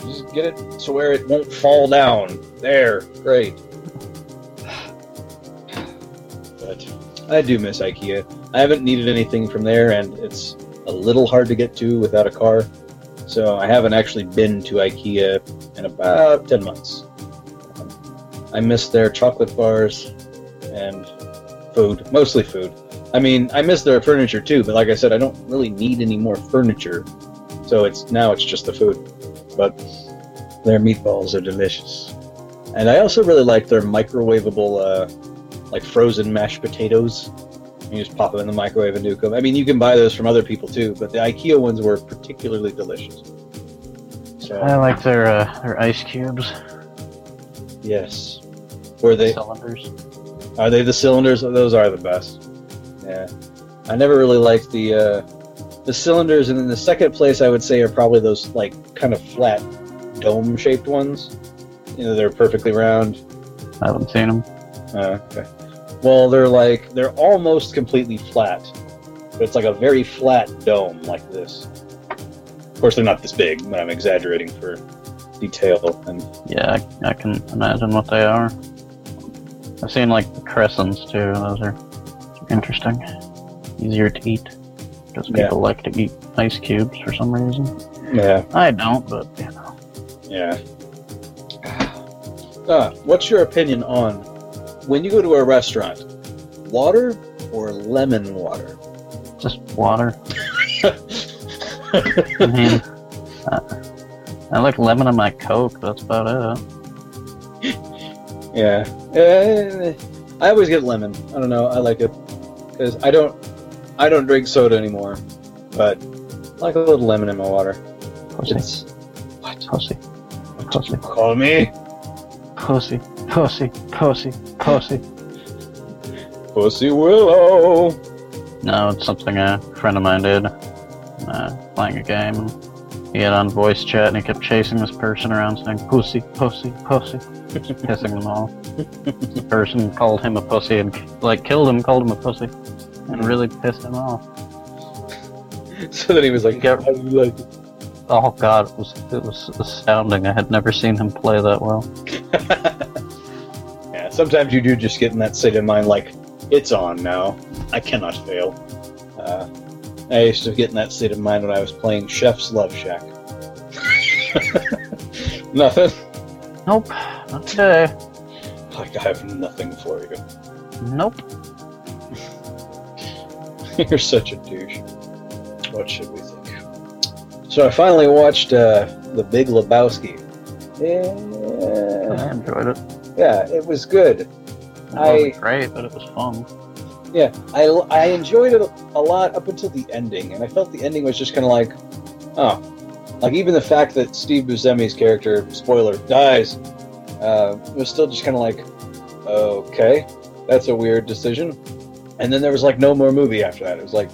Just get it to where it won't fall down. There, great. But I do miss IKEA. I haven't needed anything from there, and it's a little hard to get to without a car. So I haven't actually been to IKEA in about 10 months. I miss their chocolate bars and food, mostly food. I mean, I miss their furniture too, but like I said, I don't really need any more furniture. So it's now it's just the food. But their meatballs are delicious. And I also really like their microwavable uh, like frozen mashed potatoes. You just pop them in the microwave and nuke them. I mean, you can buy those from other people too, but the IKEA ones were particularly delicious. So I like their uh, their ice cubes. Yes. Were they cylinders? Are they the cylinders? Oh, Those are the best. Yeah. I never really liked the uh, the cylinders, and then the second place I would say are probably those like kind of flat dome shaped ones. You know, they're perfectly round. I haven't seen them. Uh, okay. Well, they're like they're almost completely flat. But it's like a very flat dome like this. Of course, they're not this big, but I'm exaggerating for detail and Yeah, I, I can imagine what they are. I've seen like the crescents too. Those are interesting. Easier to eat because people Yeah. like to eat ice cubes for some reason. yeah. I don't, but you know. Yeah. Ah, what's your opinion on when you go to a restaurant, water or lemon water? Just water. I mean, uh, I, I like lemon on my Coke. That's about it. Yeah. Uh, I always get lemon. I don't know. I like it because I don't, I don't drink soda anymore, but I like a little lemon in my water. It's- What? Pussy. Pussy. Call me Pussy. Pussy. Pussy. Pussy. Pussy Willow. No, it's something a friend of mine did. Uh, playing a game. He had on voice chat and he kept chasing this person around saying, Pussy, pussy, pussy. Just pissing them all. the person called him a pussy and, like, killed him, called him a pussy, and really pissed him off. So then he was like, Get, Oh, God, it was, it was astounding. I had never seen him play that well. Yeah, sometimes you do just get in that state of mind, like it's on now. I cannot fail. Uh, I used to get in that state of mind when I was playing Chef's Love Shack. nothing. Nope. Not today. Like I have nothing for you. Nope. You're such a douche. What should we think? So I finally watched uh, The Big Lebowski. Yeah. I enjoyed it. Yeah, it was good. It I wasn't great, but it was fun. yeah, I, I enjoyed it a lot up until the ending, and I felt the ending was just kind of like, oh, like even the fact that Steve Buscemi's character, spoiler, dies, uh, was still just kind of like, okay, that's a weird decision. And then there was like no more movie after that. It was like,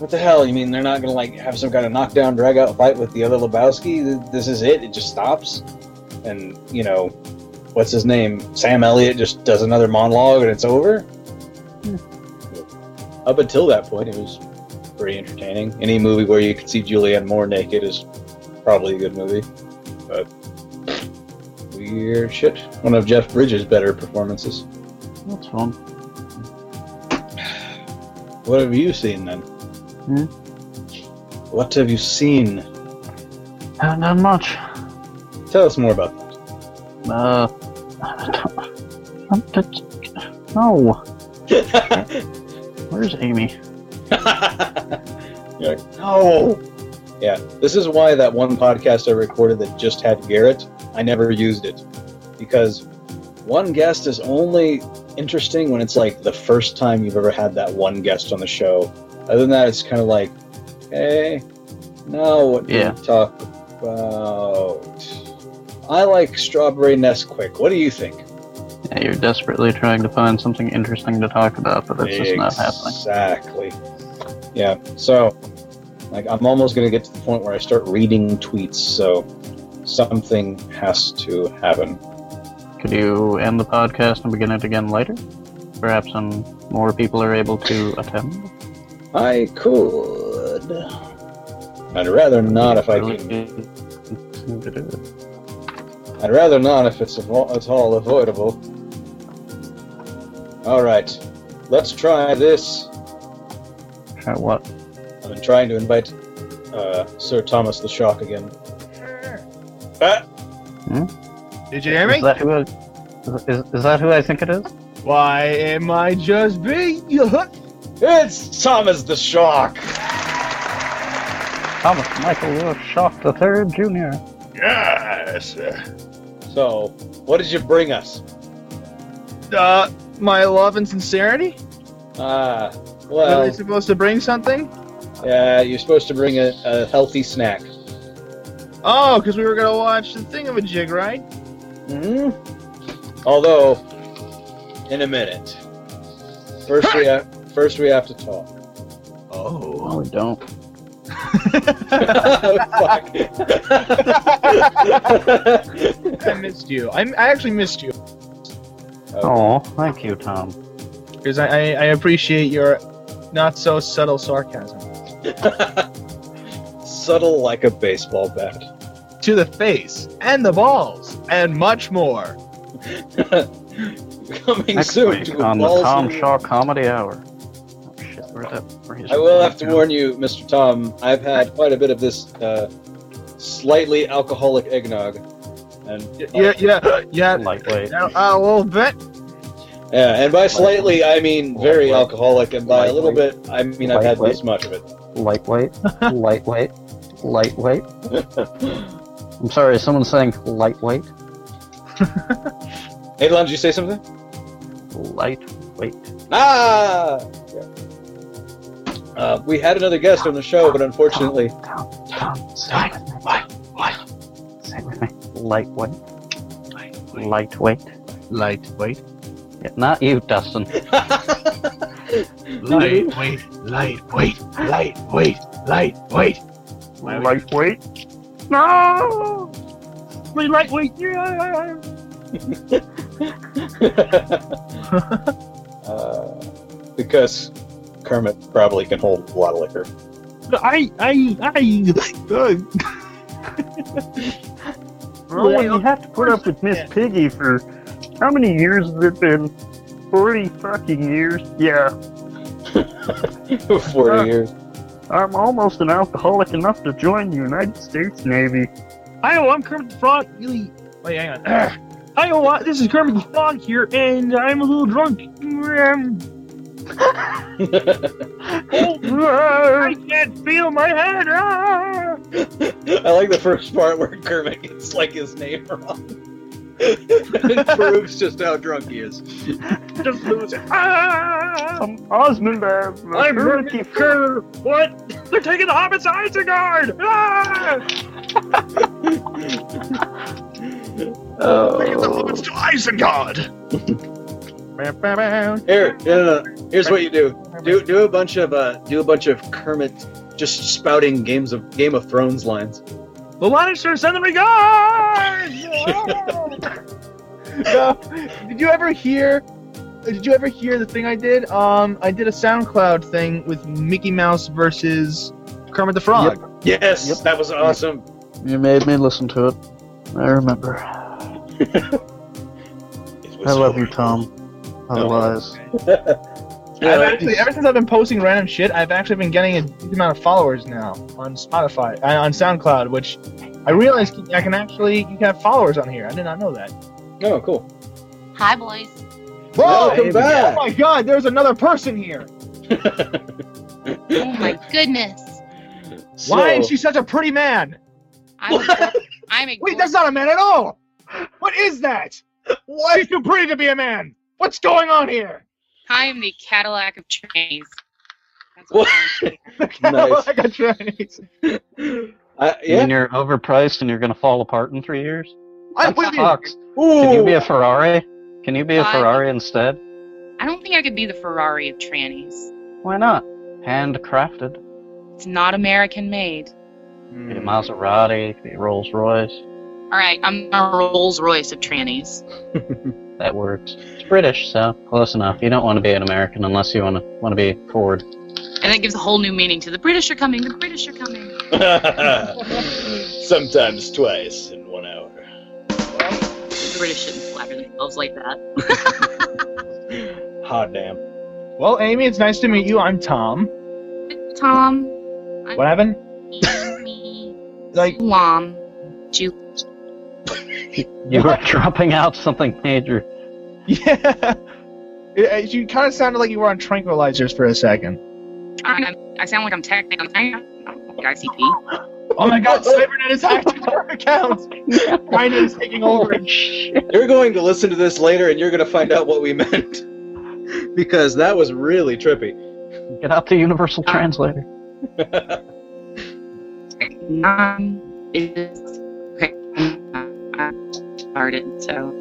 what the hell? You mean they're not gonna like have some kind of knockdown, drag out fight with the other Lebowski? Th- This is it. It just stops. And you know, what's his name? Sam Elliott just does another monologue and it's over. Up until that point, it was pretty entertaining. Any movie where you could see Julianne Moore naked is probably a good movie. But weird shit. One of Jeff Bridges' better performances. That's fun. What have you seen then? Hmm? What have you seen? Haven't done much. Tell us more about that. Uh, I'm t- no. Where's Amy? You're like, no. Yeah, this is why that one podcast I recorded that just had Garrett, I never used it because one guest is only interesting when it's like the first time you've ever had that one guest on the show. Other than that, it's kind of like, hey, now what do Yeah. we talk about? I like strawberry Nesquik. What do you think? Yeah, you're desperately trying to find something interesting to talk about, but it's just not happening. Exactly. Yeah. So, like, I'm almost going to get to the point where I start reading tweets. So, something has to happen. Could you end the podcast and begin it again later? Perhaps when more people are able to attend? I could. I'd rather not if I can. I'd rather not if it's avo- at all avoidable. All right. Let's try this. Try what? I've been trying to invite uh, Sir Thomas the Shock again. Did you hear me? Is that who I, is, is that who I think it is? Why am I just be? It's Thomas the Shock. Thomas Michael Lewis Shock the Third Junior. Yes. So, what did you bring us? Uh, my love and sincerity. Ah, Are well, they supposed to bring something? uh, you're supposed to bring a, a healthy snack. Oh, because we were gonna watch the thing of a jig, right? Mm-hmm. hmm Although, in a minute. First we have, first we have to talk. Oh. No, we don't. I missed you. I, I actually missed you Oh, thank you, Tom. because I, I I appreciate your not so subtle sarcasm Subtle like a baseball bat. to the face and the balls and much more. Coming Next soon week to on the Balls Tom in the- Shaw Comedy Hour. Oh, shit, where that, where is I will have to warn you, Mr. Tom. I've had quite a bit of this uh, slightly alcoholic eggnog, and Yeah, yeah, yeah. Lightweight. A a little bit. Yeah, and by slightly, I mean very alcoholic, and by a little bit, I mean I've had this much of it. Lightweight, lightweight, Lightweight. I'm sorry, is someone saying lightweight? Hey, Lon, did you say something? Lightweight. Ah! Yeah. Uh, we had another guest on the show, but unfortunately. Lightweight. Lightweight. Lightweight. Yeah, not you, Dustin. Lightweight, lightweight, lightweight, lightweight. Lightweight? No! My lightweight! Yeah! Uh, because Kermit probably can hold a lot of liquor. I, I, I. Uh, Well, when you have to put up with Miss Piggy for how many years has it been? Forty fucking years. Yeah. Forty years. I'm almost an alcoholic enough to join the United States Navy. Hi, I'm Kermit the Frog. Really? Wait, hang on. Hi, hello, this is Kermit the Frog here, and I'm a little drunk. Um, I can't feel my head. Ah! I like the first part where Kermit gets like his name wrong. it proves just how drunk he is. Just lose it. Ah! I'm Osmond. uh, I'm Kermit Kermit- Kerr. What? They're taking the Hobbit's Isengard! Ah! Oh. Taking the Hobbits to Isengard! Here, no, no, no. here's what you do. Do do a bunch of uh, do a bunch of Kermit just spouting games of Game of Thrones lines. The Lannisters send them regards! No. Did you ever hear? Did you ever hear the thing I did? Um, I did a SoundCloud thing with Mickey Mouse versus Kermit the Frog. Yes, that was awesome. You made me listen to it. I remember. I love you, Tom. Otherwise, I've actually, ever since I've been posting random shit, I've actually been getting a decent amount of followers now on Spotify, uh, on SoundCloud, which I realized I can actually you can have followers on here. I did not know that. Oh, cool. Hi, boys. Welcome back. Oh my god, there's another person here. Oh my goodness. Why is she such a pretty man? I'm, I'm a Wait, that's not a man at all. What is that? Why is too pretty to be a man? What's going on here? I am the Cadillac of trains. Nice. Like a Chinese. Uh, you yeah. mean you're overpriced and you're gonna fall apart in three years? I'm That with you. sucks. Can you be Ooh. a Ferrari? Can you be a I- Ferrari instead? I don't think I could be the Ferrari of trannies. Why not? Handcrafted. It's not American made. Could Be a Maserati. Could Be a Rolls Royce. All right, I'm a Rolls Royce of trannies. That works. It's British, so close enough. You don't want to be an American unless you want to want to be Ford. And that gives a whole new meaning to the British are coming, the British are coming. Sometimes twice in one hour. The British shouldn't flatter themselves like that. Hot damn. Well, Amy, it's nice to meet you. I'm Tom. Tom, I'm What happened? like Lom, Jew. You were dropping out something major. Yeah. It- it- you kind of sounded like you were on tranquilizers for a second. I, don't know, I sound like I'm technical. I don't like ICP. Oh my god, Cybernet is hacking our account! China is taking over. You're going to listen to this later and you're going to find out what we meant. because that was really trippy. Oh, Get out the Universal Translator. Um, it's okay. I started, so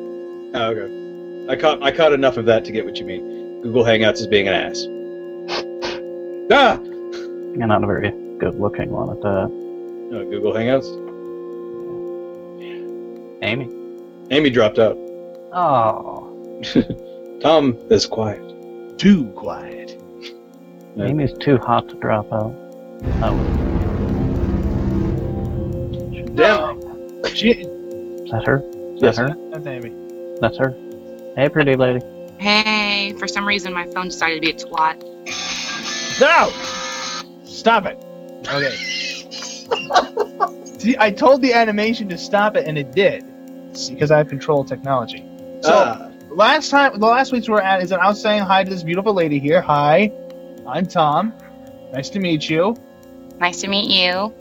Oh, okay. I caught I caught enough of that to get what you mean. Google Hangouts is being an ass. Ah! You're not a very good looking one at that. No, Uh, Google Hangouts. Amy. Amy dropped out. Oh. Tom is quiet. Too quiet. Amy's too hot to drop out. Oh, Damn. She, is that her? Is that her? that's Amy. That's her. Hey, pretty lady. hey, for some reason my phone decided to be a twat. No! Stop it. Okay. See, I told the animation to stop it and it did. Because I have control of technology. So, Ah. last time, the last week's we were at is that I was saying hi to this beautiful lady here. Hi, I'm Tom. Nice to meet you. Nice to meet you.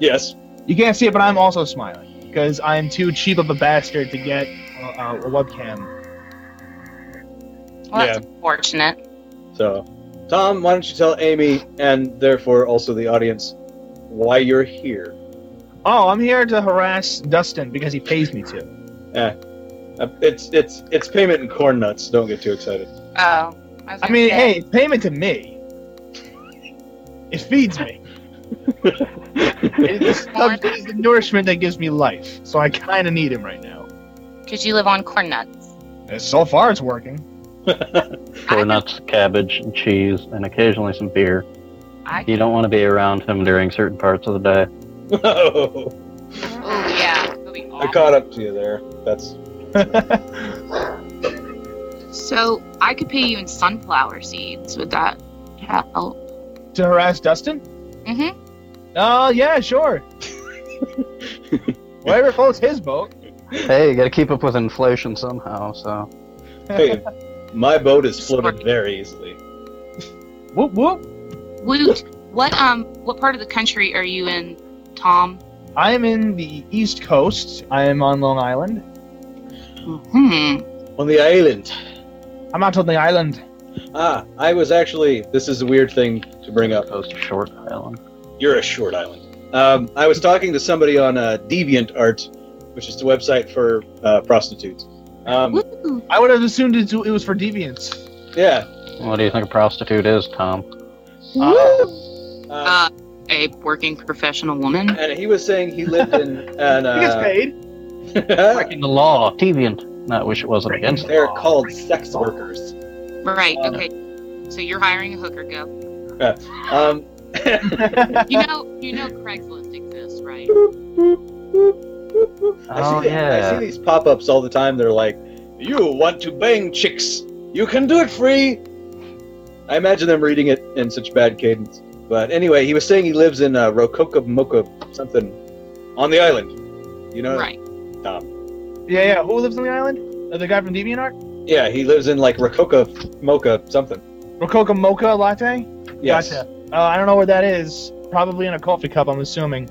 Yes. You can't see it, but I'm also smiling because I'm too cheap of a bastard to get a, a, a webcam. Well, that's unfortunate. So, Tom, why don't you tell Amy and therefore also the audience why you're here? Oh, I'm here to harass Dustin because he pays me to. Eh, uh, it's it's it's payment in corn nuts. Don't get too excited. Oh. was I gonna mean, say- hey, it's payment to me. It feeds me. it is it is the nourishment that gives me life, so I kind of need him right now. Because you live on corn nuts. And So far, it's working. Corn nuts, cabbage, and cheese, and occasionally some beer. I- You don't want to be around him during certain parts of the day. oh, yeah. I caught up to you there. That's So I could pay you in sunflower seeds. Would that help? To harass Dustin? Mm-hmm. Uh, yeah, sure. Whatever floats his boat. Hey, you gotta keep up with inflation somehow, so. hey, my boat is floated very easily. Whoop whoop. Woot. What um? What part of the country are you in, Tom? I am in the East Coast. I am on Long Island. Hmm. On the island. I'm out on the island. Ah, I was actually. This is a weird thing to bring up. Coast of Short Island. You're a short island. Um, I was talking to somebody on uh, Deviant Art, which is the website for uh, prostitutes. Um, I would have assumed it it was for deviants. yeah. What do you think a prostitute is, Tom? Uh, a working professional woman. And he was saying he lived in an. He gets Uh, paid. Breaking the law. Deviant. No, I wish it wasn't against They're called sex workers. Right. Okay. So you're hiring a hooker. Go. Yeah. Um, You know. You know Craigslist exists, right? I, see, I see these pop ups all the time. They're like, you want to bang chicks. You can do it free. I imagine them reading it in such bad cadence. But anyway, he was saying he lives in uh, Rococomoco, something, on the island. You know? Right. Tom. Yeah, yeah. Who lives on the island? Uh, the guy from DeviantArt? Yeah, he lives in like Rococo Mocha something. Rococo Mocha Latte? Yes. Gotcha. Uh, I don't know where that is. Probably in a coffee cup, I'm assuming.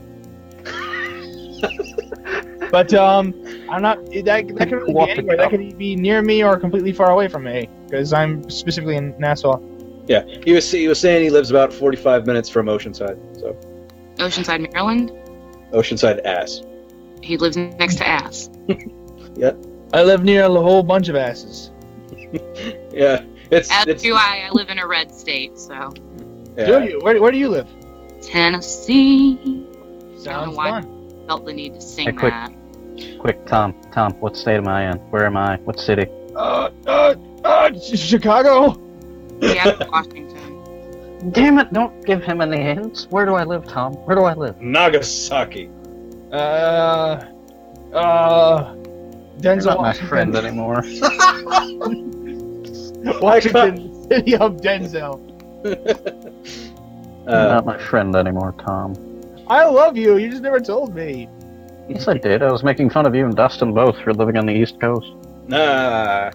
but um, I'm not. That, that could really be anywhere. That could be near me or completely far away from me, because I'm specifically in Nassau. Yeah, he was he was saying he lives about 45 minutes from Oceanside. So Oceanside, Maryland. Oceanside ass. He lives next to ass. I live near a whole bunch of asses. Yeah, it's As it's do I. I live in a red state, so Do you? Where, where do you live? Tennessee. I don't know Sounds why fun. I felt the need to sing Hey, quick. that. Quick, Tom. Tom, what state am I in? Where am I? What city? Uh, uh, uh, Ch- Chicago. Yeah, Washington. Damn it, don't give him any hints. Where do I live, Tom? Where do I live? Nagasaki. Uh, uh, Denzel. You're not my Washington. friend anymore. uh, Washington, city of Denzel. Uh, You're not my friend anymore, Tom. I love you. You just never told me. Yes, I did. I was making fun of you and Dustin both for living on the East Coast. Nah,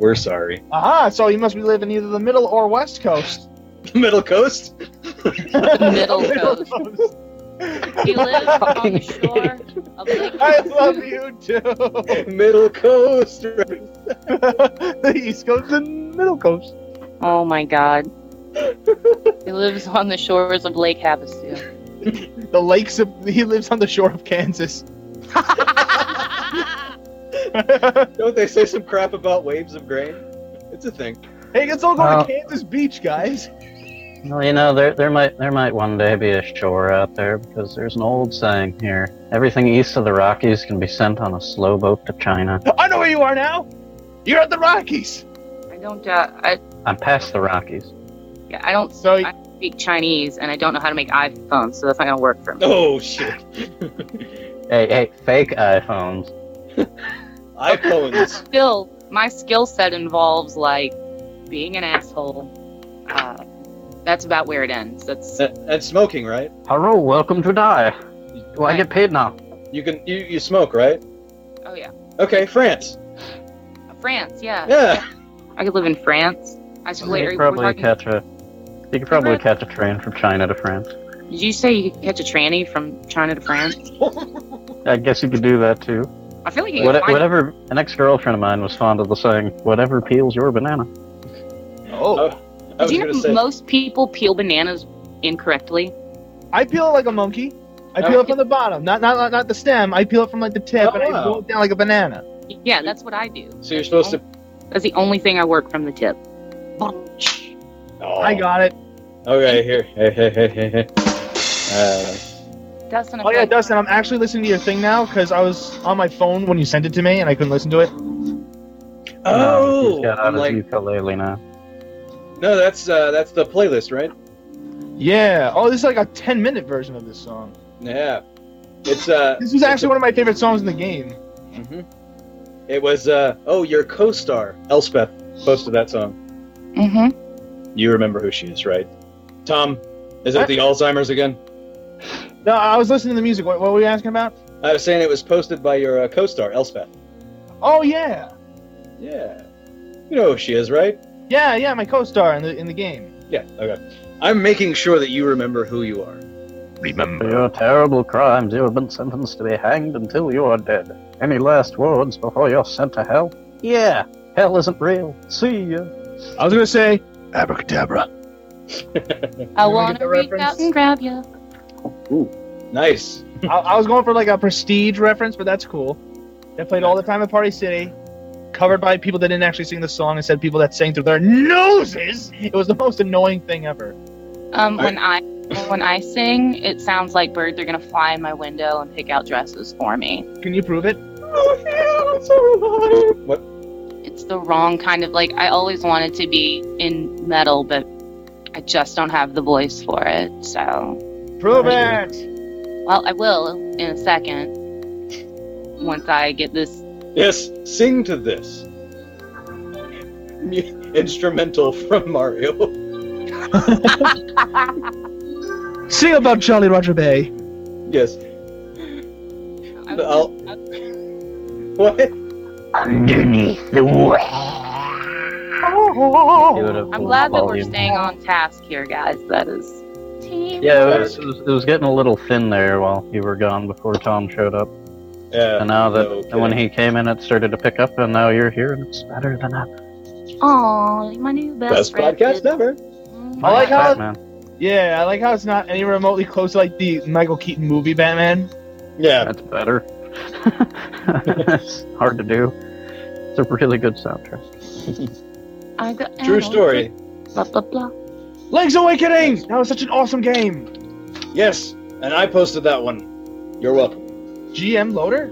we're sorry. Aha! So you must be living either the middle or west coast. Middle coast. middle coast. He lives on the shore of Lake. I love you too. Middle coast. the east coast and middle coast. Oh my God. he lives on the shores of Lake Havasu. The lakes of. He lives on the shore of Kansas. Don't they say some crap about waves of grain? It's a thing. Hey, let's all go Wow. to Kansas Beach, guys. Well, you know, there there might there might one day be a shore out there because there's an old saying here: everything east of the Rockies can be sent on a slow boat to China. I know where you are now. You're at the Rockies. I don't. Uh, I I'm past the Rockies. yeah. I don't. So I speak Chinese and I don't know how to make iPhones, so that's not gonna work for me. Oh shit. Hey, hey, fake iPhones. iPhones. Still, my skill set involves like being an asshole. Uh, that's about where it ends. That's and, and smoking, right? Hello, welcome to die. Do I get paid now? You can you, you smoke, right? oh yeah. Okay, France. France, yeah. Yeah. I could live in France. I should You wait. could Are, we talking, probably catch a you could probably catch a train from China to France. Did you say you could catch a tranny from China to France? I guess you could do that too. I feel like you What, could find whatever an ex-girlfriend of mine was fond of the saying, "Whatever peels your banana." Oh, Do you know most people peel bananas incorrectly? I peel it like a monkey. I peel it from the bottom, not not not the stem. I peel it from like the tip, Oh, and I wow. roll it down like a banana. Yeah, that's what I do. So you're supposed to. That's the only thing I work from the tip. Oh. I got it. Okay, here. Hey, hey, hey, hey, hey. Uh, Dustin, I Oh feel yeah, like- Dustin, I'm actually listening to your thing now because I was on my phone when you sent it to me and I couldn't listen to it. Oh, he's got out I'm his like- ukulele now. no, that's uh, that's the playlist, right? Yeah. Oh, this is like a 10 minute version of this song. Yeah. It's uh. This was actually one of my favorite songs in the game. hmm It was uh. Oh, your co-star Elspeth posted that song. Mm-hmm. You remember who she is, right? Tom, is it the Alzheimer's again? No, I was listening to the music. What, what were you asking about? I was saying it was posted by your uh, co-star Elspeth. Oh yeah, Yeah. You know who she is, right? yeah, yeah. My co-star in the in the game. Yeah. Okay. I'm making sure that you remember who you are. For your terrible crimes, you have been sentenced to be hanged until you are dead. Any last words before you're sent to hell? Yeah, hell isn't real. See ya. I was gonna say abracadabra. I You want wanna get to the reach out and grab you. Nice. I, I was going for like a prestige reference, but that's cool. That played all the time at Party City, covered by people that didn't actually sing the song. Instead, people that sang through their noses. It was the most annoying thing ever. Um, when I when I sing, it sounds like birds are gonna fly in my window and pick out dresses for me. Can you prove it? What? It's the wrong kind of like. I always wanted to be in metal, but I just don't have the voice for it. So, Prove it. well, I will in a second once I get this. Yes, sing to this. Mu- Instrumental from Mario. Sing about Jolly Roger Bay. Yes. I'll- What? Underneath the I'm glad that we're staying on task here, guys. That is. Yeah, it was, it, was, it was getting a little thin there while you were gone before Tom showed up. Yeah. And now that no and when he came in, it started to pick up, and now you're here, and it's better than ever. Aw, my new best, Best friend. podcast ever. I like how. Batman. Yeah, I like how it's not any remotely close to like the Michael Keaton movie Batman. Yeah. That's better. it's hard to do. It's a really good soundtrack. I got- True story. Blah blah blah. Legs Awakening. That was such an awesome game. Yes, and I posted that one. You're welcome. GM Loader.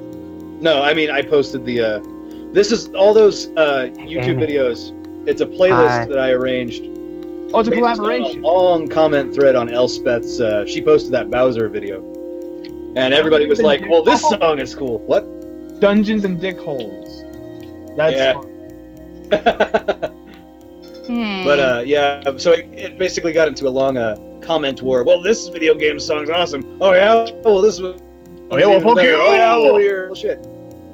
No, I mean I posted the. uh This is all those uh YouTube Amy. videos. It's a playlist Hi. that I arranged. Oh, it's a Based on collaboration. long comment thread on Elspeth's. Uh, she posted that Bowser video, and everybody was like, "Well, this song is cool." What? Dungeons and Dickholes. That's Yeah. fun. Hmm. But uh, yeah, so it, it basically got into a long uh, comment war. Well, this video game song's awesome. Oh yeah. Well, this was. Oh, yeah, well, fuck you. Oh yeah. Well, you're- well, shit.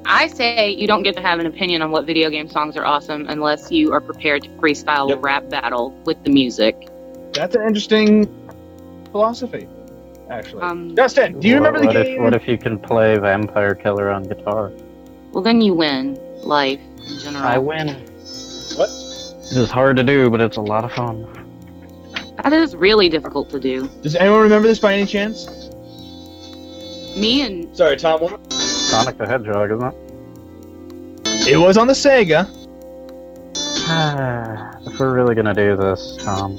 I say you don't get to have an opinion on what video game songs are awesome unless you are prepared to freestyle a rap battle with the music. That's an interesting philosophy, actually. Um, Dustin, do you What- remember the what game? If, what if you can play Vampire Killer on guitar? Well, then you win life in general. I win. What? This is hard to do, but it's a lot of fun. That is really difficult to do. Does anyone remember this by any chance? Me and Sorry, Tom. What? Sonic the Hedgehog, isn't it? It was on the Sega. if we're really gonna do this, Tom,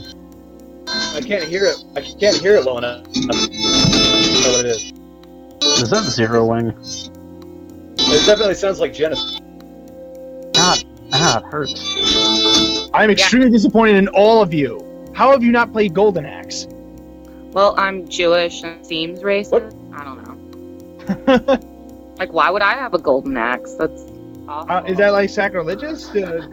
I can't hear it. I can't hear it low enough. I don't know what it is. is that Zero Wing? It definitely sounds like Genesis. God, ah, it hurts. I'm extremely disappointed in all of you. How have you not played Golden Axe? well, I'm Jewish and it seems racist. I don't know. like, why would I have a golden axe? That's awful. Uh, is that like sacrilegious? Uh,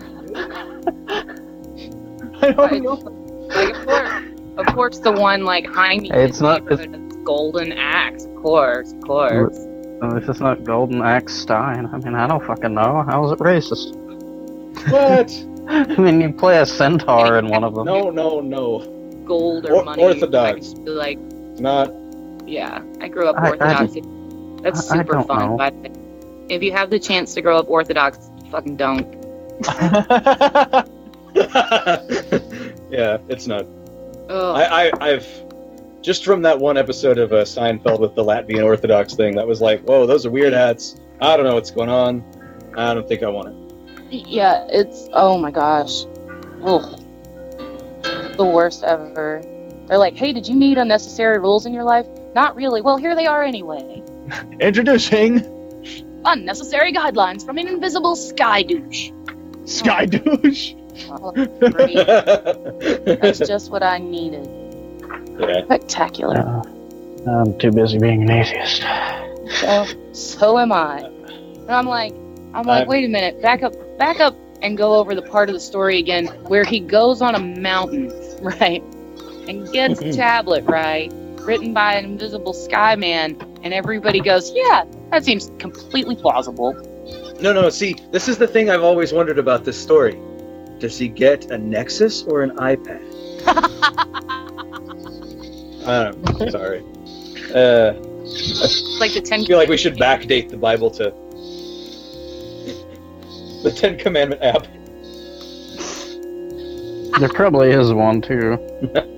I don't know. like, of course, of course, the one like Jaime. Hey, it's in the not- it's- neighborhood is golden axe. Of course, of course. Uh, If it's not Golden Axe Stein, I mean, I don't fucking know. How is it racist? What? I mean, you play a centaur in one of them. No, no, no. gold or, Or- money. orthodox. I could just be like, not. Yeah, I grew up I- I Orthodox. That's I- I super don't fun. know. By the way. If you have the chance to grow up Orthodox, fucking don't. Yeah, it's not. Ugh. I, I I've just from that one episode of uh, Seinfeld with the Latvian Orthodox thing that was like, whoa, those are weird hats. I don't know what's going on. I don't think I want it. Yeah, it's oh my gosh. Ugh. The worst ever. They're like, hey, did you need unnecessary rules in your life? Not really. Well, here they are anyway. Introducing Unnecessary guidelines from an invisible sky douche. Sky Douche. Well, great. That's just what I needed. Yeah. Spectacular. I'm too busy being an atheist. So, so am I. And I'm like, I'm like, I'm- wait a minute, back up, back up, and go over the part of the story again where he goes on a mountain, right, and gets a tablet, right, written by an invisible sky man, and everybody goes, yeah, that seems completely plausible. No, no. See, this is the thing I've always wondered about this story. Does he get a Nexus or an iPad? I don't. know. Sorry. Uh, It's like the ten. I feel like we should backdate the Bible to the Ten Commandment app. There probably is one too.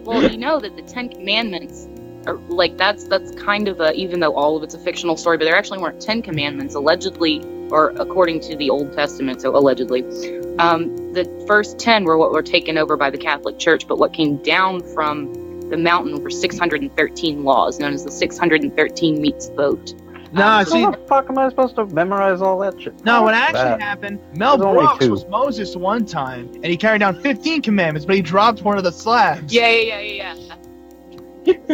Well, you know that the Ten Commandments. Are, like that's that's kind of a even though all of it's a fictional story, but there actually weren't ten commandments allegedly, or according to the Old Testament, so allegedly, um, the first ten were what were taken over by the Catholic Church, but what came down from the mountain were 613 laws, known as the 613 meets vote. Nah, Um, see, fuck am I supposed to memorize all that shit? No, what Fuck actually that. happened, Mel There's only Brooks two. was Moses one time, and he carried down 15 commandments, but he dropped one of the slabs. Yeah, yeah, yeah, yeah.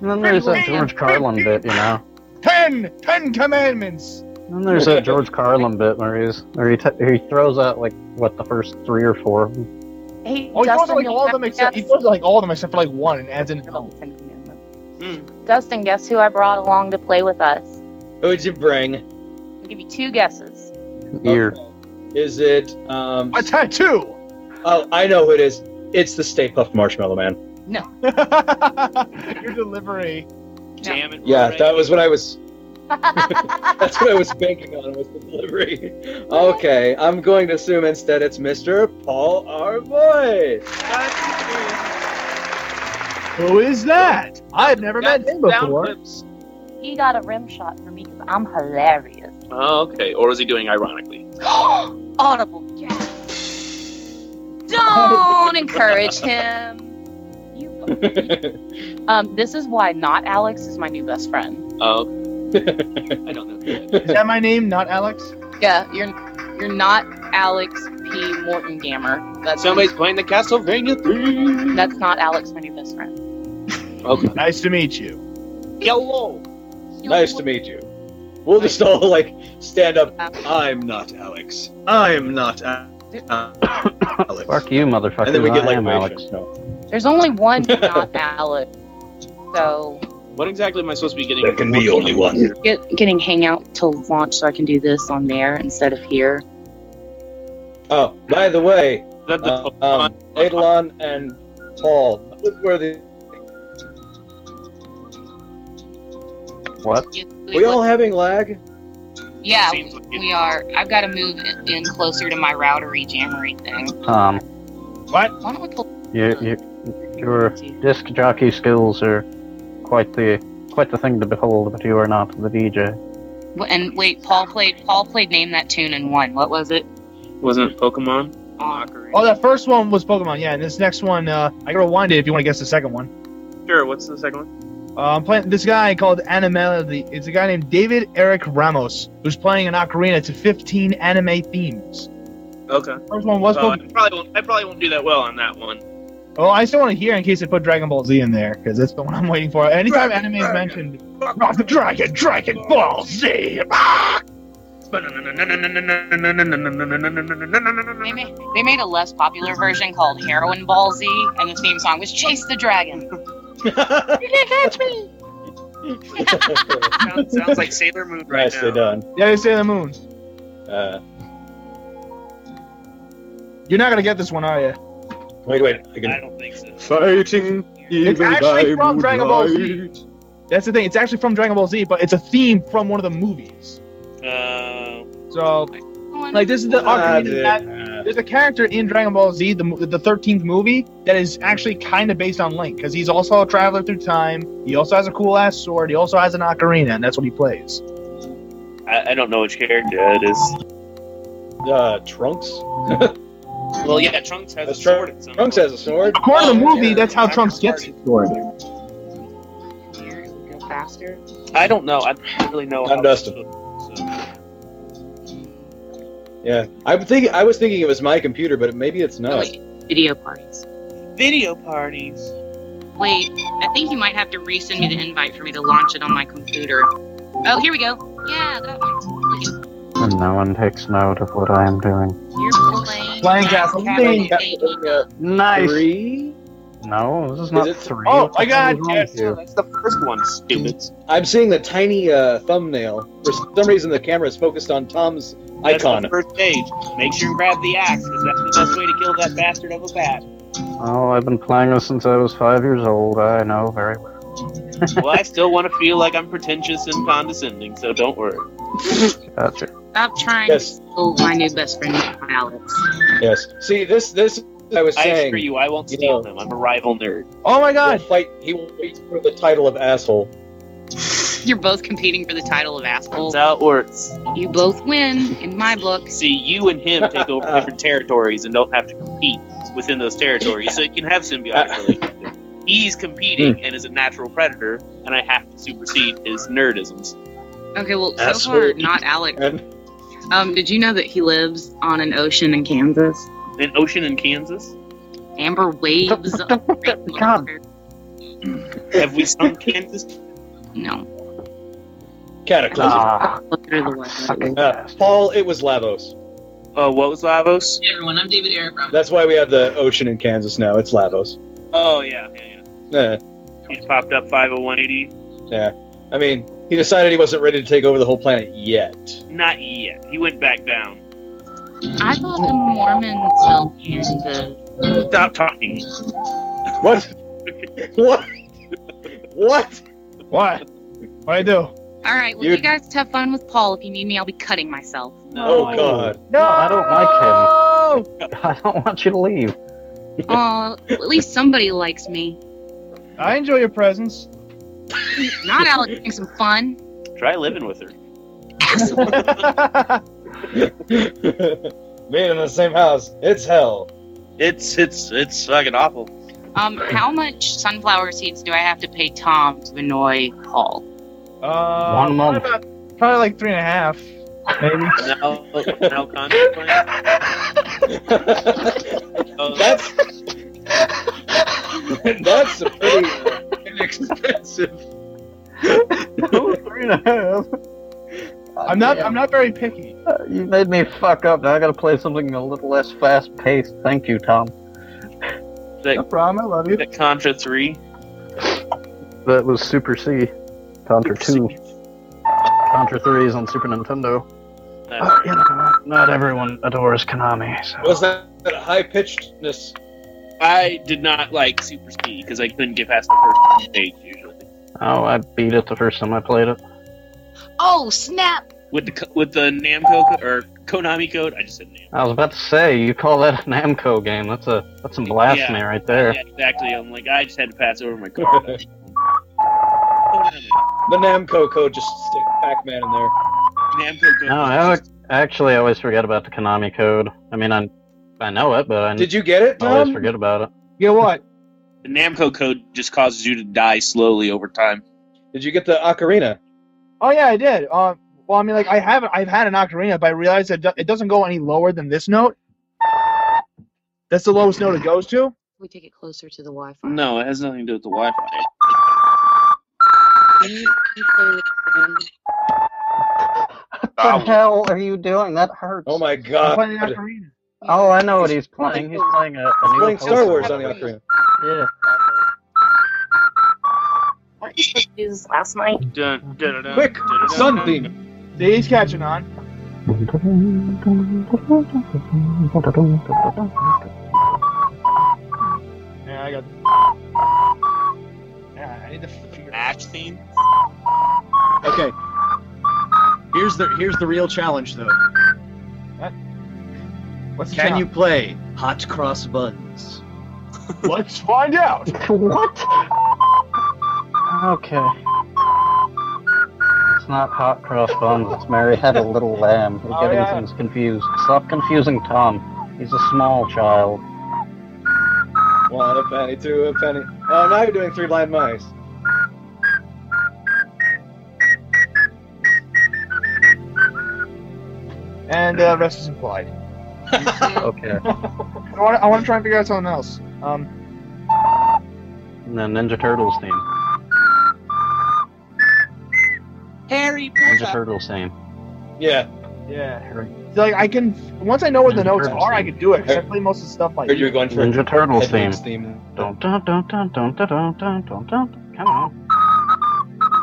And then there's that George Carlin bit, you know. Ten! Ten commandments! And then there's that George Carlin bit where he's where he, t- he throws out like what the first three or four. of them. Hey, oh, he throws Dustin, out, like you all of have them to except he throws out, like all of them except for like one and adds in Dustin, guess who I brought along to play with us? Who'd you bring? I'll give you two guesses. Oh. Ear. Is it um a tattoo? Oh, I know who it is. It's the Stay Puft Marshmallow Man. No. Your delivery. Damn it. Yeah, that was what I was. That's what I was banking on was the delivery. Okay, I'm going to assume instead it's Mr. Paul R. Boyd. Who is that? I've never met him before. He got a rim shot for me because I'm hilarious. Oh, okay. Or is he doing ironically? Audible gasp. Don't encourage him. You. um, this is why not Alex is my new best friend. Oh. I don't know. Is that my name, not Alex? Yeah, you're you're not Alex P. Morton Gammer. That's Somebody's playing the Castlevania theme. that's not Alex, my new best friend. Okay. Nice to meet you. Hello. Nice to meet you. We'll just all like stand up. I'm not Alex. I'm not A- A- Alex. Fuck you, motherfucker. And then we get I like am Alex. Alex. No. There's only one not Alex, so What exactly am I supposed to be getting? There can be only one. get getting Hangout to launch so I can do this on there instead of here. Oh, by the way, the, uh, um, Adelon and Paul, look where the What? we all having lag. Yeah, we are. I've got to move in- in closer to my routery jammery thing. Tom, What? Why don't we pull- Uh, you, you, your disc jockey skills are quite the quite the thing to behold, but you are not the DJ. w- and wait, Paul played. Paul played. Name that tune and won. What was it? Wasn't it Pokemon? Oh, that first one was Pokemon, yeah, and this next one, uh, I can rewind it if you want to guess the second one. Sure. What's the second one? Uh, I'm playing this guy called Animality. It's a guy named David Eric Ramos who's playing an ocarina to 15 anime themes. Okay. First one was Oh, I Pokemon. probably won't. I probably won't do that well on that one. Oh, I still want to hear in case they put Dragon Ball Z in there because that's the one I'm waiting for. Anytime anime is mentioned, Rock the Dragon, Dragon Ball Z. They made, they made a less popular version called Heroin Ball Z, and the theme song was Chase the Dragon. you can't catch me. sounds, sounds like Sailor Moon right Nicely now. done. Yeah, they say the moon. Uh, You're not gonna get this one, are you? wait, wait. I, can... I don't think so. Fighting It's Even actually I from would Dragon Ball Z. That's the thing. It's actually from Dragon Ball Z, but it's a theme from one of the movies. Uh, so, like, this is the Ah, argument dude. that there's a character in Dragon Ball Z, the mo- the thirteenth movie, that is actually kind of based on Link because he's also a traveler through time. He also has a cool ass sword. He also has an ocarina, and that's what he plays. I, I don't know which character that is. Uh, Trunks? Well, yeah, Oh, Trunks has a sword. at some Trunks has a sword. According to the movie, that's how Trunks gets his sword. Go faster. I don't know. I don't really know. I'm Dustin. Yeah, I was thinking. I was thinking it was my computer, but maybe it's not. Video parties. Video parties. Wait, I think you might have to resend me the invite for me to launch it on my computer. Oh, here we go. Yeah, that one. Look at- And no one takes note of what I am doing. You're playing. Playing Castlevania. Nice. Three? No, this is not it- three. Oh, What my the God, hell yes, is wrong no, with That's the first one, stupids. I'm seeing the tiny uh, thumbnail. For some reason, the camera is focused on Tom's That's icon. the first page. Make sure you grab the axe, because that's the best way to kill that bastard of a bat. you? Oh, I've been playing this since I was five years old. I know very well. well, I still want to feel like I'm pretentious and condescending, so don't worry. Gotcha. Stop trying Yes. to fool my new best friend, Alex. Yes. See, this this I was I saying. assure you, I won't steal them. I'm a rival nerd. Oh my God! He'll fight. He will fight for the title of asshole. You're both competing for the title of asshole. That's how it works. You both win in my book. See, you and him take over different territories and don't have to compete within those territories, so you can have symbiotic relationship. He's competing Hmm. and is a natural predator, and I have to supersede his nerdisms. Okay, well, so Asshole. far, not Alex. Um, did you know that he lives on an ocean in Kansas? An ocean in Kansas? Amber waves. God. Have we sunk Kansas? No. Cataclysm. Ah. Uh, Paul, it was Lavos. Oh, what was Lavos? everyone, I'm David Eric Robinson. That's why we have the ocean in Kansas now. It's Lavos. Oh, yeah. yeah, Yeah. yeah. He's popped up 50180. Yeah. I mean, he decided he wasn't ready to take over the whole planet yet. Not yet. He went back down. I thought the Mormons fell Kansas. Stop talking. What? what? What? What? What I do? All right, well, you You're- guys have fun with Paul. If you need me, I'll be cutting myself. Oh God. No, I don't like him. I don't want you to leave. Oh, at least somebody likes me. I enjoy your presence. Not Alex having some fun. Try living with her. Being in the same house, it's hell. It's it's it's fucking awful. Um, how much sunflower seeds do I have to pay Tom to annoy Paul? Uh, One month. Probably, about- probably like three and a half, maybe. No, no contact plan. Oh, That's that's a pretty uh, inexpensive. three and a Uh. half. I'm not. I'm not very picky. You made me fuck up. Now I gotta play something a little less fast paced. Thank you, Tom. that, no problem. I love you. That Contra three. That was Super C. Contra 2. Contra 3 is on Super Nintendo. Oh, Uh, you know, not everyone adores Konami, so. Was that, that high pitchedness? I did not like Super Speed because I couldn't get past the first stage usually. Oh, I beat it the first time I played it. Oh snap! With the co- with the Namco co- or Konami code, I just said Namco. I was about to say, you call that a Namco game? That's a that's some blasphemy Yeah. right there. Yeah, exactly. I'm like, I just had to pass over my card. The Namco code just stick Pac-Man in there. Namco No, I ac- actually always forget about the Konami code. I mean, I I know it, but I Did you get it, always Tom? forget about it. You know what? The Namco code just causes you to die slowly over time. Did you get the ocarina? Oh yeah, I did. Um, well, I mean, like I haven't. I've had an ocarina, but I realized that it doesn't go any lower than this note. That's the lowest note it goes to. We take it closer to the Wi-Fi. No, it has nothing to do with the Wi-Fi. What the hell are you doing? That hurts. Oh my god. I'm playing ocarina. Oh, I know what he's playing. He's playing a, a new playing Star Pokemon. Wars on the ocarina. Yeah. Weren't you supposed to do this last night? Dun, dun, dun, Quick, dun, dun, sunbeam. See, he's catching on. What Yeah, I got. Yeah, I need to figure Match theme? Okay. Here's the here's the real challenge though. What? What's the Can challenge? you play hot cross buns? Let's find out. what? Okay. It's not hot cross buns. It's Mary had a little lamb. You're Oh, getting yeah. things confused. Stop confusing Tom. He's a small child. One a penny, two a penny. Oh, now you're doing three blind mice. And uh, rest is implied. okay. I want, I want to try and figure out something else. Um, And then Ninja Turtles theme. Harry Ninja Turtles theme. Yeah. yeah. Like I can once I know what the notes are, I can do it because I play most of the stuff like. Heard you were going for Ninja Turtles theme. Headphones theme. Dun dun dun dun dun dun dun dun dun dun. Come on.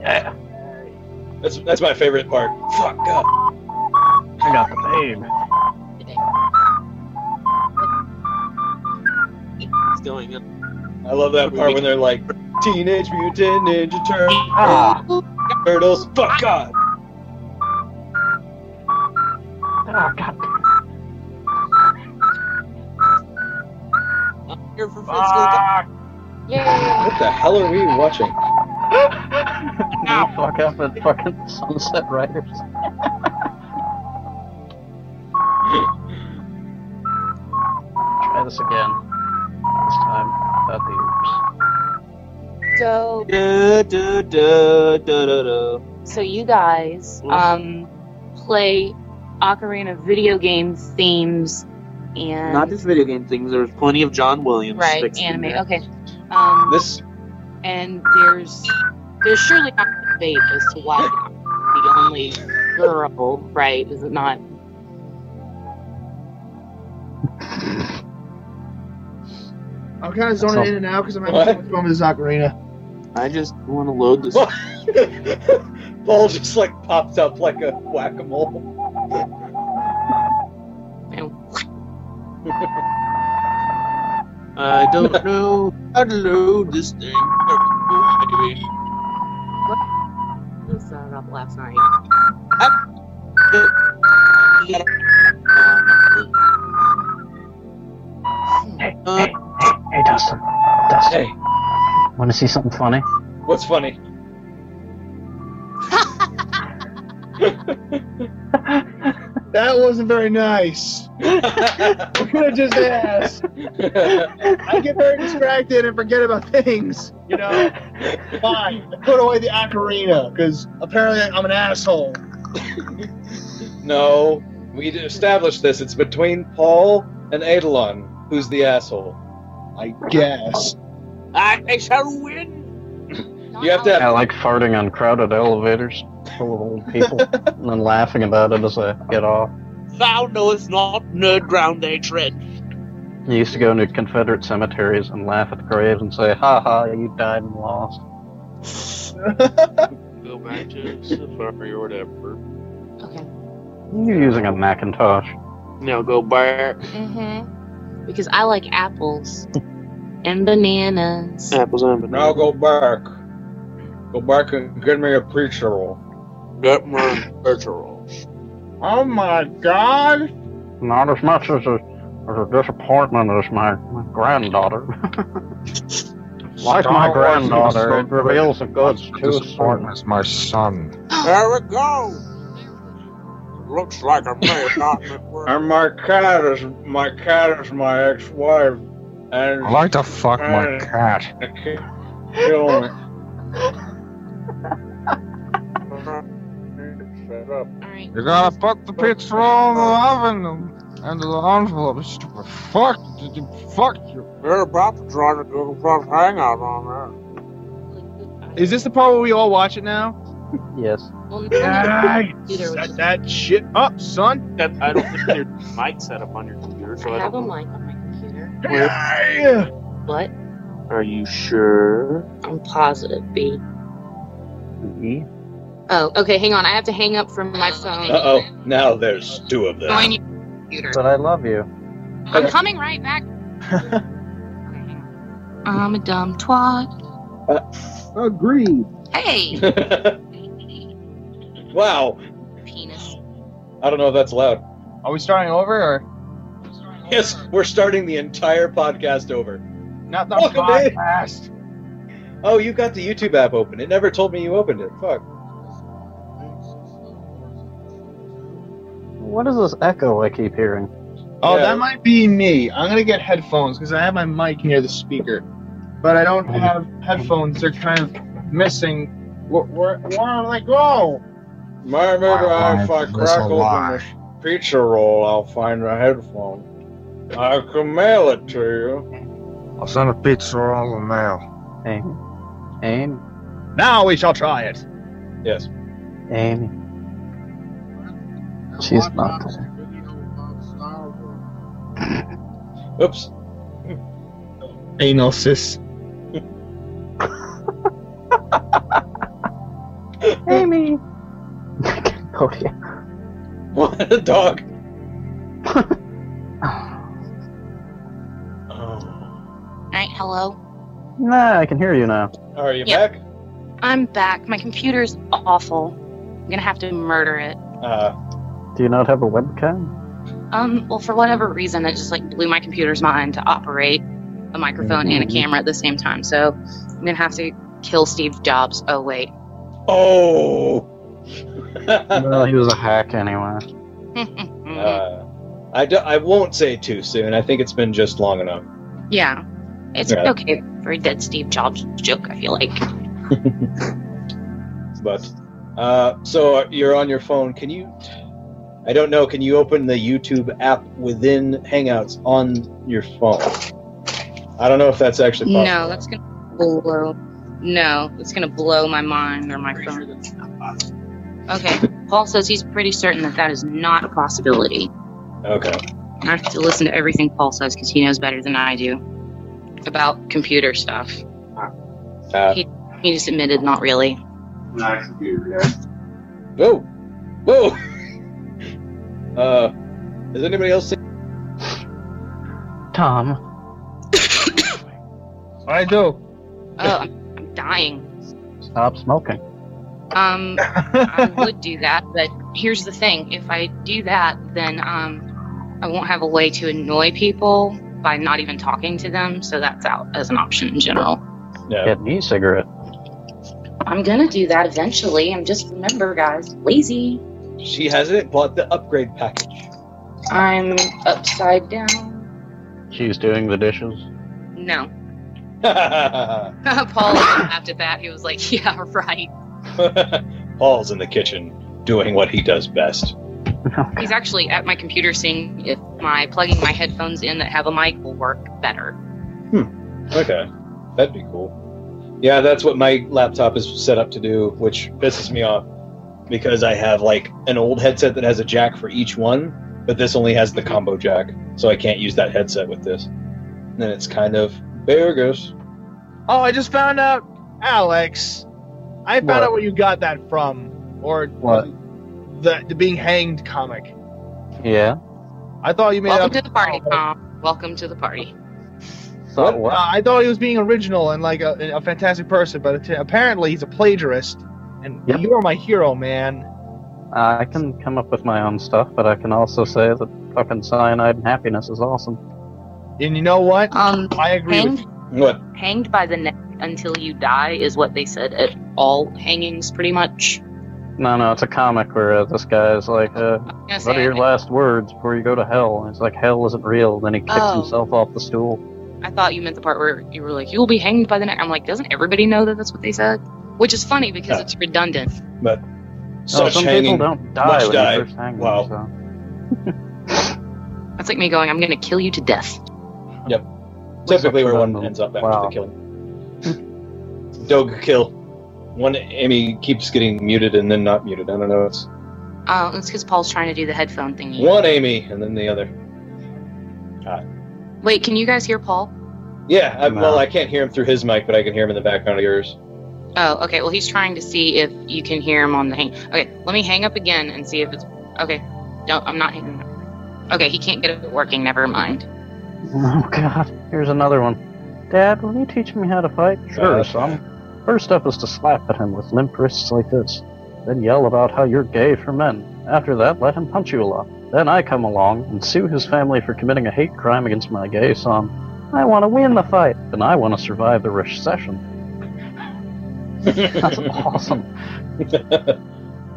Yeah. That's that's my favorite part. Fuck up. I got the babe. It's going up. I love that part when they're like Teenage Mutant Ninja Turtles. Ah. Turtles. Fuck God. Oh, God. I'm here for Fuck. What the hell are we watching? You fuck up at fucking Sunset Riders. Try this again. This time without the oops. So Da, da, da, da, da, da. so you guys um play Ocarina video game themes and Not just video game things. There was plenty of John Williams. right mixed in anime. there. Okay. Um, This and there's there's surely not a debate as to why the only girl, right? Is it not? I'm kind of zoning in and out because I'm having so much fun with this ocarina. I just want to load this. Ball just like popped up like a whack a mole. I don't know how to load this thing. Maybe. This uh, up last night. Hey, hey, hey, hey, Dustin. Dustin. Want to see something funny? What's funny? That wasn't very nice. we could have just asked. I get very distracted and forget about things. You know, fine. I put away the ocarina because apparently I'm an asshole. No, we established this. It's between Paul and Adelon. Who's the asshole? I guess. I shall win. You have to I like farting on crowded elevators full of old people and then laughing about it as I get off. Thou knowest not nerd ground they tread. I used to go into Confederate cemeteries and laugh at the graves and say, ha ha, you died and lost. Go back to Safari or whatever. Okay. You're using a Macintosh. Now go back. Mm-hmm. Because I like apples and bananas. Apples and bananas. Now go back. Go back and get me a preacher roll. Get me a preacher roll. Oh my god! Not as much as a, as a disappointment as my, my granddaughter. like my granddaughter, it reveals the goods too soon. Disappointment is my son. There we go. Looks like a man, not And my cat is my cat is my ex-wife, and I like to fuck my cat. I can't kill it. Shut up. You gotta put the pizza roll in the oven and- and the envelope. Stupid fuck. Fuck you. They're about to try to do a cross hangout on Is this the part where we all watch it now? Yes. Well, Yeah, set that shit up, son. that. I don't think there's mic set up on your computer, so I I have don't a know. mic on my computer. Yeah. What? Are you sure? I'm positive, B. E? Oh, okay, hang on. I have to hang up from my phone. Uh oh, now there's two of them. Join you computer. But I love you. I'm coming right back. I'm a dumb twat. Uh, Agreed. Hey! Wow. Penis. I don't know if that's loud. Are we starting over or? Yes, we're starting the entire podcast over. Not the Welcome, Dave. podcast. Oh, you got the YouTube app open. It never told me you opened it. Fuck. What is this echo I keep hearing? Oh, that might be me. I'm gonna get headphones because I have my mic near the speaker, but I don't have headphones. They're kind of missing. Where, where, where am I go? Maybe Why, if why, I that's crack a open lie. this pizza roll, I'll find the headphone. I can mail it to you. I'll send a pizza roll in the mail. Aim. Aim. Now we shall try it. Yes. Amy. She's not there. Oops. Anal sis. Amy. oh yeah. What a dog. Uh, Night, hello. Nah, I can hear you now. Are you Yeah. back? I'm back. My computer's awful. I'm gonna have to murder it. Uh, Do you not have a webcam? Um, well, for whatever reason, it just like blew my computer's mind to operate a microphone and Mm-hmm. a camera at the same time. So I'm gonna have to kill Steve Jobs. Oh wait, Oh. well, he was a hack anyway. Uh, I, do, I won't say too soon. I think it's been just long enough. yeah, it's Yeah. okay for a dead Steve Jobs joke. I feel like. But uh, so you're on your phone. Can you? I don't know. Can you open the YouTube app within Hangouts on your phone? I don't know if that's actually possible. No, that's gonna blow. No, it's gonna blow my mind or my phone. Okay, Paul says he's pretty certain that that is not a possibility. Okay. I have to listen to everything Paul says because he knows better than I do about computer stuff. Uh, He, he just admitted not really. Nice computer, yeah. Whoa! Whoa! uh, is anybody else? see- Tom. I do. Oh, I'm, I'm dying. Stop smoking. Um, I would do that, but here's the thing: if I do that, then um, I won't have a way to annoy people by not even talking to them. So that's out as an option in general. Get me a cigarette. I'm gonna do that eventually. I'm just remember, guys, lazy. She hasn't bought the upgrade package. I'm upside down. She's doing the dishes. No, Paul's Paul laughed at that. He was like, "Yeah, right." in the kitchen doing what he does best. He's actually at my computer seeing if my plugging my headphones in that have a mic will work better. Okay, that'd be cool. Yeah, that's what my laptop is set up to do, which pisses me off because I have like an old headset that has a jack for each one, but this only has the combo jack, so I can't use that headset with this. And it's kind of bogus. Oh, I just found out, Alex. I found What? out where you got that from, or What? the, the being hanged comic. Yeah. I thought you made Welcome up. Oh, to the party, Tom. Welcome to the party. So Uh, I thought he was being original and like a, a fantastic person, but att- apparently he's a plagiarist. And Yep. you're my hero, man. Uh, I can come up with my own stuff, but I can also say that fucking cyanide and happiness is awesome. And you know what? Um, I agree with hanged, you. What? hanged by the neck until you die is what they said at all hangings, pretty much. No, no, it's a comic where uh, this guy is like, uh, Yes, "What are your last words before you go to hell?" And it's like, "Hell isn't real." Then he kicks Oh. himself off the stool. I thought you meant the part where you were like, "You'll be hanged by the neck." I'm like, doesn't everybody know that that's what they said? Which is funny because Yeah. it's redundant. But No, such Oh, some hanging people don't die must when die. they first hang. Wow. That's like me going, "I'm gonna kill you to death." Yep. Typically, where one ends up after the killing. Dog kill. One Amy keeps getting muted and then not muted. I don't know. It's Uh, it's because Paul's trying to do the headphone thingy. one Amy and then the other. Wait, can you guys hear Paul? Yeah. I, Well, I can't hear him through his mic, but I can hear him in the background of yours. Oh, okay. Well, he's trying to see if you can hear him on the hang. Okay, let me hang up again and see if it's okay. No, I'm not hanging up. Okay, he can't get it working. Never mind. Oh god, here's another one. Dad, will you teach me how to fight? Sure, Uh, son. First step is to slap at him with limp wrists like this. Then yell about how you're gay for men. After that, let him punch you a lot. Then I come along and sue his family for committing a hate crime against my gay son. I want to win the fight, and I want to survive the recession. That's awesome.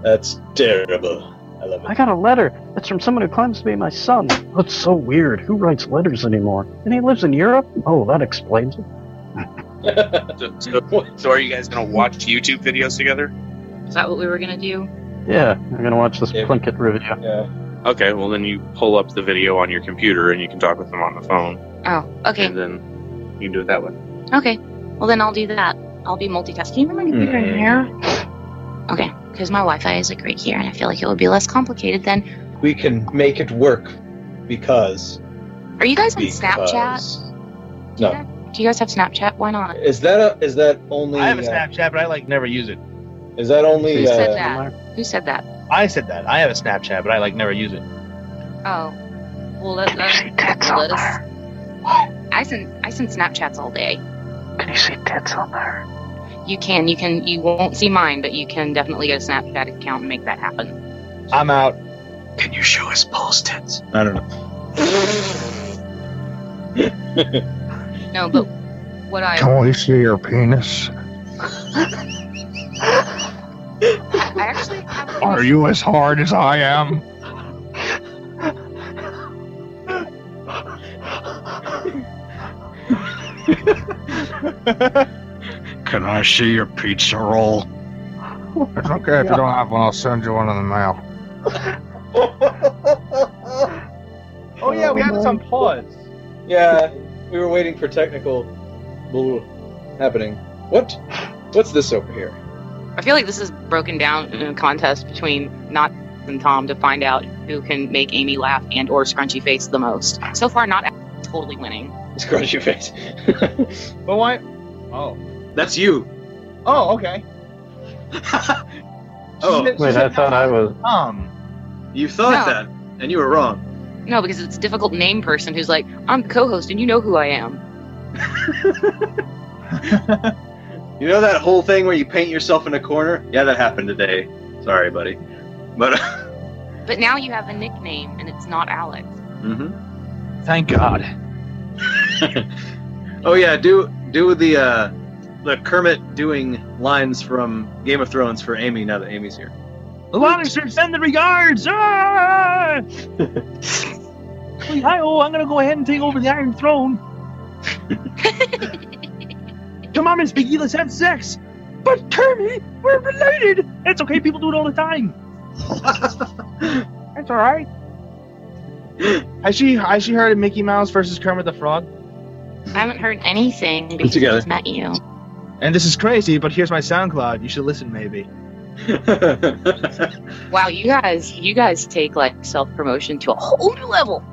That's terrible. I love it. I got a letter. It's from someone who claims to be my son. That's so weird. Who writes letters anymore? And he lives in Europe? Oh, that explains it. so, so, so are you guys gonna watch YouTube videos together? Is that what we were gonna do? Yeah, I'm gonna watch this Plinkett review. Yeah. Okay, well then you pull up the video on your computer and you can talk with them on the phone, Oh, okay. and then you can do it that way. Okay. Well, then I'll do that. I'll be multitasking. Can you remember my computer in Mm. here? Okay, because my Wi-Fi is like right here, and I feel like it would be less complicated then. We can make it work because Are you guys on Because- Snapchat? no. Do you guys have Snapchat? Why not? Is that a, is that only? I have a uh, Snapchat, but I like never use it. Is that only? Who Uh, said that? Who said that? I said that. I have a Snapchat, but I like never use it. Oh. Well, let, let, let us. I send I send Snapchats all day. Can you see tits on there? You can, you can, you won't see mine, but you can definitely get a Snapchat account and make that happen. I'm out. Can you show us Paul's tits? I don't know. No, but what I Can we see your penis? I actually have Are you as hard as I am? Can I see your pizza roll? It's okay if you don't have one. I'll send you one in the mail. Oh yeah, we had this on pause. yeah, we were waiting for technical bull happening. What? What's this over here? I feel like this is broken down in a contest between not and Tom to find out who can make Amy laugh and or scrunchy face the most. So far, not totally winning. Scrunch your face. But why? Oh. That's you. Oh, okay. Oh, She- she wait, I said thought I was. Tom. You thought No. that, and you were wrong. No, because it's a difficult name person who's like, I'm the co-host and you know who I am. You know that whole thing where you paint yourself in a corner? Yeah, that happened today. Sorry, buddy. But But now you have a nickname and it's not Alex. mm-hmm. thank God. oh yeah, do do the uh, the Kermit doing lines from Game of Thrones for Amy now that Amy's here. The Lannister send the regards! Ah! hi oh, I'm gonna go ahead and take over the Iron Throne. Come on, Miss Piggy, let's have sex. But Kermit, we're related. It's okay, people do it all the time. That's all right. Has she has she heard of Mickey Mouse versus Kermit the Frog? I haven't heard anything because I together. just met you. And this is crazy, but here's my SoundCloud. You should listen, maybe. Wow, you guys, you guys take like self-promotion to a whole new level.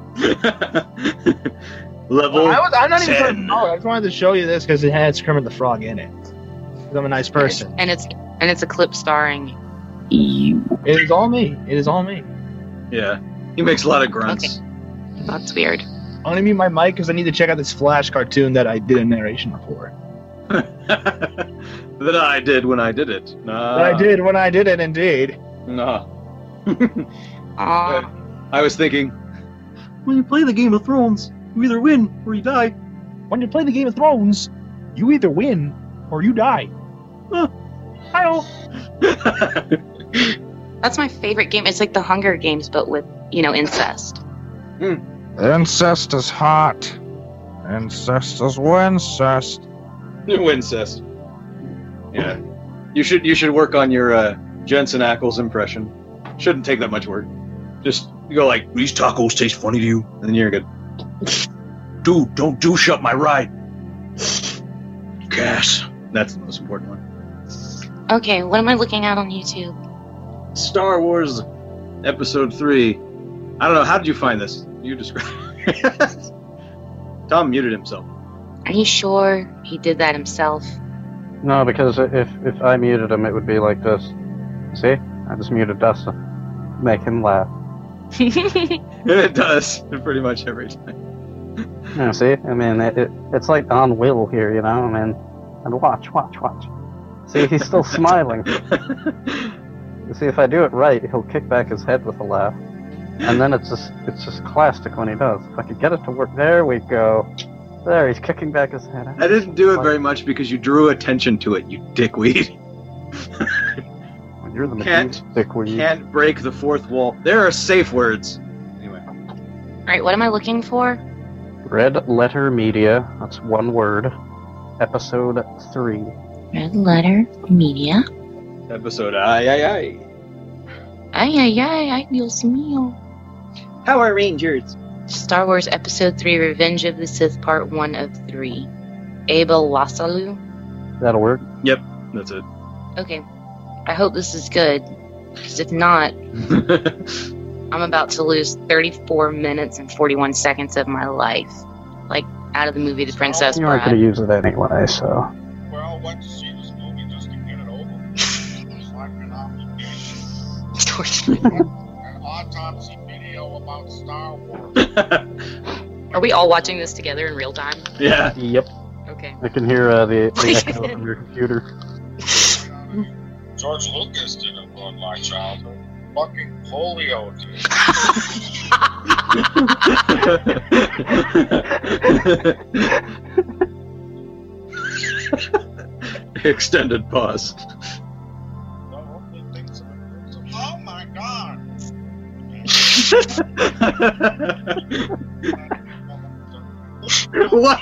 Level. I was, I'm not even 10. trying to promote. I just wanted to show you this because it has Kermit the Frog in it. 'Cause I'm a nice person. And it's and it's a clip starring. It is all me. It is all me. Yeah, he makes a lot of grunts. That's weird. I'm gonna mute my mic because I need to check out this Flash cartoon that I did a narration for. That I did when I did it. Nah. But I did when I did it, indeed. Nah. Ah. I was thinking. When you play the Game of Thrones, you either win or you die. When you play the Game of Thrones, you either win or you die. Huh. Hi oh. That's my favorite game. It's like the Hunger Games, but with you know incest. Incest is hot. Incest is wincest. New incest. Yeah. You should you should work on your uh, Jensen Ackles impression. Shouldn't take that much work. Just go like these tacos taste funny to you, and then you're good. Dude, don't douche up my ride. Gas. That's the most important one. Okay, what am I looking at on YouTube? Star Wars Episode Three. I don't know. How did you find this? You describe. Tom muted himself. Are you sure he did that himself? No, because if if I muted him, it would be like this. See, I just muted Dustin, make him laugh. it does pretty much every time. Yeah, see, I mean, it, it, it's like Don Will here, you know. I mean, and watch, watch, watch. See, he's still smiling. See, if I do it right, he'll kick back his head with a laugh, and then it's just it's just classic when he does. If I could get it to work, there we go. There, he's kicking back his head. I didn't do it very much because you drew attention to it, you dickweed. You're the can't, dickweed. Can't break the fourth wall. There are safe words. Anyway. All right, what am I looking for? Red Letter Media. That's one word. Episode three. Red Letter Media. Episode I I I. Ay, ay, ay, ay, Dios mío. Power Rangers. Star Wars Episode 3 Revenge of the Sith Part 1 of 3. Abel Lasalu. That'll work. Yep, that's it. Okay. I hope this is good. Because if not, I'm about to lose 34 minutes and 41 seconds of my life. Like, out of the movie The Princess You aren't Bride. gonna use it anyway, so. Are we all watching this together in real time? Yeah. Yep. Okay. I can hear uh, the, the echo from your computer. George Lucas didn't ruin my childhood. Fucking polio did. Extended pause. Oh my god!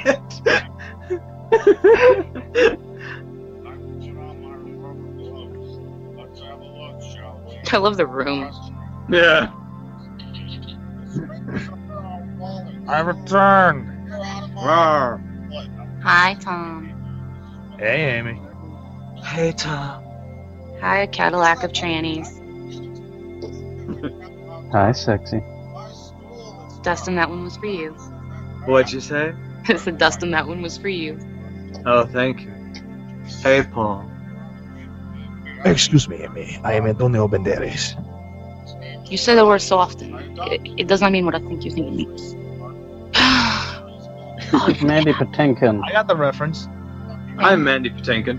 what? I love the room. Yeah. I return. Rawr. Hi, Tom. Hey, Amy. Hey, Tom. Hi, Cadillac of Trannies. Hi, sexy. Dustin, that one was for you. What'd you say? I said, Dustin, that one was for you. Oh, thank you. Hey, Paul. Excuse me, Amy. I am Antonio Banderas. You say the word so often. It, it does not mean what I think you think it means. Mandy Patinkin. I got the reference. I'm Mandy Patinkin.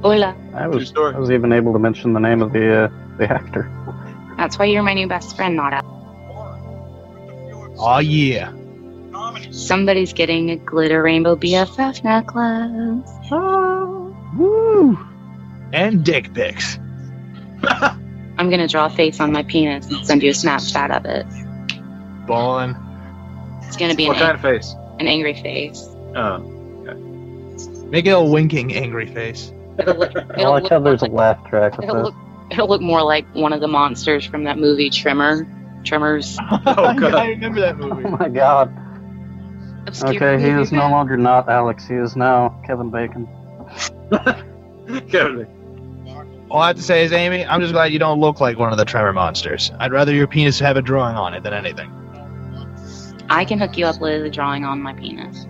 Hola. I was I was even able to mention the name of the uh, the actor. That's why you're my new best friend, Nada. Oh yeah. Somebody's getting a glitter rainbow BFF necklace. Oh. Woo! And dick pics. I'm gonna draw a face on my penis and send you a Snapchat of it. Ballin'. It's gonna be an, What kind of face? an angry face. Oh. Make it a winking angry face. I like how there's a laugh track with It'll this. look, it'll look more like one of the monsters from that movie Tremor. Tremors. oh I remember that movie. Oh my god. Obscure Okay, he movie, is no man. longer not Alex. He is now Kevin Bacon. All I have to say is, Amy, I'm just glad you don't look like one of the tremor monsters. I'd rather your penis have a drawing on it than anything. I can hook you up with a drawing on my penis.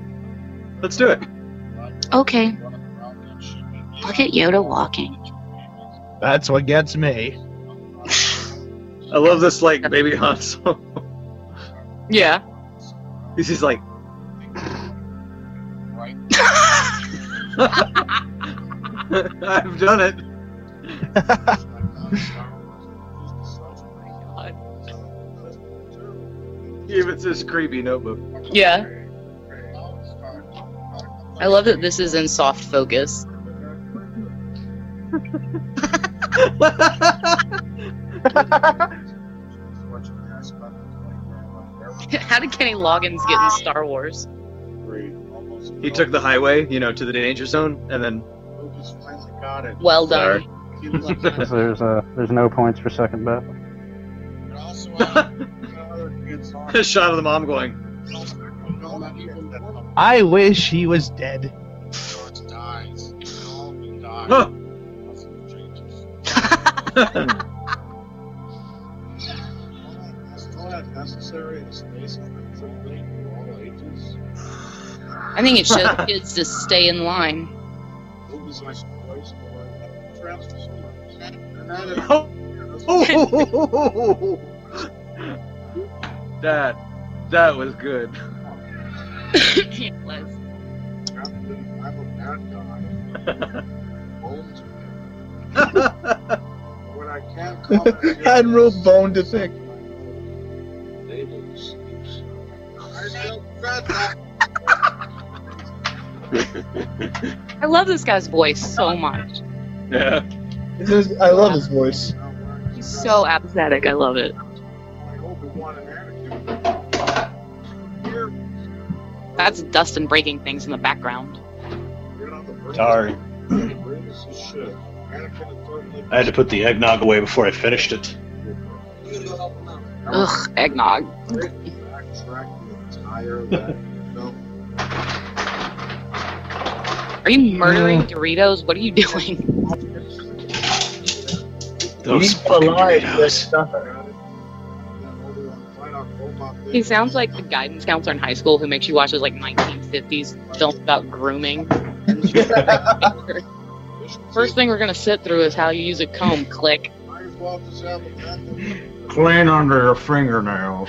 Let's do it. Okay. Look at Yoda walking. That's what gets me. I love this, like, baby Han Solo. Yeah. He's just like, I've done it. Even this creepy notebook. Yeah. I love that this is in soft focus. How did Kenny Loggins get in Star Wars? He took the highway, you know, to the danger zone, and then. Well done. So there's uh, there's no points for second bet. A shot of the mom going. I wish he was dead. Huh. I think it shows kids to stay in line. Oh, oh, oh, oh, oh, oh, oh, That that was good. it was. Captain, I'm a bad guy. Bones What I can't comprehend Admiral Bone to pick. is I feel fat. I love this guy's voice so much. Yeah. I love his voice. He's so apathetic. I love it. That's Dustin breaking things in the background. Sorry. This is shit. Anakin is totally I had to put the eggnog away before I finished it. Ugh, eggnog. backtrack the entire way. No. Are you murdering Doritos? What are you doing? Those He sounds like the guidance counselor in high school who makes you watch those like 1950s films about grooming. First thing we're gonna sit through is how you use a comb. Click. Clean under your fingernails.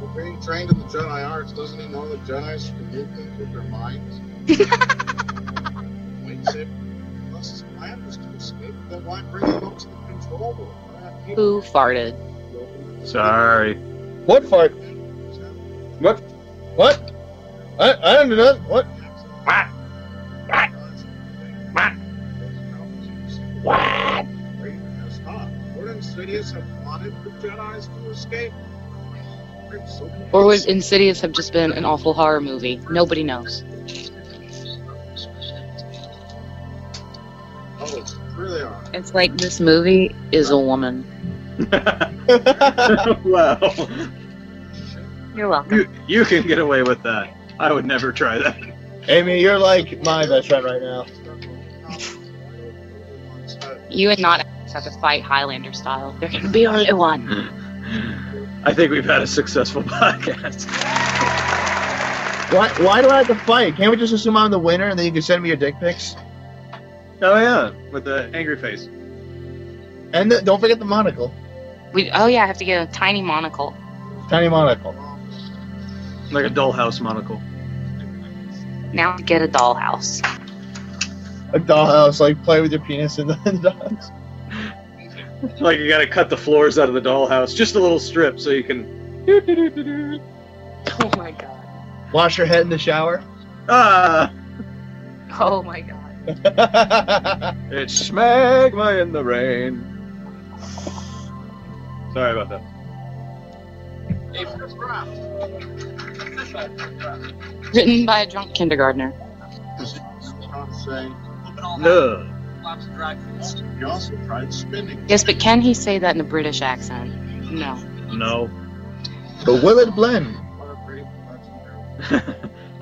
We're being trained in the Jedi arts. Doesn't he know that Jedi's can do things with their minds? Lightsaber. Unless his plan was to escape, then why bring him up to the control room? Who farted? Sorry. What fart? What? What? I, I don't know. What? What? That's not. Wouldn't Sidious have wanted the Jedi's to escape? I'm so Or would Insidious have just been an awful horror movie? Nobody knows. Oh, here they are. It's like this movie is a woman. wow. You're welcome. You, you can get away with that. I would never try that. Amy, you're like my best friend right now. You and not have to fight Highlander style. There can be only one. I think we've had a successful podcast. Why, why do I have to fight? Can't we just assume I'm the winner and then you can send me your dick pics? Oh yeah, with the angry face. And the, don't forget the monocle. We oh yeah, I have to get a tiny monocle. Tiny monocle. Like a dollhouse monocle. Now get a dollhouse. A dollhouse, like play with your penis in the, in the dollhouse. Like you gotta cut the floors out of the dollhouse, just a little strip so you can. Oh my god. Wash your head in the shower. Ah! Oh my god. It's smegma in the rain. Sorry about that. Written by a drunk kindergartner. No. He also tried spinning. Yes, but can he say that in a British accent? No. No. But will it blend? I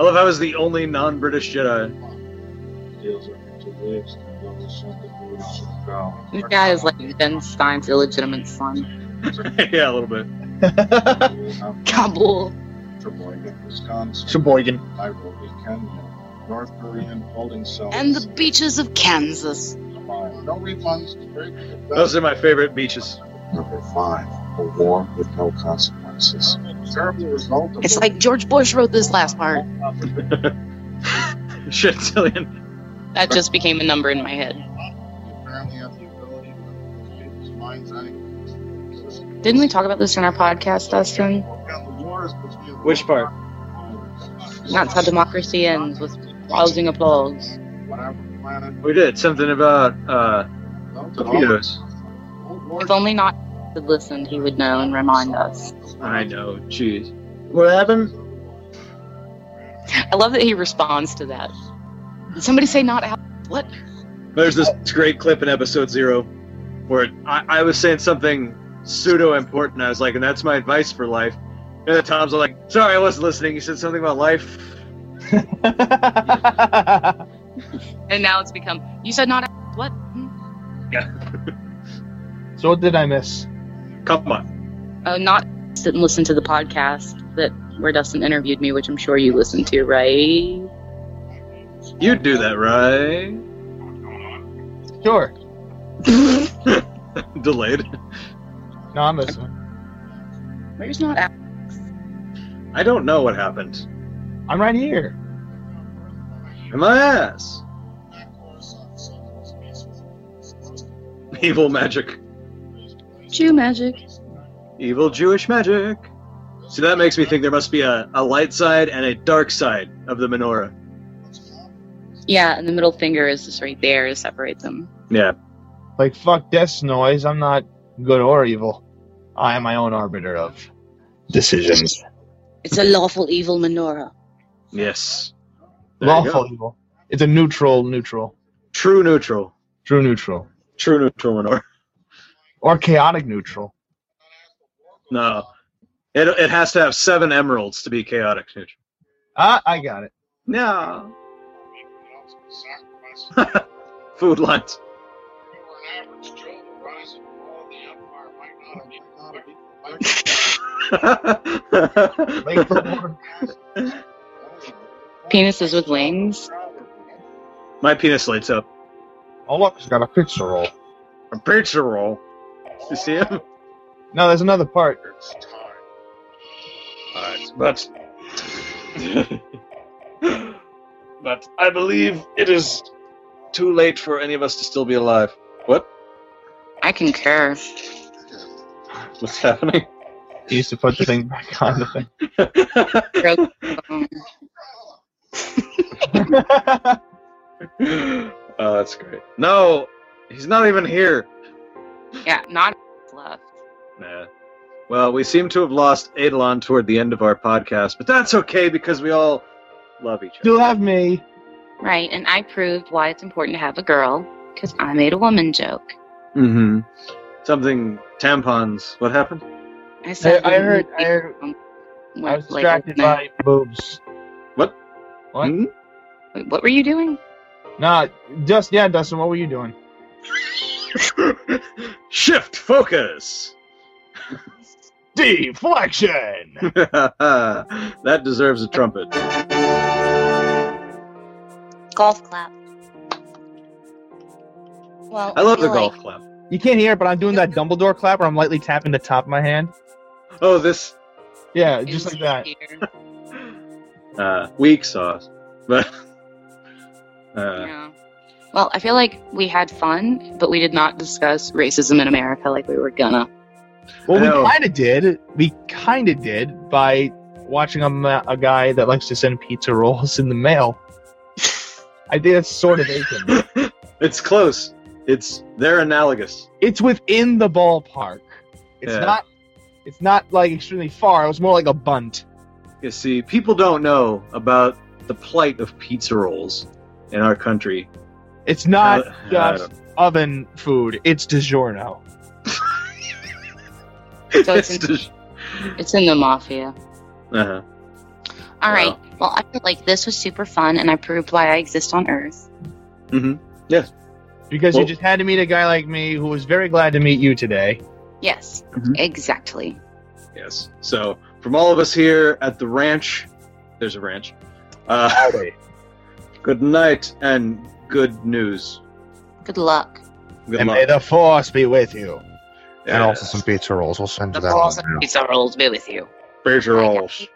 love how I was the only non-British Jedi. Deals are into waves and levels something to it, so now. This guy is like Ben Stein's illegitimate son. yeah, a little bit. Kabul. Sheboygan, Wisconsin. Sheboygan. Nairobi, Kenya. North Korean holding cells. And the beaches of Kansas. No refunds. Great. Those are my favorite beaches. Number five, a war with no consequences. Terrible result of It's like George Bush wrote this last part. Shit, Zillion. That just became a number in my head. apparently have the ability to keep his mind's eye. Didn't we talk about this in our podcast, Dustin? Which part? That's how democracy ends with rousing applause. We did something about uh, torpedoes. If only not had listened, he would know and remind us. I know. Jeez. What happened? I love that he responds to that. Did somebody say not out? What? There's this great clip in episode zero where I, I was saying something pseudo important. I was like, and that's my advice for life. And then Tom's like, sorry, I wasn't listening. You said something about life. And now it's become, you said not out? What? So what did I miss? Come on. Oh, not sit and listen to the podcast that where Dustin interviewed me, which I'm sure you listened to, right? You do that, right? Sure. Delayed. No, I'm listening. Where's not Alex? I don't know what happened. I'm right here. Am I ass? Evil magic. Jew magic. Evil Jewish magic. So that makes me think there must be a, a light side and a dark side of the menorah. Yeah, and the middle finger is just right there to separate them. Yeah. Like fuck death's noise. I'm not good or evil. I am my own arbiter of decisions. It's a lawful evil menorah. Yes. Lawful evil. It's a neutral neutral. True neutral. True neutral. True neutral menorah. Or chaotic neutral. No. It, it has to have seven emeralds to be chaotic neutral. Ah, I got it. No. Food lines. Penises with wings. My penis lights up. Oh look, he's got a pizza roll. A pizza roll. You see him? No, there's another part. But, but I believe it is too late for any of us to still be alive. What? I concur. What's happening? He used to put the thing back on the thing. Oh, that's great. No, he's not even here. yeah, not left. Nah. Well, we seem to have lost Adelon toward the end of our podcast, but that's okay because we all love each other. You'll have me. Right, and I proved why it's important to have a girl because I made a woman joke. Mm-hmm. Something tampons. What happened? I said I heard- I heard- I was distracted by boobs. What? What? Hmm? Wait, what were you doing? Nah, just yeah, Dustin. What were you doing? Shift focus. Deflection. that deserves a trumpet. Golf clap. Well, I love the feel like- golf clap. You can't hear it, but I'm doing that Dumbledore clap where I'm lightly tapping the top of my hand. Oh, this. Yeah, just like that. Uh, weak sauce, but. Uh, Well, I feel like we had fun, but we did not discuss racism in America like we were gonna. Well, I know. we kind of did. We kind of did by watching a, ma- a guy that likes to send pizza rolls in the mail. I think that's sort of Aiken. It's close. It's they're analogous. it's within the ballpark. It's Yeah. not. It's not like extremely far. It was more like a bunt. You see, people don't know about the plight of pizza rolls in our country. It's not I- I just oven food. It's DiGiorno. So it's, in, it's in the mafia. Uh-huh. All right. Well, I feel like this was super fun, and I proved why I exist on Earth. Mm-hmm. Yes. Because Well- you just had to meet a guy like me who was very glad to meet you today. Yes, Mhm. exactly. Yes. So, from all of us here at the ranch, there's a ranch. Uh, good night and good news. Good luck. Good and luck. may the force be with you. And also some pizza rolls. We'll send The balls and pizza rolls be with you. Pizza rolls. Pizza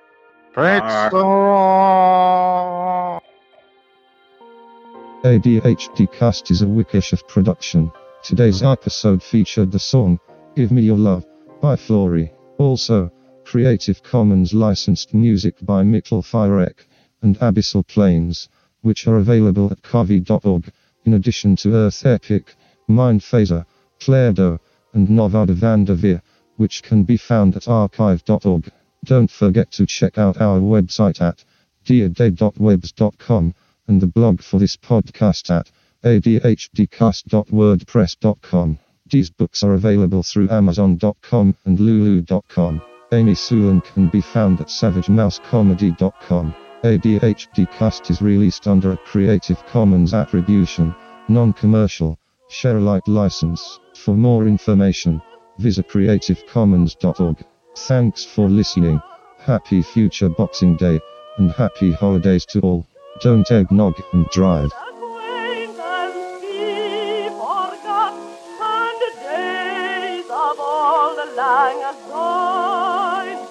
ADHD Cast is a Wikishift production. Today's episode featured the song Give Me Your Love by Flory. Also, Creative Commons licensed music by Mikkel Firek and Abyssal Plains, which are available at kavi.org, in addition to Earth Epic, Mind Phaser, Clairdo, and Novada Vandavir, which can be found at archive.org. Don't forget to check out our website at dearday.webs.com and the blog for this podcast at adhdcast.wordpress.com. These books are available through amazon.com and lulu.com. Amy Sulan can be found at savagemousecomedy.com. ADHDcast is released under a Creative Commons attribution, non-commercial, share alike license. For more information, visit creativecommons.org. Thanks for listening. Happy future Boxing Day, and happy holidays to all. Don't eggnog and drive. forgot, and days of all the lang syne.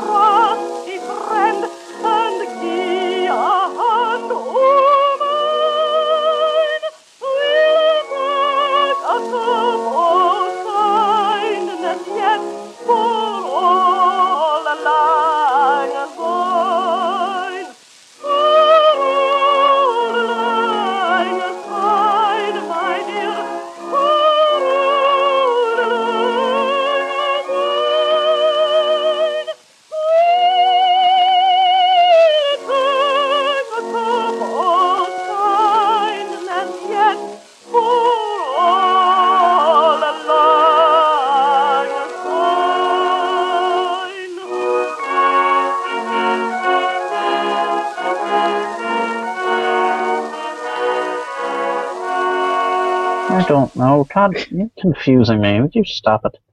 oh, oh, I don't know. God, you're confusing me. Would you stop it?